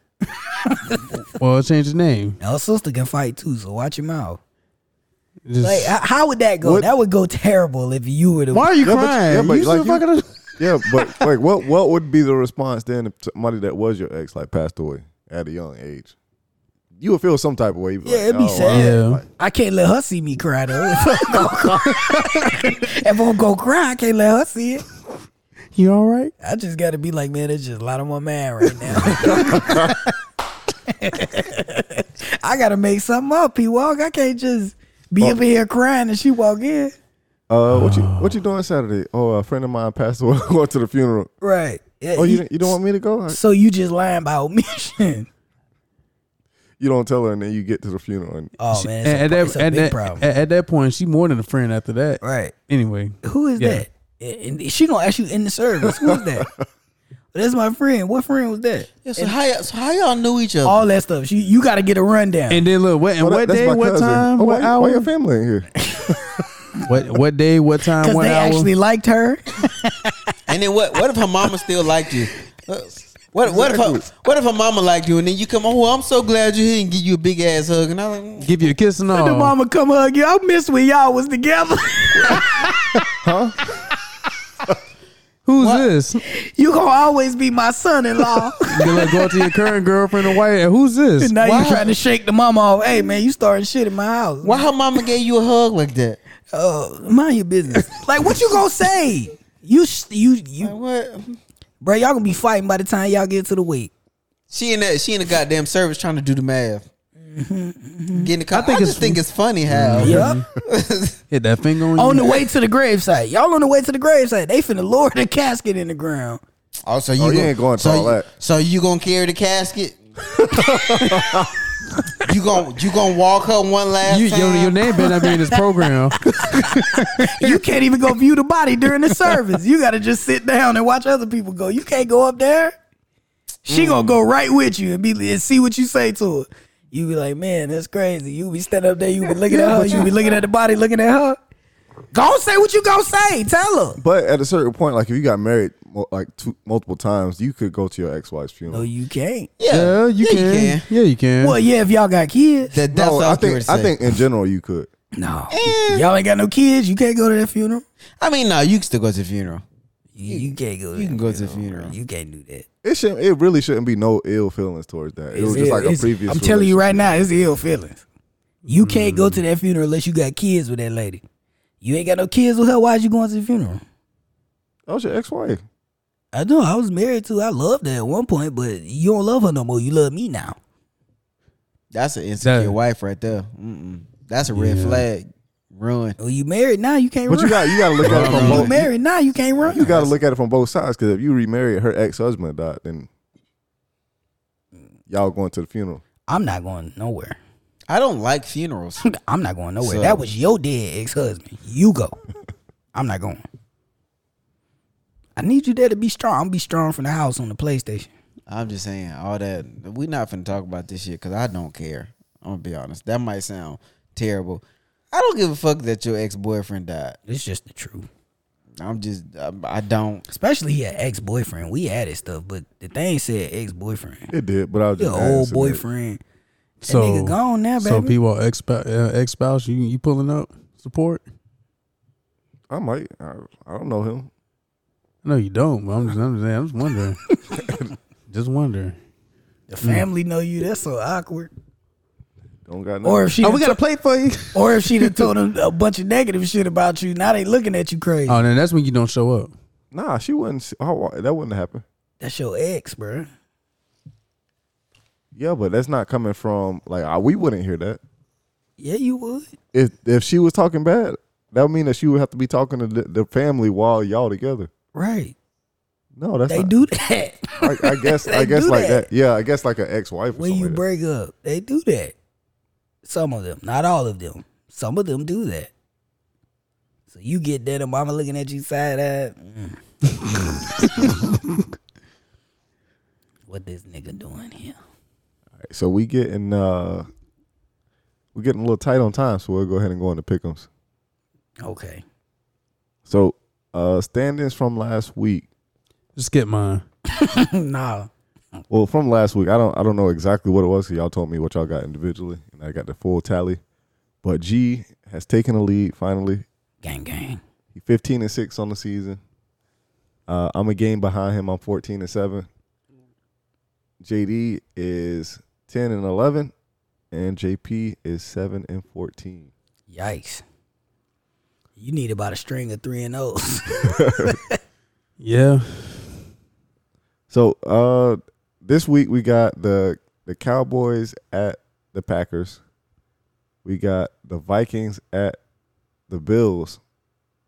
S2: Well, change the name.
S4: Now, her sister can fight too, so watch your mouth.
S2: Just-
S4: Like, h- how would that go?
S3: What-
S4: That would go terrible if you were the.
S2: why are you
S3: Yeah, but-
S2: crying?
S3: yeah, but
S2: you
S3: like
S2: still
S3: you-
S2: fucking-
S3: Yeah, but like what what would be the response then if somebody that was your ex like passed away at a young age? You would feel some type of way. You'd
S4: Yeah,
S3: like,
S4: it'd be
S3: "Oh,
S4: sad.
S2: Yeah.
S3: Like,
S4: I can't let her see me cry though. If I'm gonna cry, if I'm gonna cry, I can't let her see it.
S2: you all right?
S4: I just gotta be like, man, that's just a lot on my man right now. I gotta make something up. He walk. I can't just be
S3: Oh.
S4: up in here crying and she walk in.
S3: uh, what you what you doing Saturday? Oh, a friend of mine passed away. Going to the funeral.
S4: Right. Yeah,
S3: Oh,
S4: he-
S3: you you don't want me to go?
S4: So you just lying by omission.
S3: You don't tell her, and then you get to the funeral. And
S4: Oh man,
S2: at,
S4: it's a,
S2: at
S4: pro-
S2: that,
S4: it's a
S2: at,
S4: big
S2: that,
S4: problem.
S2: at, at that point, she more than a friend. After that,
S4: right.
S2: Anyway,
S4: Who is
S2: Yeah.
S4: that? And and she gonna ask you in the service. Who's that? That's my friend. What friend was that?
S1: Yeah, so how y'all, so how y'all knew each other?
S4: All that stuff. You you gotta get a rundown.
S2: Oh. and then look what and
S3: Oh, that-
S2: what
S3: that's
S2: day,
S3: my
S2: what
S3: cousin.
S2: time,
S3: Oh,
S2: what
S3: why, Why your
S2: hour,
S3: family in here?
S2: what what day, what time,
S4: Because
S2: what
S4: they
S2: hour.
S4: actually liked her.
S1: And then what? What if her mama still liked you? Uh, What what if her, what if her mama liked you and then you come? Oh, I'm so glad you're here and give you a big ass hug. And I'm like, mm.
S2: give you a kiss and all.
S4: The mama come hug you. I miss when y'all was together.
S2: Who's this?
S4: you gonna always be my son-in-law.
S2: You like go out to your current girlfriend and wife. and Who's this?
S4: and now
S1: Why?
S4: you trying to shake the mama off. Hey man, you starting shit in my house.
S1: why her mama gave you a hug like that?
S4: Uh, mind your business. like what you gonna say? You sh- you
S1: Like,
S4: you,
S1: what?
S4: bro. Y'all gonna be fighting by the time y'all get to the week.
S1: She in that she in the goddamn service trying to do the math. Getting the car.
S2: Mm-hmm.
S1: I,
S2: think
S1: just
S2: it's- Mm-hmm.
S1: think it's funny how
S4: Yup.
S2: Hit that finger on,
S4: on
S2: you.
S4: the way to the gravesite. Y'all on the way to the gravesite. They finna lower the casket in the ground.
S1: Oh, so you,
S3: Oh, you
S1: gon-
S3: ain't going to
S1: so
S3: all
S1: you,
S3: that.
S1: So you gonna carry the casket? you gonna you gonna walk her one last
S2: You,
S1: time?
S2: your, your name better not be in this program.
S4: You can't even go view the body during the service. You gotta just sit down and watch other people go. You can't go up there. She gonna go right with you and be and see what you say to her. You be like, man, that's crazy. You be standing up there, you be looking at her, you be looking at the body, looking at her. Go say what you gonna say. Tell her.
S3: But at a certain point, like if you got married mo- like two, multiple times, you could go to your ex wife's
S4: No,
S3: funeral.
S4: you can't.
S1: yeah,
S2: yeah, you,
S1: yeah,
S2: can. Yeah, you can.
S4: Well, yeah, if y'all got kids.
S1: That, that's
S3: No,
S1: what I
S3: I
S1: was getting ready
S3: think
S1: to
S3: I
S1: say.
S3: think in general you could.
S4: No.
S1: Eh.
S4: Y'all ain't got no kids, you can't go to that funeral.
S1: I mean, no, you can still go to the funeral.
S4: You, you can't go to
S1: you
S4: that
S1: can go to the funeral.
S4: You can't do that.
S3: It shouldn't. It really shouldn't be no ill feelings towards that. It was just like a
S4: It's-
S3: previous.
S4: I'm telling you
S3: relationship.
S4: right now, it's ill feelings. You can't
S3: Mm-hmm.
S4: go to that funeral unless you got kids with that lady. You ain't got no kids with her. Why is you going to the funeral?
S3: That was your ex wife.
S4: I know I was married to. I loved her at one point, but you don't love her no more. You love me now.
S1: That's an insecure
S2: That-
S1: wife right there. Mm-mm. That's a red flag. Ruin.
S4: Well, you married now. You can't
S3: But you
S4: run.
S3: got you got to look at it from
S4: You,
S3: both.
S4: married now. You can't run.
S3: You got to look at it from both sides because if you remarried her ex husband died, then y'all going to the funeral.
S4: I'm not going nowhere.
S1: I don't like funerals.
S4: I'm not going nowhere.
S1: So-
S4: that was your dead ex husband. You go. I'm not going. I need you there to be strong. I'm be strong from the house on the PlayStation.
S1: I'm just saying all that. We not finna talk about this shit because I don't care. I'm gonna be honest. That might sound terrible. I don't give a fuck that your ex boyfriend died.
S4: It's just the truth.
S1: I'm just I, I don't.
S4: Especially he had ex boyfriend. We added stuff, but the thing said ex boyfriend.
S3: It did, but I was
S4: Your
S3: just
S4: old
S3: asking
S4: boyfriend.
S2: So
S4: nigga gone now,
S2: So
S4: baby.
S2: people ex ex spouse, you you pulling up support?
S3: that. I might. I, I don't know him.
S2: No, you don't. But I'm just I'm just, saying, I'm just wondering. just wondering.
S4: The family know you. That's so awkward.
S3: Don't got nothing.
S4: Or if she,
S2: Oh,
S4: done to-
S2: play for you.
S4: or if she done told him a bunch of negative shit about you, now they looking at you crazy.
S2: Oh, then that's when you don't show up.
S3: nah, she wouldn't. Oh, that wouldn't happen.
S4: That's your ex, bro.
S3: Yeah, but that's not coming from like I, we wouldn't hear that.
S4: Yeah, you would.
S3: If if she was talking bad, that would mean that she would have to be talking to the, the family while y'all together.
S4: Right.
S3: No, that's
S2: Uh,
S4: They
S3: not,
S4: do that.
S3: I, I guess.
S4: They
S3: I guess
S4: do
S3: like
S4: that.
S3: that. Yeah, I guess like an ex-wife. Or
S4: when
S3: something
S4: you
S3: like that.
S4: break up, they do that. Some of them, not all of them. Some of them do that. So you get there, the mama looking at you side eye. Mm. what this nigga doing here?
S3: So we getting uh we getting a little tight on time, so we'll go ahead and go into pickums.
S4: Okay.
S3: So uh standings from last week.
S2: Just get mine.
S4: nah.
S3: Well, from last week, I don't I don't know exactly what it was. 'cause Y'all told me what y'all got individually, and I got the full tally. But G has taken the lead finally.
S4: Gang gang.
S3: He 15 and six on the season. Uh, I'm a game behind him. I'm 14 and seven. JD is 10 and 11, and JP is seven and 14.
S4: Yikes. You need about a string of three and oh. O's.
S2: Yeah.
S3: So uh this week we got the the Cowboys at the Packers. We got the Vikings at the Bills.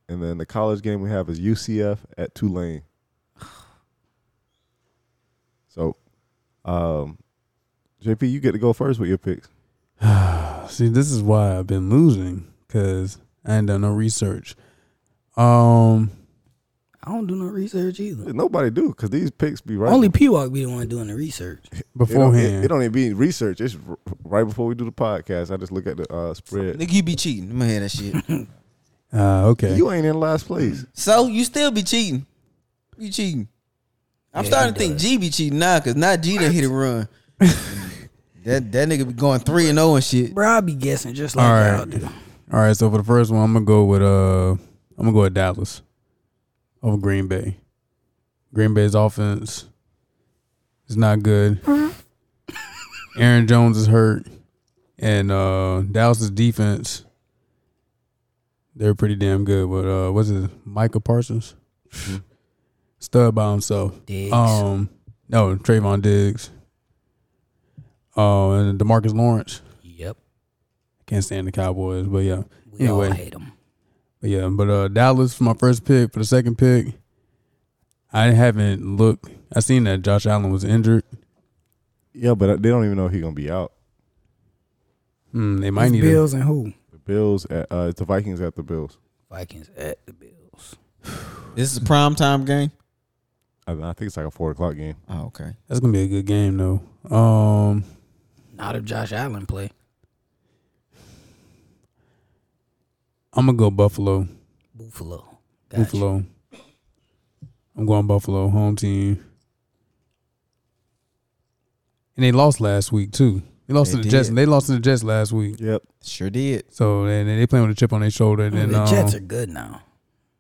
S3: And then the college game we have is UCF at Tulane. So um JP, you get to go first with your picks.
S2: See, this is why I've been losing because I ain't done no research. Um,
S4: I don't do no research either.
S3: Nobody do because these picks be right.
S4: Only P Walk be the one doing the research.
S3: it don't,
S2: beforehand,
S3: it, it don't even be research. It's r- right before we do the podcast. I just look at the uh, spread.
S1: Nigga, you be cheating. I'm gonna hear that shit.
S2: Ah, okay.
S3: You ain't in last place.
S1: So you still be cheating. You cheating. I'm
S4: Yeah,
S1: starting
S4: he
S1: to think G be cheating now, cause not G done hit a run. that that nigga be going three and zero and shit.
S4: Bro, I be guessing just like
S2: All right.
S4: y'all do.
S2: All right, so for the first one, I'm gonna go with uh, I'm gonna go with Dallas over Green Bay. Green Bay's offense is not good.
S4: Mm-hmm.
S2: Aaron Jones is hurt, and uh, Dallas's defense they're pretty damn good. But uh, what's his Michael Parsons stud by himself.
S4: Mm-hmm. Diggs.
S2: Um, no Trayvon Diggs. Oh, and Demarcus Lawrence.
S4: Yep.
S2: Can't stand the Cowboys, but yeah.
S4: We all
S2: Anyway,
S4: hate them.
S2: but yeah, but uh, Dallas for my first pick. For the second pick, I haven't looked. I seen that Josh Allen was injured.
S3: Yeah, but they don't even know he gonna be out.
S2: Hmm, they might need. A,
S4: Bills and who?
S3: The Bills at uh, it's the Vikings at the Bills.
S4: Vikings at the Bills.
S1: This is a prime time game.
S3: I, I think it's like a four o'clock game.
S1: Oh, okay.
S2: that's gonna be a good game though. Um,
S4: Not if Josh Allen play.
S2: I'm gonna go Buffalo.
S4: Buffalo. Gotcha.
S2: Buffalo. I'm going Buffalo home team. And they lost last week too. They lost
S1: They
S2: to the Jets.
S1: did.
S2: They lost to the Jets last week.
S3: Yep.
S1: Sure did.
S2: So they they playing with a chip on their shoulder. And
S4: Oh,
S2: then,
S4: the Jets
S2: um,
S4: are good now.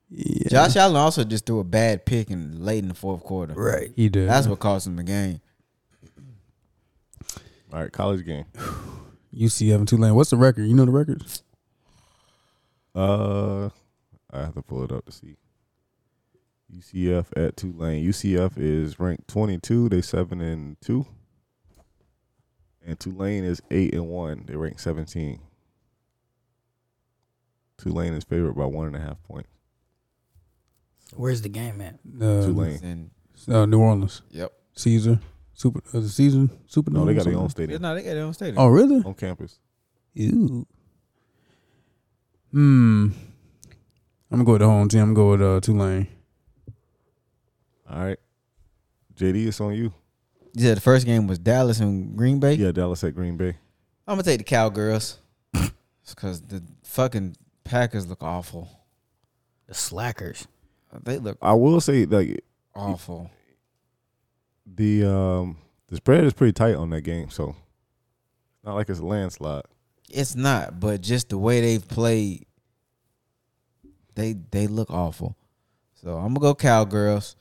S2: yeah,
S1: Josh Allen also just threw a bad pick in late in the fourth quarter.
S4: Right.
S2: he did.
S1: That's what cost him the game.
S3: All right, college game.
S2: UCF and Tulane. What's the record? You know the record?
S3: Uh, I have to pull it up to see. UCF at Tulane. UCF is ranked twenty-two. They seven and two. And Tulane is eight and one. They rank seventeen. Tulane is favored by one and a half points.
S4: Where's the game at?
S2: Uh,
S3: Tulane.
S1: And
S2: Uh, New Orleans.
S1: yep.
S2: Caesar. Super. Uh, the Caesar. Super.
S3: No, they got their own stadium
S1: No, they got their own stadium.
S2: Oh, really?
S3: on campus.
S2: Ew. Hmm. I'm gonna go with the home team. I'm gonna go with uh, Tulane.
S3: All right, JD, it's on you.
S1: You said the first game was Dallas and Green Bay.
S3: Yeah, Dallas at Green Bay.
S1: I'm gonna take the Cowgirls. because the fucking Packers look awful.
S4: The Slackers.
S1: They look
S3: I will say like
S1: awful.
S3: the um the spread is pretty tight on that game, so not like it's a landslide.
S1: It's not, but just the way they've played, they they look awful. So I'm gonna go cowgirls.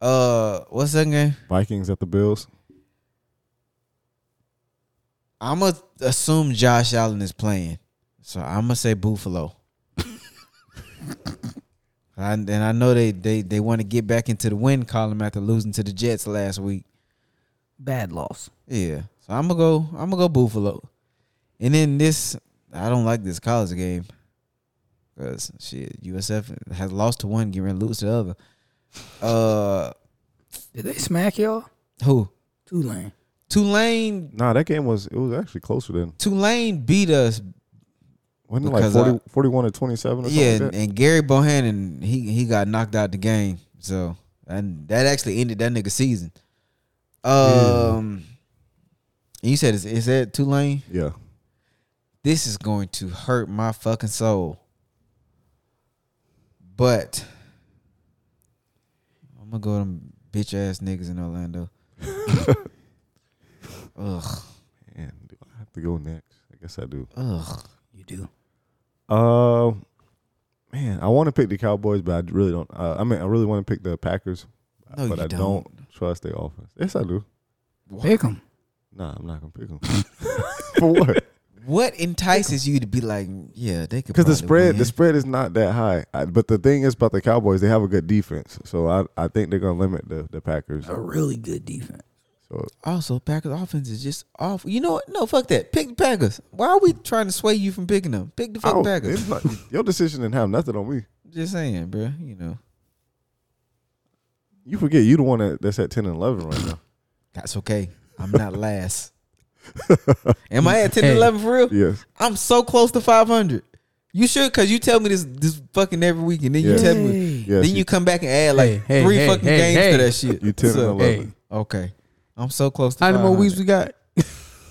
S1: Uh, what's that game?
S3: Vikings at the Bills.
S1: I'm gonna assume Josh Allen is playing, so I'm gonna say Buffalo. and, and I know they they they want to get back into the win column after losing to the Jets last week.
S4: Bad loss.
S1: Yeah, so I'm gonna go I'm gonna go Buffalo, and then this I don't like this college game because shit USF has lost to one, getting ready to lose to the other. Uh,
S4: Did they smack y'all?
S1: who
S4: Tulane.
S1: Tulane
S3: Nah, that game was it was actually closer than
S1: Tulane beat us
S3: wasn't it
S1: Because
S3: like 40,
S1: I-
S3: 41 to twenty seven or something.
S1: Yeah,
S3: like
S1: and,
S3: that?
S1: and Gary Bohannon, he he got knocked out the game. So and that actually ended that nigga season. Um and you said it's is that Tulane?
S3: yeah.
S1: This is going to hurt my fucking soul. But I'm gonna go to them bitch ass niggas in Orlando. ugh,
S3: And do I have to go next? I guess I do.
S1: ugh.
S4: You do.
S3: Uh, man, I want to pick the Cowboys, but I really don't. Uh, I mean, I really want to pick the Packers,
S1: No,
S3: but
S1: you
S3: I don't. trust their offense. Yes, I do.
S4: Pick them.
S3: Nah, I'm not gonna pick them for what?
S1: What entices you to be like, yeah, they could
S3: Because the
S1: probably
S3: spread,
S1: win.
S3: the spread is not that high. I, but the thing is about the Cowboys, they have a good defense, so I, I think they're gonna limit the the Packers.
S4: A really good defense.
S3: So
S1: Also, Packers offense is just off. You know what? No, fuck that. Pick the Packers. Why are we trying to sway you from picking them? Pick the
S3: I
S1: fucking
S3: don't-
S1: Packers.
S3: Oh, it's not- your decision didn't have nothing on me.
S1: just saying, bro. You know
S3: You forget you the one that, that's at ten and eleven right now.
S1: that's okay. I'm not last. Am I at 10 and 11 for real?
S3: yes,
S1: I'm so close to 500. You sure? Cause you tell me this this fucking every week, and then you
S3: Yeah.
S1: tell me,
S3: yes.
S1: then you come back and add like
S2: Hey, hey,
S1: three
S2: hey,
S1: fucking
S2: hey,
S1: games
S2: hey.
S1: to that shit.
S3: you ten and
S1: So,
S3: eleven.
S2: Hey,
S1: okay, I'm so close. to
S2: how many more weeks
S1: 500.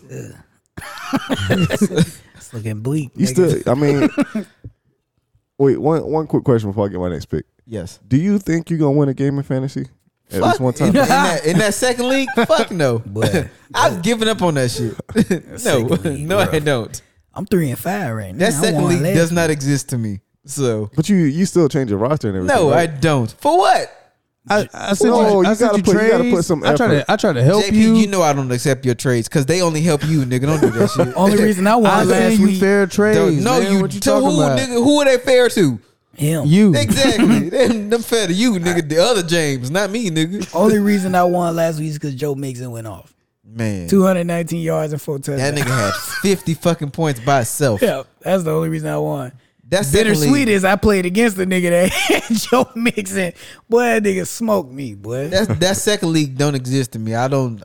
S2: we got?
S4: It's looking bleak.
S3: You
S4: nigga.
S3: still, I mean, wait one one quick question before I get my next pick.
S1: Yes.
S3: Do you think you're gonna win a game in fantasy at
S1: Fuck,
S3: least one time?
S1: In, in that, in that second league, fuck no.
S4: But-
S1: I've given up on that shit. no,
S4: second league,
S1: no, I
S4: bro.
S1: don't.
S4: I'm three and five right now.
S1: That
S4: I
S1: second
S4: won
S1: league
S4: last
S1: does not exist to me. So
S3: But you you still change your roster and everything.
S1: no, I
S3: right?
S1: don't. For what?
S2: I, I sent
S3: No,
S2: you, I
S3: you
S2: sent
S3: gotta
S2: you
S3: put- you gotta
S2: trades.
S3: put some
S2: I try
S3: effort.
S2: to I try to help
S1: JP,
S2: you.
S1: you. know I don't accept your trades because they only help you, nigga. Don't do that shit.
S4: Only reason I won
S2: I
S4: last
S2: sent you
S4: week.
S2: fair trades.
S1: no,
S2: man.
S1: you,
S2: What you
S1: to
S2: talking
S1: who,
S2: about?
S1: nigga? Who are they fair to?
S4: Him.
S2: You.
S1: Exactly. them, them fair to you, nigga. The other James, not me, nigga.
S4: Only reason I won last week is because Joe Mixon went off.
S1: Man,
S4: 219 yards and four touchdowns.
S1: that nigga had fifty fucking points by itself.
S4: Yeah, that's the only reason I won.
S1: That's
S4: Bittersweet
S1: bittersweet.
S4: is I played against the nigga that had Joe Mixon. Boy, that nigga smoked me, boy.
S1: That that second league don't exist to me. I don't.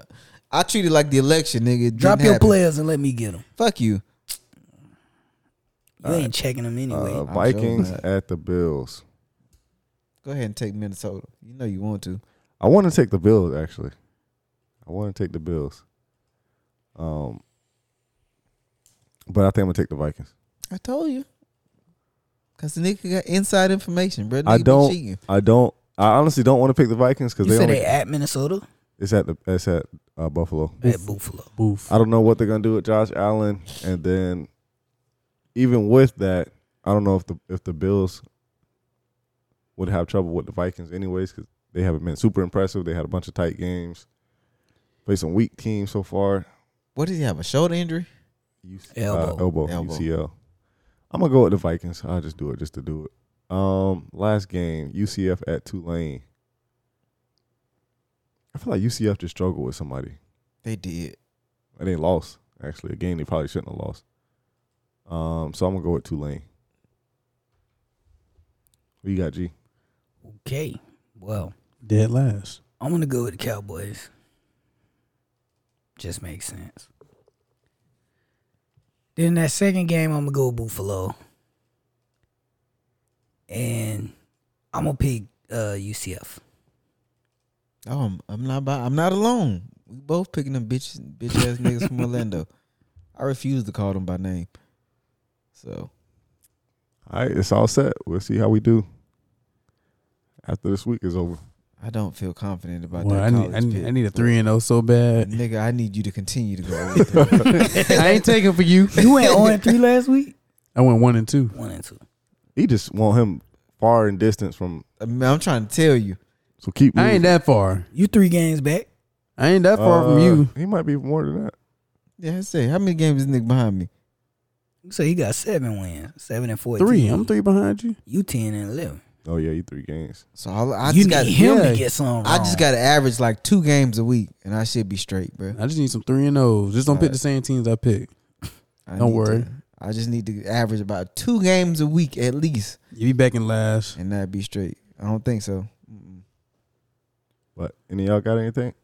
S1: I treat it like the election, nigga. It
S4: Drop
S1: didn't
S4: your
S1: happen.
S4: players and let me get them.
S1: Fuck you.
S4: You ain't checking them anyway.
S1: so
S3: Uh, Vikings
S1: mad.
S3: at the Bills.
S1: Go ahead and take Minnesota. You know you want to.
S3: I want to take the Bills actually. I want to take the Bills. Um, but I think I'm gonna take the Vikings.
S1: I told you. Cause the nigga got inside information, bro. Nigga
S3: I
S1: be cheating.
S3: don't. I don't. I honestly don't want to pick the Vikings because
S4: you
S3: they
S4: said
S3: only.
S4: they at Minnesota?
S3: it's at the. It's at uh, Buffalo.
S4: At Buffalo.
S2: Boof.
S3: I don't know what they're gonna do with Josh Allen, and then even with that, I don't know if the if the Bills would have trouble with the Vikings anyways because they haven't been super impressive. They had a bunch of tight games, played some weak teams so far.
S1: What did he have? A shoulder injury?
S3: UC,
S4: Elbow.
S3: uh, elbow,
S1: Elbow.
S3: UCL. I'm gonna go with the Vikings. I'll just do it just to do it. Um, last game, UCF at Tulane. I feel like UCF just struggled with somebody.
S1: They did.
S3: And they lost, actually. A game they probably shouldn't have lost. Um, so I'm gonna go with Tulane. What you got, G?
S4: Okay. Well,
S2: Dead last.
S4: I'm going to go with the Cowboys. Just makes sense. Then that second game, I'm going to go with Buffalo. And I'm going to pick uh, UCF.
S1: Oh, I'm, I'm not. By, I'm not alone. We both picking them bitch, bitch ass niggas from Orlando. I refuse to call them by name. So
S3: All right, it's all set. We'll see how we do. after this week is over.
S1: I don't feel confident about
S2: Boy,
S1: that.
S2: I need,
S1: college
S2: I need,
S1: pick.
S2: I need a three and zero so bad.
S1: Nigga, I need you to continue to go. With that.
S2: I ain't taking for you.
S4: You went on and three last week.
S2: I went one and two.
S4: One and two.
S3: He just want him far and distance from.
S1: I mean, I'm trying to tell you.
S3: So keep.
S2: I ain't
S3: moving.
S2: that far.
S4: You three games back.
S2: I ain't that far from
S3: Uh,
S2: you.
S3: He might be more than that.
S1: Yeah, I say, how many games is nigga behind me?
S4: So you got seven wins, seven and fourteen.
S2: Three. I'm three behind you.
S4: You ten and eleven.
S3: Oh yeah, you three games.
S1: So I, I
S4: you
S1: just
S4: need
S1: got
S4: him
S2: yeah.
S4: to get some.
S1: I just got to average like two games a week, and I should be straight, bro.
S2: I just need some three and zeros. Just don't pick the same teams I pick.
S1: I
S2: Don't
S1: need
S2: worry.
S1: to- I just need to average about two games a week at least,
S2: You be back in last.
S1: and that be straight. I don't think so. Mm-mm.
S3: But any of y'all got anything?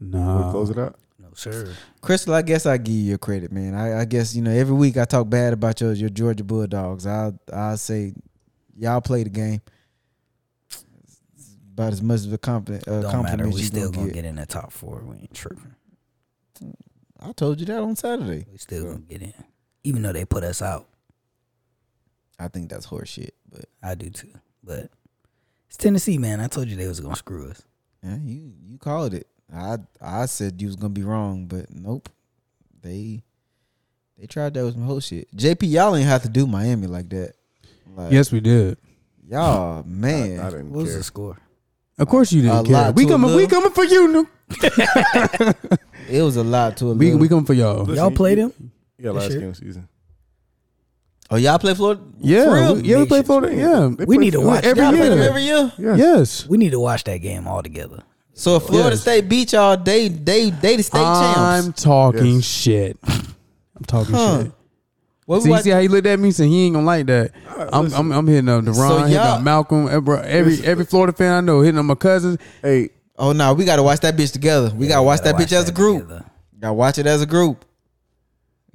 S3: We'll
S2: Nah.
S3: close it out.
S4: no sir.
S1: Crystal, I guess I give you your credit, man. I, I guess you know every week I talk bad about your your Georgia Bulldogs. I I say y'all play the game. It's about as much of a compliment, uh,
S4: Don't
S1: compliment
S4: matter. We
S1: you
S4: still
S1: gonna
S4: gonna
S1: get.
S4: get in the top four. We ain't tripping.
S1: I told you that on Saturday.
S4: We still gonna get in, even though they put us out.
S1: I think that's horseshit, but
S4: I do too. But it's Tennessee, man. I told you they was gonna screw us.
S1: yeah, you you called it. I I said you was gonna be wrong, but nope. They they tried that with some whole shit. JP, y'all ain't have to do Miami like that. Like,
S2: Yes, we did.
S1: y'all man.
S3: I, I didn't
S4: What was
S3: care.
S4: the score?
S2: Of course you
S1: A
S2: didn't care.
S1: lot
S2: We
S1: to a
S2: coming. We
S1: little.
S2: coming for you. Nuke.
S1: it was a lot to a
S2: We
S1: little.
S2: we coming for y'all.
S3: Listen,
S4: Y'all played
S3: you-
S4: them.
S3: Yeah, last
S4: year?
S3: game of season.
S1: oh, y'all play Florida? For
S2: Yeah.
S1: real?
S2: We, yeah. We play Florida. Yeah.
S3: They
S4: We
S3: play
S4: need to watch
S2: Every
S1: Y'all play them
S2: year.
S1: every year.
S3: Yes.
S2: Yes.
S4: We need to watch that game all together.
S1: So if Florida
S2: Yes.
S1: State beat y'all, they they they the state
S2: I'm
S1: champs.
S2: talking
S3: Yes.
S2: shit. I'm talking
S1: Huh.
S2: shit.
S1: What,
S2: See,
S1: what-
S2: see how he looked at me? Said he ain't gonna like that. I'm, I'm, I'm hitting up
S1: So
S2: DeRon, hitting up
S1: y'all-
S2: Malcolm, eh, bro, every every Florida fan I know, hitting up my cousins.
S3: Hey,
S1: oh no, we gotta watch that bitch together. We gotta
S4: We
S1: watch
S4: gotta
S1: that bitch as a group.
S4: together.
S1: Gotta watch it as a group.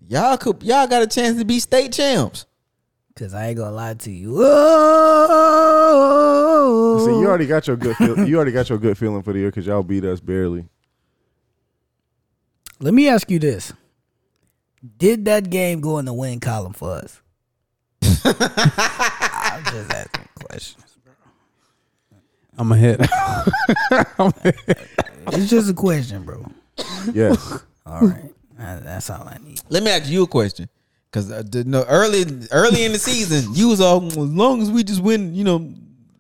S1: Y'all could y'all got a chance to be state champs.
S4: Cause I ain't gonna lie to you. Oh,
S3: see, you already got your good. Feel, you already got your good feeling for the year because y'all beat us barely.
S4: Let me ask you this: Did that game go in the win column for us? I'm just asking questions.
S2: I'm a hit.
S4: It's just a question, bro.
S3: Yes.
S4: All right, Uh, that's all I need.
S1: Let me ask you a question. Cause uh, the, no, early early in the season, you was all as long as we just win, you know,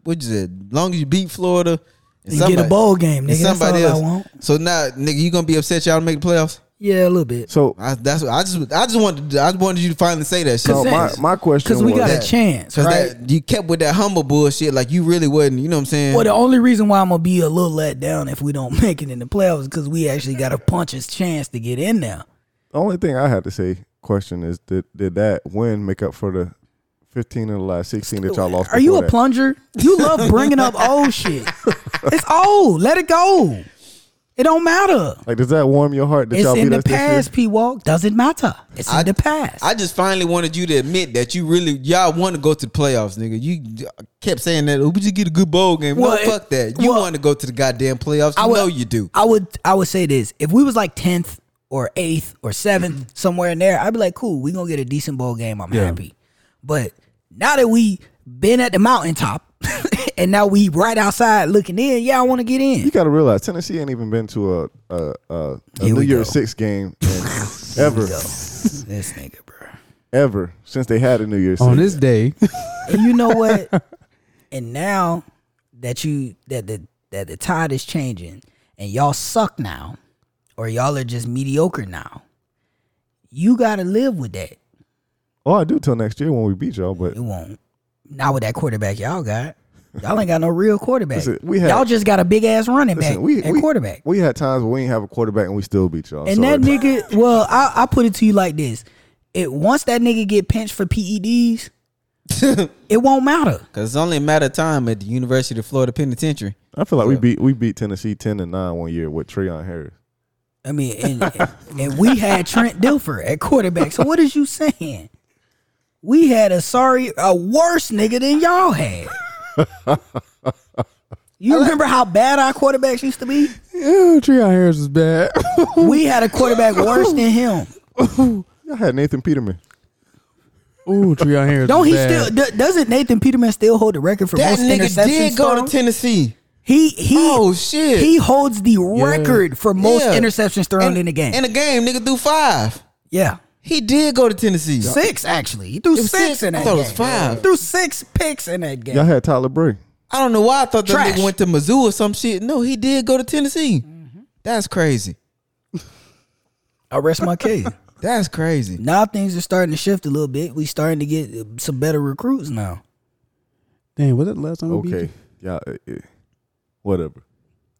S1: what you said, as long as you beat Florida and
S4: You get a bowl game,
S1: and
S4: nigga. That's all I want.
S1: So now, nigga, you gonna be upset y'all don't make the playoffs?
S4: Yeah, a little bit.
S3: So,
S1: I, that's what I just I just wanted to, I just wanted you to finally say that shit.
S3: so my
S4: sense.
S3: my question
S4: Because
S3: was
S4: we got a
S1: that-
S4: chance,
S1: Cause
S4: right?
S1: that you kept with that humble bullshit, like you really wasn't. You know what I'm saying?
S4: Well, the only reason why I'm gonna be a little let down if we don't make it in the playoffs because we actually got a puncher's chance to get in now.
S3: the only thing I had to say question is did did that win make up for the fifteen of the last sixteen that y'all lost?
S4: Are you
S3: before
S4: a
S3: that?
S4: plunger? You love bringing up old shit. It's old. Let it go. It don't matter.
S3: Like, does that warm your heart that
S4: it's
S3: y'all beat
S4: in the
S3: us this year?
S4: past, P Walk. Doesn't matter. It's
S1: I-
S4: in the past.
S1: I just finally wanted you to admit that you really y'all want to go to the playoffs, nigga. You kept saying that. Oh, would you get a good bowl game? no,
S4: Well, it-
S1: fuck that. You
S4: well,
S1: want to go to the goddamn playoffs? You
S4: would-
S1: know you do.
S4: I would I would say this. If we was like tenth or eighth or
S3: Mm-hmm.
S4: seventh, somewhere in there, I'd be like, cool, we gonna get a decent bowl game. I'm happy. But now that we been at the mountaintop and now we right outside looking in, yeah, I wanna get
S3: You
S4: in.
S3: got to realize Tennessee ain't even been to a a, a, a
S4: Here
S3: New
S4: we
S3: Year's
S4: go.
S3: Six game in- ever
S4: Yo, this nigga, bro.
S3: ever since they had a New Year's
S2: On
S3: Six.
S2: this day,
S4: And you know what? and now that you that the that the tide is changing and y'all suck now, or y'all are just mediocre now, you gotta live with that.
S3: Oh, I do till next year when we beat y'all, but
S4: It won't. Not with that quarterback y'all got. Y'all ain't got no real quarterback.
S3: Listen, we had-
S4: y'all just got a big ass running back
S3: listen, we,
S4: at
S3: we Oh,
S4: quarterback.
S3: We had times where we didn't have a quarterback and we still beat y'all.
S4: and
S3: so
S4: that
S3: it-
S4: nigga, well, I, I put it to you like this: it once that nigga get pinched for PEDs, it won't matter.
S1: Cause it's only a matter of time at the University of Florida Penitentiary.
S3: I feel like we beat we beat Tennessee ten and nine one year with Treon Harris.
S4: I mean, and, and we had Trent Dilfer at quarterback. So what is you saying? We had a sorry, a worse nigga than y'all had. You remember how bad our quarterbacks used to be?
S2: yeah, Treon Harris was bad.
S4: We had a quarterback worse than him.
S3: Y'all had Nathan Peterman.
S2: Ooh, Treon Harris.
S4: Don't
S2: was
S4: he
S2: bad.
S4: still? d- doesn't Nathan Peterman still hold the record for
S1: That
S4: most
S1: nigga
S4: interceptions?
S1: did go
S4: thrown?
S1: to Tennessee.
S4: He he.
S1: Oh, shit.
S4: He holds the record for most
S1: Yeah.
S4: interceptions thrown in the game.
S1: In a game, nigga threw five.
S4: yeah,
S1: He did go to Tennessee.
S4: six actually. He threw
S1: It was
S4: six,
S1: six?
S4: in
S1: I
S4: that
S1: thought it
S4: game.
S1: was five.
S4: Threw six picks in that game.
S3: Y'all had Tyler Bray.
S1: I don't know why I thought that
S4: Trash.
S1: nigga went to Mizzou or some shit. No, he did go to Tennessee. That's crazy.
S4: I rest my case.
S1: That's crazy.
S4: now things are starting to shift a little bit. We starting to get uh, some better recruits now.
S2: Damn, was that the last time? we beat
S3: Okay.
S2: you?
S3: Yeah. eh, eh, Whatever.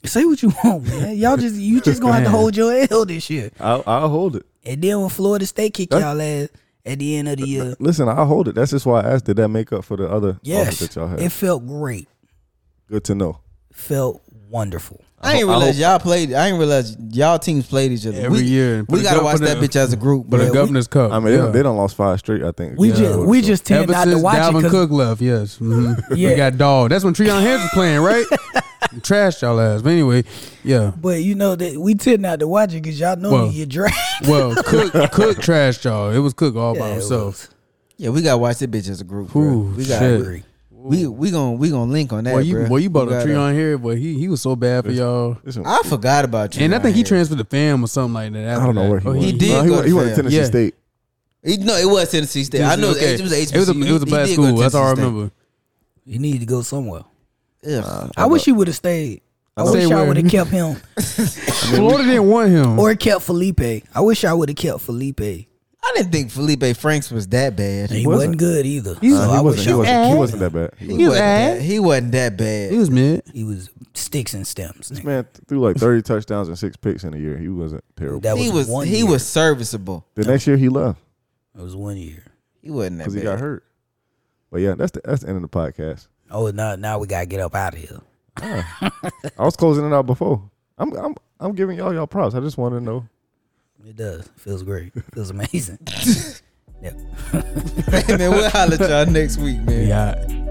S4: Say what you want, man. Y'all just you just gonna have to
S2: Man.
S4: hold your L this year.
S3: I'll, I'll hold it.
S4: And then when Florida State kick
S3: That-
S4: y'all ass at the end of the year,
S3: Listen, I'll hold it. That's just why I asked. Did that make up for the other
S4: yes,
S3: offers that y'all had?
S4: it felt great.
S3: Good to know.
S4: Felt wonderful.
S1: I didn't
S3: I
S1: realize y'all played. I didn't realize y'all teams played each other
S2: Every
S1: we,
S2: year. For
S1: We
S2: the
S1: gotta
S2: gov-
S1: watch
S2: for the-
S1: that bitch as a group.
S2: But
S1: But
S2: the governor's cup.
S3: I mean, they,
S2: yeah.
S3: done, they done lost five straight. I think.
S4: We
S3: Yeah.
S4: just we
S3: So-
S4: just tend
S2: Ever
S4: not to
S2: since
S4: watch it
S2: Dalvin
S4: 'cause-
S2: Cook left, yes, hmm
S4: Yeah.
S2: we got dog. That's when Treon Harris was playing, right? Trash y'all ass. But anyway, yeah.
S4: but you know that we tend not to watch it because y'all know
S2: Well,
S4: you draft.
S2: Well, Cook Cook trashed y'all. It was Cook all by
S4: Yeah, it
S2: himself.
S1: yeah, we gotta watch that bitch as a group. Bro.
S2: Ooh,
S1: we
S2: shit.
S1: we we gonna we gonna link on that.
S2: Well, you
S1: bruh.
S2: well you bought
S1: We
S2: a
S1: gotta-
S2: Treon Harris, but he he was so bad for y'all.
S3: Listen, I
S1: I forgot about you.
S2: And I think he transferred to fam or something like that. after
S3: don't know
S2: that.
S3: where he
S2: Oh,
S3: went.
S1: He did
S3: No, he,
S1: go
S3: went,
S1: to
S3: he went
S1: Fam.
S3: to Tennessee
S2: Yeah.
S3: State.
S1: He- no, it was Tennessee State. I know
S2: okay.
S1: it was a HBCU.
S2: It was a, it was a
S1: He
S2: black
S1: did go to
S2: school. That's all I
S1: Tennessee
S2: remember.
S4: You need to go somewhere.
S1: State. Ugh.
S4: I wish you would have stayed. I
S2: Stay
S4: wish I
S2: where?
S4: would have kept him
S2: Florida didn't want him.
S4: or kept Felipe. I wish I would have kept Felipe.
S1: I didn't think Felipe Franks was that bad.
S4: He
S3: wasn't.
S4: wasn't good either.
S3: Uh,
S4: so Oh, I
S3: he,
S4: wish
S3: wasn't, he,
S4: I would've
S3: wasn't, he
S4: kept
S3: wasn't
S4: him.
S3: that bad. He
S1: He wasn't that, he wasn't that bad.
S2: he was mid.
S4: He was sticks and stems.
S3: This
S4: nigga.
S3: man threw like 30 touchdowns and six picks in a year. He wasn't terrible.
S4: That
S1: he was
S4: was one
S1: he
S4: year.
S1: was serviceable.
S3: the next year he left
S4: It was one year.
S1: He wasn't that
S3: because
S1: bad.
S3: he got hurt. But yeah, that's the that's the end of the podcast.
S4: Oh, now now we gotta get up out of here.
S3: I was closing it out before. I'm I'm I'm giving y'all y'all props. I just want to know.
S4: It does. Feels great. Feels amazing. yep.
S1: man, we'll holler at y'all next week, man.
S2: Yeah.